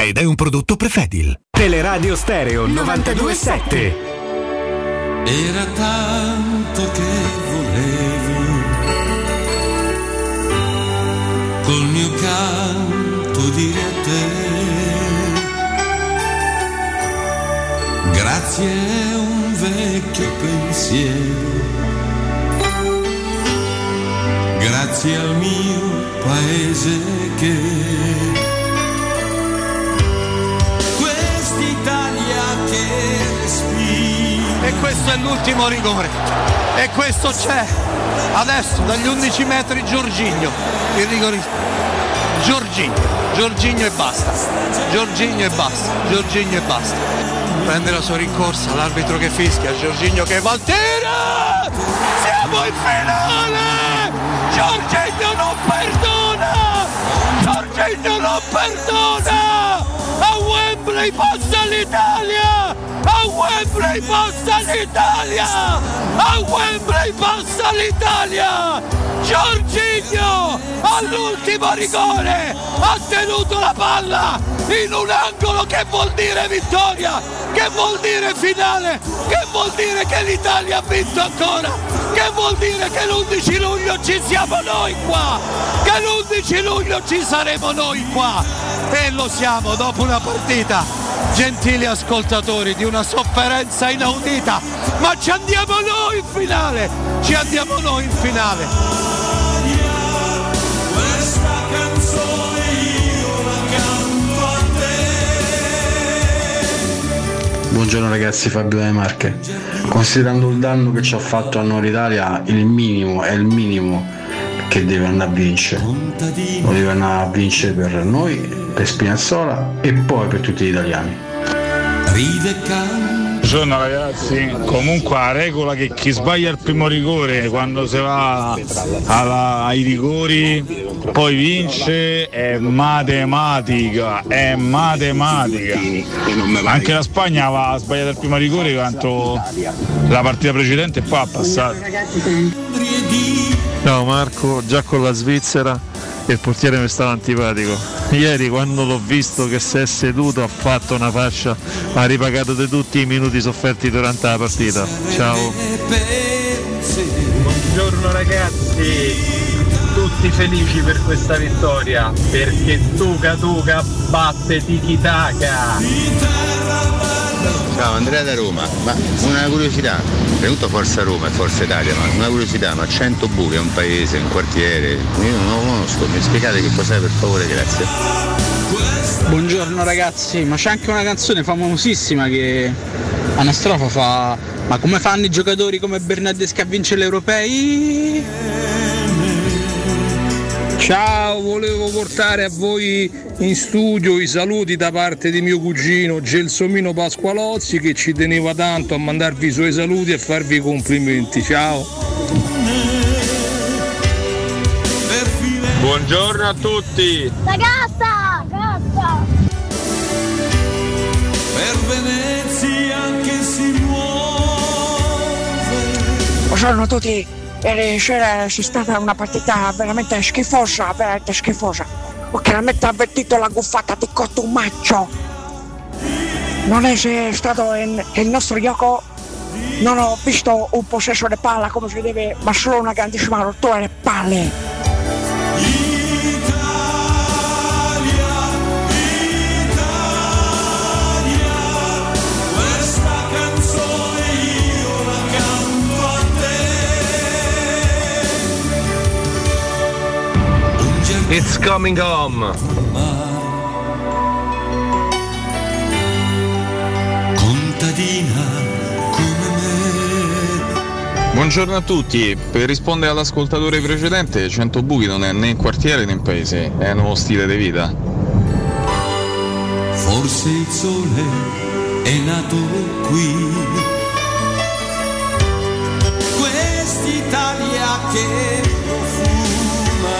Speaker 30: ed è un prodotto prefedil.
Speaker 40: Teleradio Stereo 927.
Speaker 1: Era tanto che volevo col mio canto dire a te. Grazie a un vecchio pensiero. Grazie al mio paese che
Speaker 2: Quest'Italia che respira. E questo è l'ultimo rigore. E questo c'è. Adesso dagli 11 metri Giorgigno. Il rigorista. Giorgigno. Giorgigno e basta. Giorgigno e basta. Giorgigno e basta. Prende la sua rincorsa, l'arbitro che fischia, Giorgigno che va al tiro! Siamo in finale! Giorgigno non perdona! Giorgigno non perdona! A Wembley passa l'Italia! A Wembley passa l'Italia! A Wembley passa l'Italia! Giorgigno all'ultimo rigore ha tenuto la palla in un angolo che vuol dire vittoria, che vuol dire finale, che vuol dire che l'Italia ha vinto ancora, che vuol dire che l'11 luglio ci siamo noi qua, che l'11 luglio ci saremo noi qua e lo siamo dopo una partita. Gentili ascoltatori di una sofferenza inaudita, ma ci andiamo noi in finale, ci andiamo noi in finale.
Speaker 1: Questa canzone io la canto a te.
Speaker 14: Buongiorno ragazzi, Fabio De Marche. Considerando il danno che ci ha fatto a Nord Italia, il minimo è il minimo che deve andare a vincere. Lo deve andare a vincere per noi, per Spinazzola e poi per tutti gli italiani.
Speaker 1: Ride e canta
Speaker 28: Buongiorno ragazzi, comunque la regola che chi sbaglia il primo rigore quando si va alla- ai rigori poi vince è matematica, è matematica. Anche la Spagna aveva sbagliato il primo rigore quanto la partita precedente e poi ha passato.
Speaker 36: Ciao Marco, già con la Svizzera il portiere mi stava antipatico. Ieri quando l'ho visto che si è seduto ha fatto una fascia, ha ripagato di tutti i minuti sofferti durante la partita. Ciao.
Speaker 41: Buongiorno ragazzi, tutti felici per questa vittoria perché Tuca Tuca batte Tiki
Speaker 14: Ciao Andrea da Roma, ma una curiosità, innanzitutto Forza Roma e Forza Italia, ma una curiosità, ma 100 buchi è un paese, un quartiere, io non lo conosco, mi spiegate che cos'è per favore, grazie.
Speaker 9: Buongiorno ragazzi, ma c'è anche una canzone famosissima che a una strofa fa Ma come fanno i giocatori come Bernardeschi a vincere gli europei?
Speaker 42: Ciao, volevo portare a voi in studio i saluti da parte di mio cugino Gelsomino Pasqualozzi che ci teneva tanto a mandarvi i suoi saluti e farvi i complimenti. Ciao.
Speaker 41: Buongiorno a tutti!
Speaker 43: Ragazza! Ragazza!
Speaker 1: Per Venezia che si muove.
Speaker 43: Buongiorno a tutti, ieri sera c'è stata una partita veramente schifosa, veramente schifosa. Ho chiaramente avvertito la guffata di Cotumaccio. Non è se è stato in- il nostro gioco, non ho visto un possesso di palla come si deve, ma solo una grandissima rottura di palle.
Speaker 1: Questa canzone io la canto a te.
Speaker 41: It's coming home!
Speaker 1: Contadina come me.
Speaker 8: Buongiorno a tutti, per rispondere all'ascoltatore precedente, 100 buchi non è né in quartiere né in paese, è uno stile di vita.
Speaker 1: Forse il sole è nato qui. Quest'Italia che profuma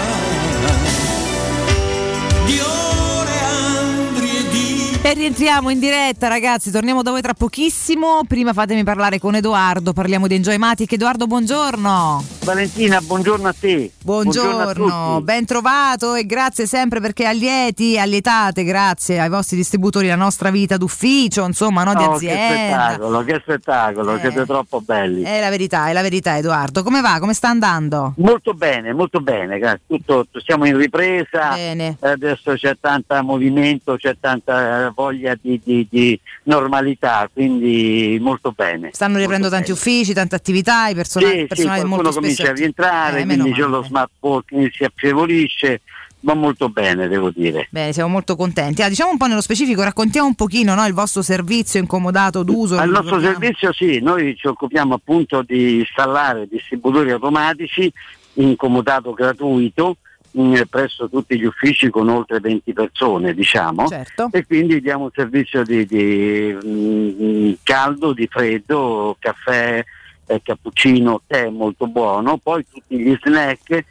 Speaker 1: di oleandri e di
Speaker 7: E rientriamo in diretta ragazzi, torniamo da voi tra pochissimo. Prima fatemi parlare con Edoardo, parliamo di Enjoymatic. Edoardo, buongiorno.
Speaker 44: Valentina, buongiorno a te.
Speaker 7: Buongiorno,
Speaker 44: a tutti.
Speaker 7: ben trovato e grazie sempre perché allieti, allietate, grazie ai vostri distributori la nostra vita d'ufficio, insomma, no, di
Speaker 44: Oh, che
Speaker 7: azienda. Eh.
Speaker 44: spettacolo, che spettacolo, siete troppo belli.
Speaker 7: È la verità, è la verità Edoardo. Come va? Come sta andando?
Speaker 44: Molto bene, molto bene, grazie. Tutto, siamo in ripresa, Eh,
Speaker 7: Bene.
Speaker 44: adesso c'è tanta movimento, c'è tanta eh, voglia di, di- di normalità, quindi molto bene.
Speaker 7: Stanno riprendendo tanti uffici, tante attività, i
Speaker 44: Sì,
Speaker 7: personali, il
Speaker 44: sì,
Speaker 7: personale è molto
Speaker 44: qualcuno comincia
Speaker 7: spesso
Speaker 44: a rientrare,
Speaker 7: Eh, meno
Speaker 44: quindi c'è lo smart working si affievolisce, ma molto bene devo dire.
Speaker 7: Bene, siamo molto contenti. Ah, diciamo un po' nello specifico, raccontiamo un pochino no, il vostro servizio incomodato d'uso.
Speaker 44: Al
Speaker 7: lo
Speaker 44: nostro
Speaker 7: ricordiamo.
Speaker 44: servizio sì, noi ci occupiamo appunto di installare distributori automatici in comodato gratuito mh, presso tutti gli uffici con oltre 20 persone diciamo e quindi diamo un servizio di, di, mh, caldo, di freddo, caffè, eh, cappuccino, tè molto buono, poi tutti gli snack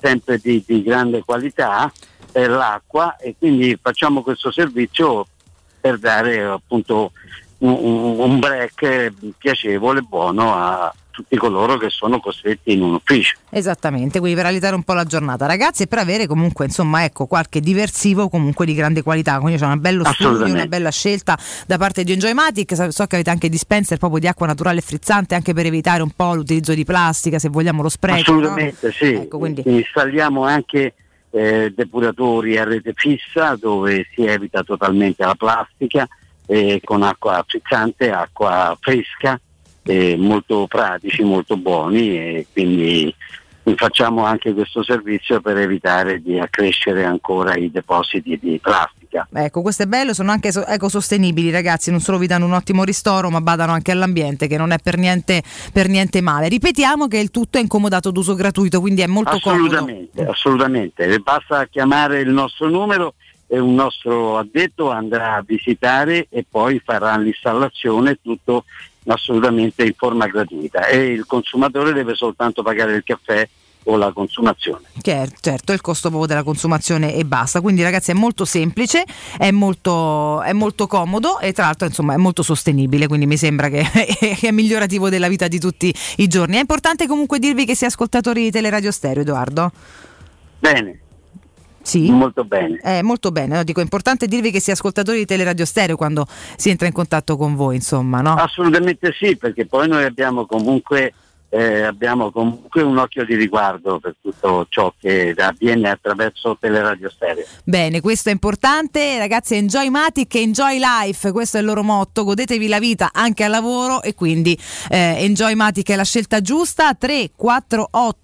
Speaker 44: sempre di, di grande qualità, eh, l'acqua e quindi facciamo questo servizio per dare appunto un- un, un break eh, piacevole e buono a tutti coloro che sono costretti in un ufficio.
Speaker 7: Esattamente, quindi per alitare un po' la giornata, ragazzi, e per avere comunque, insomma, ecco, qualche diversivo comunque di grande qualità. Quindi c'è un bello studio,
Speaker 44: Assolutamente.
Speaker 7: una bella scelta da parte di Enjoymatic. Sa- So che avete anche dispenser proprio di acqua naturale e frizzante, anche per evitare un po' l'utilizzo di plastica, se vogliamo lo spreco.
Speaker 44: Assolutamente
Speaker 7: no?
Speaker 44: sì,
Speaker 7: Ecco, quindi-
Speaker 44: installiamo anche eh, depuratori a rete fissa dove si evita totalmente la plastica eh, con acqua frizzante, acqua fresca, eh, molto pratici, molto buoni e quindi facciamo anche questo servizio per evitare di accrescere ancora i depositi di plastica.
Speaker 7: Ecco, questo è bello, sono anche so- ecosostenibili ragazzi, non solo vi danno un ottimo ristoro ma badano anche all'ambiente che non è per niente, per niente male. Ripetiamo che il tutto è incomodato d'uso gratuito, quindi è molto comodo.
Speaker 44: assolutamente, assolutamente. E Basta chiamare il nostro numero e un nostro addetto andrà a visitare e poi farà l'installazione tutto assolutamente in forma gratuita e il consumatore deve soltanto pagare il caffè o la consumazione.
Speaker 7: Che- certo, il costo proprio della consumazione e basta. Quindi, ragazzi, è molto semplice, è molto, è molto comodo e tra l'altro insomma è molto sostenibile. Quindi mi sembra che, [LAUGHS] che è migliorativo della vita di tutti i giorni. È importante comunque dirvi che siete ascoltatori di Teleradio Stereo, Edoardo.
Speaker 44: Bene.
Speaker 7: Sì.
Speaker 44: Molto bene.
Speaker 7: Eh, molto bene, no? dico, è importante dirvi che si è ascoltatori di Teleradio Stereo quando si entra in contatto con voi, insomma, no?
Speaker 44: Assolutamente sì, perché poi noi abbiamo comunque, eh, abbiamo comunque un occhio di riguardo per tutto ciò che avviene attraverso Teleradio Stereo.
Speaker 7: Bene, questo è importante, ragazzi, enjoy Matic e enjoy life, questo è il loro motto, godetevi la vita anche al lavoro e quindi eh, enjoy Matic è la scelta giusta, 348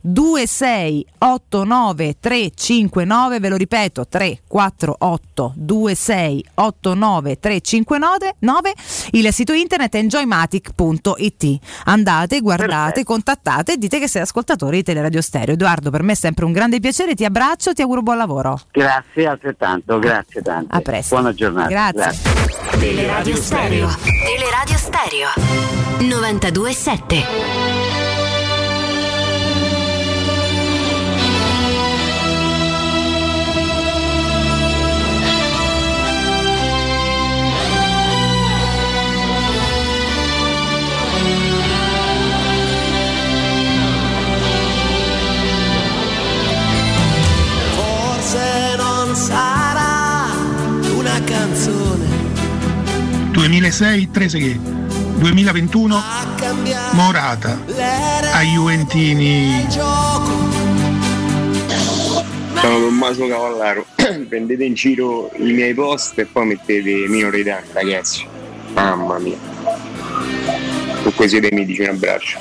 Speaker 7: 2689 359, ve lo ripeto, 348 2689 359, il sito internet è enjoymatic.it. Andate, guardate, contattate e dite che siete ascoltatori di Teleradio Stereo. Edoardo, per me è sempre un grande piacere, ti abbraccio, ti auguro buon lavoro.
Speaker 44: Grazie altrettanto, grazie tante.
Speaker 7: A presto.
Speaker 44: Buona giornata.
Speaker 7: Grazie.
Speaker 29: Teleradio Stereo. Teleradio Stereo 927.
Speaker 1: Forse non sarà una canzone
Speaker 45: 2006 Treseghe, 2021 Morata, a Juventini.
Speaker 14: Sono Tommaso Cavallaro. [CLEARS THROAT] Prendete in giro i miei post e poi mettete minore età, ragazzi. Mamma mia. Con cui siete amici, un abbraccio.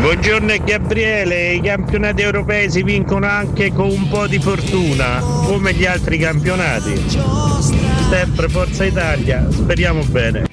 Speaker 41: Buongiorno Gabriele, i campionati europei si vincono anche con un po' di fortuna, come gli altri campionati. Sempre Forza Italia, speriamo bene.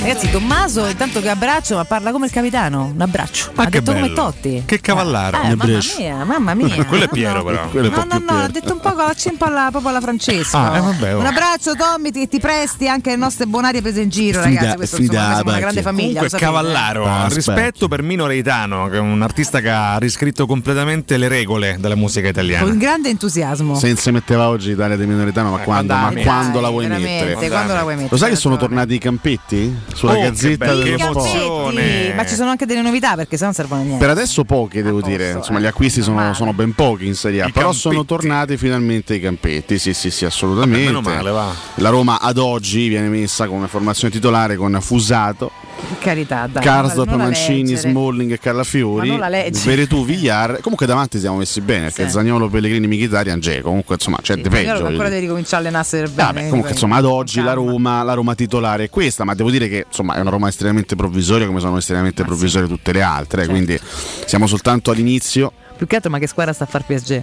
Speaker 7: Ragazzi, Tommaso, intanto che abbraccio, ma parla come il capitano. Un abbraccio.
Speaker 8: Ma
Speaker 7: ha
Speaker 8: che
Speaker 7: detto come
Speaker 8: bello.
Speaker 7: Totti.
Speaker 8: Che cavallaro.
Speaker 7: Eh, mamma mia, mamma mia.
Speaker 8: [LAUGHS] Quello è Piero però. Quello è
Speaker 7: No, no, no, ha detto un po' con l'accento alla, proprio alla Francesca.
Speaker 8: Ah, eh, vabbè, oh.
Speaker 7: Un abbraccio, Tommy, ti, ti presti anche le nostre bonarie prese in giro, ragazzi. Questo insomma, noi siamo una grande famiglia. lo
Speaker 8: Comunque,
Speaker 7: sapete. eh.
Speaker 8: Cavallaro,
Speaker 9: Ah, aspetta.
Speaker 8: rispetto per Mino Reitano, che è un artista che ha riscritto completamente le regole della musica italiana.
Speaker 7: Con grande entusiasmo.
Speaker 9: Se non si metteva oggi Italia di minorità,
Speaker 8: Eh,
Speaker 9: no, ma quando, ma
Speaker 7: dai,
Speaker 9: quando
Speaker 7: dai,
Speaker 9: la vuoi
Speaker 7: veramente,
Speaker 9: mettere?
Speaker 7: quando la vuoi mettere,
Speaker 9: Lo sai che sono tornati i campetti? Sulla
Speaker 7: Oh, che
Speaker 9: gazzetta
Speaker 7: bello.
Speaker 9: dello
Speaker 7: Che
Speaker 9: sport.
Speaker 7: Sì, ma ci sono anche delle novità perché sennò non servono a niente.
Speaker 9: Per adesso pochi, devo dire. Insomma,
Speaker 7: eh,
Speaker 9: gli acquisti sono, sono ben pochi in Serie A. però sono tornati finalmente i campetti. Sì, sì, sì, assolutamente.
Speaker 8: Vabbè, meno male, va.
Speaker 9: La Roma ad oggi viene messa come formazione titolare con Fusato,
Speaker 7: Per carità, dai.
Speaker 9: Karsdorp,
Speaker 7: non la
Speaker 9: Mancini,
Speaker 7: leggere.
Speaker 9: Smalling e
Speaker 7: Ma
Speaker 9: Callafiori,
Speaker 7: non la leggi.
Speaker 9: Veretù, Villar. Comunque davanti siamo messi bene,
Speaker 7: Sì.
Speaker 9: Cazagnolo, Pellegrini, Michitarian, Angelo. Comunque insomma c'è di
Speaker 7: Io
Speaker 9: peggio. voglio
Speaker 7: ancora
Speaker 8: eh.
Speaker 9: dire.
Speaker 7: devi ricominciare a allenarsi per bene.
Speaker 9: Vabbè, comunque insomma ad oggi la Roma, la Roma titolare è questa, ma devo dire che insomma è una Roma estremamente provvisoria come sono
Speaker 7: Ah,
Speaker 9: estremamente provvisorie tutte le altre, eh, quindi siamo soltanto all'inizio.
Speaker 7: Certo. Più che altro, Certo, ma che squadra sta a far PSG?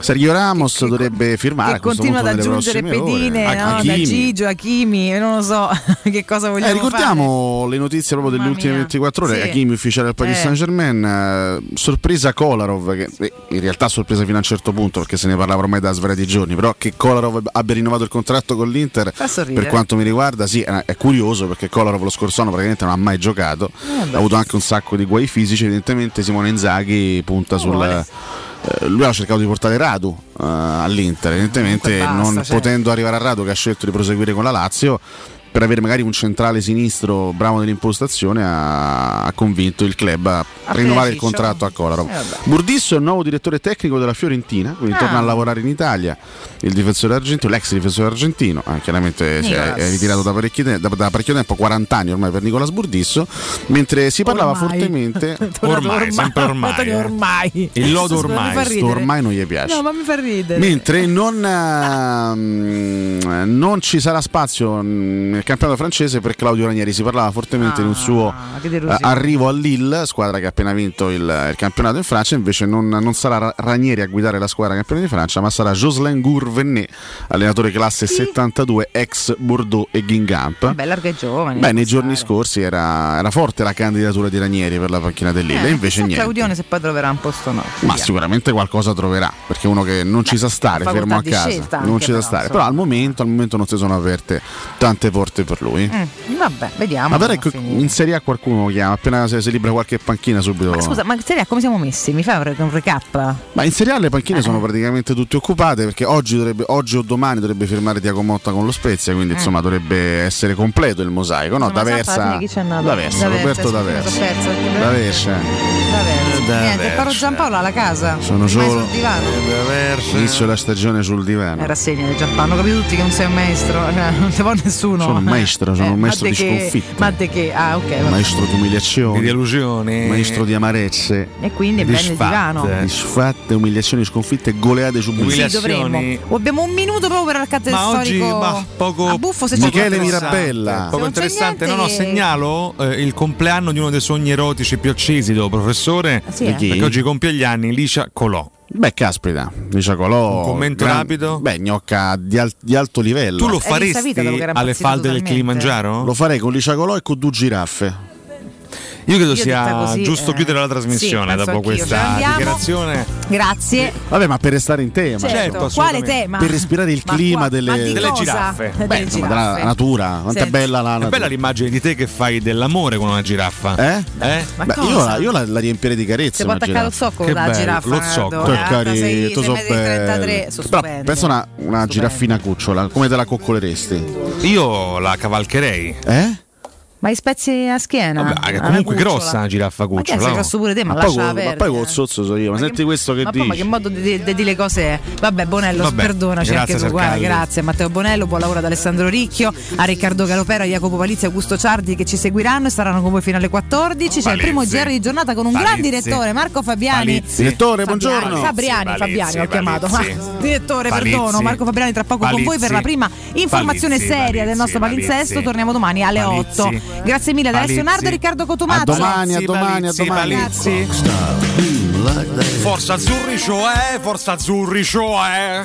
Speaker 9: Sergio Ramos dovrebbe firmare.
Speaker 7: che continua ad aggiungere pedine no? da Gigio, a Kimi, non lo so [LAUGHS] che cosa vogliamo
Speaker 9: Eh, ricordiamo le notizie proprio delle
Speaker 7: Mamma
Speaker 9: ultime
Speaker 7: mia.
Speaker 9: 24 ore.
Speaker 7: Sì.
Speaker 9: Hakimi ufficiale del Paris
Speaker 7: Eh.
Speaker 9: Saint Germain, sorpresa Kolarov, che eh, in realtà sorpresa fino a un certo punto perché se ne parlava ormai da svariati giorni, però che Kolarov abbia rinnovato il contratto con l'Inter
Speaker 7: Fa sorridere.
Speaker 9: per quanto mi riguarda sì, eh, è è curioso perché Kolarov lo scorso anno praticamente non ha mai giocato,
Speaker 7: Eh, beh.
Speaker 9: ha avuto anche un sacco di guai fisici, evidentemente Simone Inzaghi punta sul... eh, lui ha cercato di portare Radu eh, all'Inter, evidentemente
Speaker 7: Comunque basta,
Speaker 9: non
Speaker 7: cioè.
Speaker 9: potendo arrivare a Radu che ha scelto di proseguire con la Lazio per avere magari un centrale sinistro bravo nell'impostazione ha, ha convinto il club a, rinnovare il
Speaker 46: Ciccio.
Speaker 9: contratto a Kolarov.
Speaker 46: Eh, vabbè.
Speaker 9: Burdisso è il nuovo direttore tecnico della Fiorentina, quindi
Speaker 46: Ah.
Speaker 9: torna a lavorare in Italia, il difensore argentino, l'ex difensore argentino, eh, chiaramente si è,
Speaker 46: Nicolas.
Speaker 9: è ritirato da parecchio, te- da- da parecchio tempo, 40 anni ormai per Nicolas Burdisso, mentre si parlava
Speaker 7: Ormai.
Speaker 9: fortemente
Speaker 7: Tornato
Speaker 8: [LAUGHS]
Speaker 7: ormai, tornato ormai.
Speaker 9: Il lodo
Speaker 7: Mi fa
Speaker 9: ormai,
Speaker 7: ridere.
Speaker 9: sto ormai non gli piace.
Speaker 7: No, ma mi fa ridere.
Speaker 9: Mentre non, ehm, non ci sarà spazio mm, nel campionato francese per Claudio Ranieri. Si parlava fortemente di un suo
Speaker 7: che
Speaker 9: eh,
Speaker 7: delusione.
Speaker 9: arrivo a Lille, squadra che ha appena vinto il, il campionato in Francia. Invece non, non sarà Ra- Ranieri a guidare la squadra campione di Francia, ma sarà Jocelyn Gourvenet, allenatore classe 72, ex Bordeaux e Guingamp.
Speaker 7: Beh, larga e giovane.
Speaker 9: Beh, nei giorni scorsi era, era forte la candidatura di Ranieri per la panchina del Lille,
Speaker 7: Eh,
Speaker 9: invece
Speaker 7: chissà
Speaker 9: niente.
Speaker 7: Claudione se poi troverà un posto no.
Speaker 9: Ma sicuramente qualcosa troverà, perché uno che non ci sa stare,
Speaker 7: facoltà
Speaker 9: fermo a
Speaker 7: di
Speaker 9: casa,
Speaker 7: scelta
Speaker 9: non
Speaker 7: anche,
Speaker 9: ci sa
Speaker 7: però,
Speaker 9: stare.
Speaker 7: insomma.
Speaker 9: Però al momento, al momento non si sono aperte tante porte per lui.
Speaker 7: Mm, vabbè, vediamo.
Speaker 9: Ma però
Speaker 7: come
Speaker 9: ecco,
Speaker 7: va a finire.
Speaker 9: in Serie A qualcuno lo chiama, appena si, si libera qualche panchina subito.
Speaker 7: Ma scusa, ma in Serie A come siamo messi? Mi fai un re- un recap?
Speaker 9: Ma in Serie A le
Speaker 7: eh.
Speaker 9: panchine sono praticamente tutte occupate perché oggi, dovrebbe- oggi o domani dovrebbe firmare Tiago Motta con lo Spezia, quindi
Speaker 7: Mm.
Speaker 9: insomma dovrebbe essere completo il mosaico, no?
Speaker 7: Insomma, Zampardini,
Speaker 9: D'Aversa,
Speaker 7: chi c'è andato?
Speaker 9: D'Aversa, Roberto
Speaker 7: scusa, mi
Speaker 9: D'Aversa.
Speaker 7: sono persa, perché-
Speaker 9: D'Aversa.
Speaker 7: Vabbè. Niente, caro
Speaker 9: D'Aversa.
Speaker 7: Giampaolo alla casa.
Speaker 9: Sono
Speaker 7: Ormai
Speaker 9: solo-
Speaker 7: sul divano.
Speaker 9: Inizio la stagione sul divano.
Speaker 7: Era segno del Giampaolo, hanno capito tutti che non sei un maestro, eh, non te può nessuno.
Speaker 9: Sono un maestro, sono
Speaker 7: Eh,
Speaker 9: un
Speaker 7: ma
Speaker 9: maestro
Speaker 7: te
Speaker 9: di
Speaker 7: che-
Speaker 9: sconfitte.
Speaker 7: Ma te che? Ah, ok. vabbè.
Speaker 9: Maestro di umiliazioni,
Speaker 8: Di delusioni.
Speaker 9: maestro di amarezze,
Speaker 7: E quindi bene il divano.
Speaker 8: eh.
Speaker 9: disfatte, umiliazioni, sconfitte, goleate su
Speaker 7: Sì, dovremmo. O Abbiamo un minuto proprio per arcate
Speaker 8: Ma oggi,
Speaker 7: storico.
Speaker 8: bah, poco-
Speaker 7: a buffo se c'è
Speaker 8: Michele
Speaker 7: qualcosa.
Speaker 8: Mirabella.
Speaker 7: Se
Speaker 8: Poco
Speaker 7: non c'è
Speaker 8: interessante. No, no,
Speaker 7: niente-
Speaker 8: segnalo eh, il compleanno di uno dei sogni erotici più accesi, devo professore.
Speaker 7: sì, eh? Di chi?
Speaker 8: Perché oggi compie gli anni Licia Colò.
Speaker 9: Beh, caspita, Licia Colò.
Speaker 8: Un commento rapido?
Speaker 9: Beh, gnocca di, al- di alto livello.
Speaker 7: Eh,
Speaker 8: Tu lo È faresti rinsavita dopo che era alle impazzito falde del totalmente. Kilimangiaro?
Speaker 9: Lo farei con Licia Colò e con due giraffe.
Speaker 8: Io credo
Speaker 7: Io
Speaker 8: sia
Speaker 7: detta così,
Speaker 8: giusto
Speaker 7: eh,
Speaker 8: chiudere la trasmissione
Speaker 7: sì, penso
Speaker 8: dopo
Speaker 7: anch'io. Ce
Speaker 8: questa
Speaker 7: l'andiamo?
Speaker 8: dichiarazione.
Speaker 7: Grazie.
Speaker 9: Vabbè, ma per restare in tema,
Speaker 7: Certo, quale tema?
Speaker 9: Per respirare il
Speaker 7: Ma
Speaker 9: clima
Speaker 7: qua-
Speaker 9: delle,
Speaker 7: ma di
Speaker 8: delle
Speaker 7: cosa?
Speaker 8: giraffe.
Speaker 7: Delle
Speaker 8: Beh,
Speaker 9: insomma,
Speaker 7: giraffe.
Speaker 9: della natura. Quanto è
Speaker 7: Senti.
Speaker 9: bella la
Speaker 8: È
Speaker 9: natura.
Speaker 8: bella l'immagine di te che fai dell'amore con una giraffa.
Speaker 9: Eh?
Speaker 8: Eh?
Speaker 7: Ma
Speaker 9: Beh, io,
Speaker 7: cosa?
Speaker 9: la, io la- la riempirei di carezze.
Speaker 7: Se può
Speaker 9: una
Speaker 7: attaccare lo
Speaker 9: giraffa.
Speaker 7: zocco la giraffa.
Speaker 9: Lo
Speaker 7: Leonardo.
Speaker 9: zocco.
Speaker 7: Guarda, sei-
Speaker 9: carino.
Speaker 7: sei
Speaker 9: so
Speaker 7: mesi e 33, sono
Speaker 9: Però
Speaker 7: stupende.
Speaker 9: pensa una, una giraffina cucciola, come te la coccoleresti?
Speaker 8: Io la cavalcherei.
Speaker 9: Eh?
Speaker 7: Ma i spezzi a schiena? Ah,
Speaker 8: Vabbè,
Speaker 7: Alla
Speaker 8: Ah, comunque
Speaker 7: cucciola.
Speaker 8: grossa una giraffa
Speaker 7: Ma che è,
Speaker 8: cucciola.
Speaker 7: sei
Speaker 8: oh.
Speaker 7: grosso pure te, ma,
Speaker 9: ma, poi,
Speaker 7: lascia
Speaker 9: col- ma
Speaker 7: aperta.
Speaker 9: poi col zozzo so io, ma, senti questo che
Speaker 7: Ma poi,
Speaker 9: dici.
Speaker 7: ma che modo di, di- di dire cose è? Vabbè, Bonello,
Speaker 9: Vabbè,
Speaker 7: perdonaci
Speaker 9: grazie,
Speaker 7: anche tu. Guarda,
Speaker 9: Sercalli.
Speaker 7: grazie a Matteo Bonello, buon lavoro ad Alessandro Ricchio, a Riccardo Galopera, a Jacopo Palizzi, a Augusto Ciardi che ci seguiranno e saranno con voi fino alle 14. C'è il primo
Speaker 9: Palizzi.
Speaker 7: giro di giornata con un gran
Speaker 9: Palizzi.
Speaker 7: direttore, Marco Fabiani.
Speaker 9: Palizzi. Direttore,
Speaker 7: Fabiani,
Speaker 9: buongiorno.
Speaker 7: Fabriani,
Speaker 9: Palizzi,
Speaker 7: Fabiani, ho
Speaker 9: Palizzi,
Speaker 7: chiamato. [LAUGHS]
Speaker 9: Palizzi.
Speaker 7: Ma, direttore,
Speaker 9: Palizzi.
Speaker 7: perdono, Marco Fabiani tra poco con voi per la
Speaker 9: Palizzi.
Speaker 7: prima informazione
Speaker 9: Palizzi,
Speaker 7: seria del nostro
Speaker 9: Palizzi,
Speaker 7: palinsesto.
Speaker 9: Palizzi.
Speaker 7: Torniamo domani alle
Speaker 9: Palizzi.
Speaker 7: 8. Grazie mille ad Alessio
Speaker 9: Palizzi.
Speaker 7: Nardo e Riccardo Cotumaccio.
Speaker 9: A domani, a domani, a domani.
Speaker 8: cioè, Forza Azzurri Show, eh? Forza Azzurri Show, eh?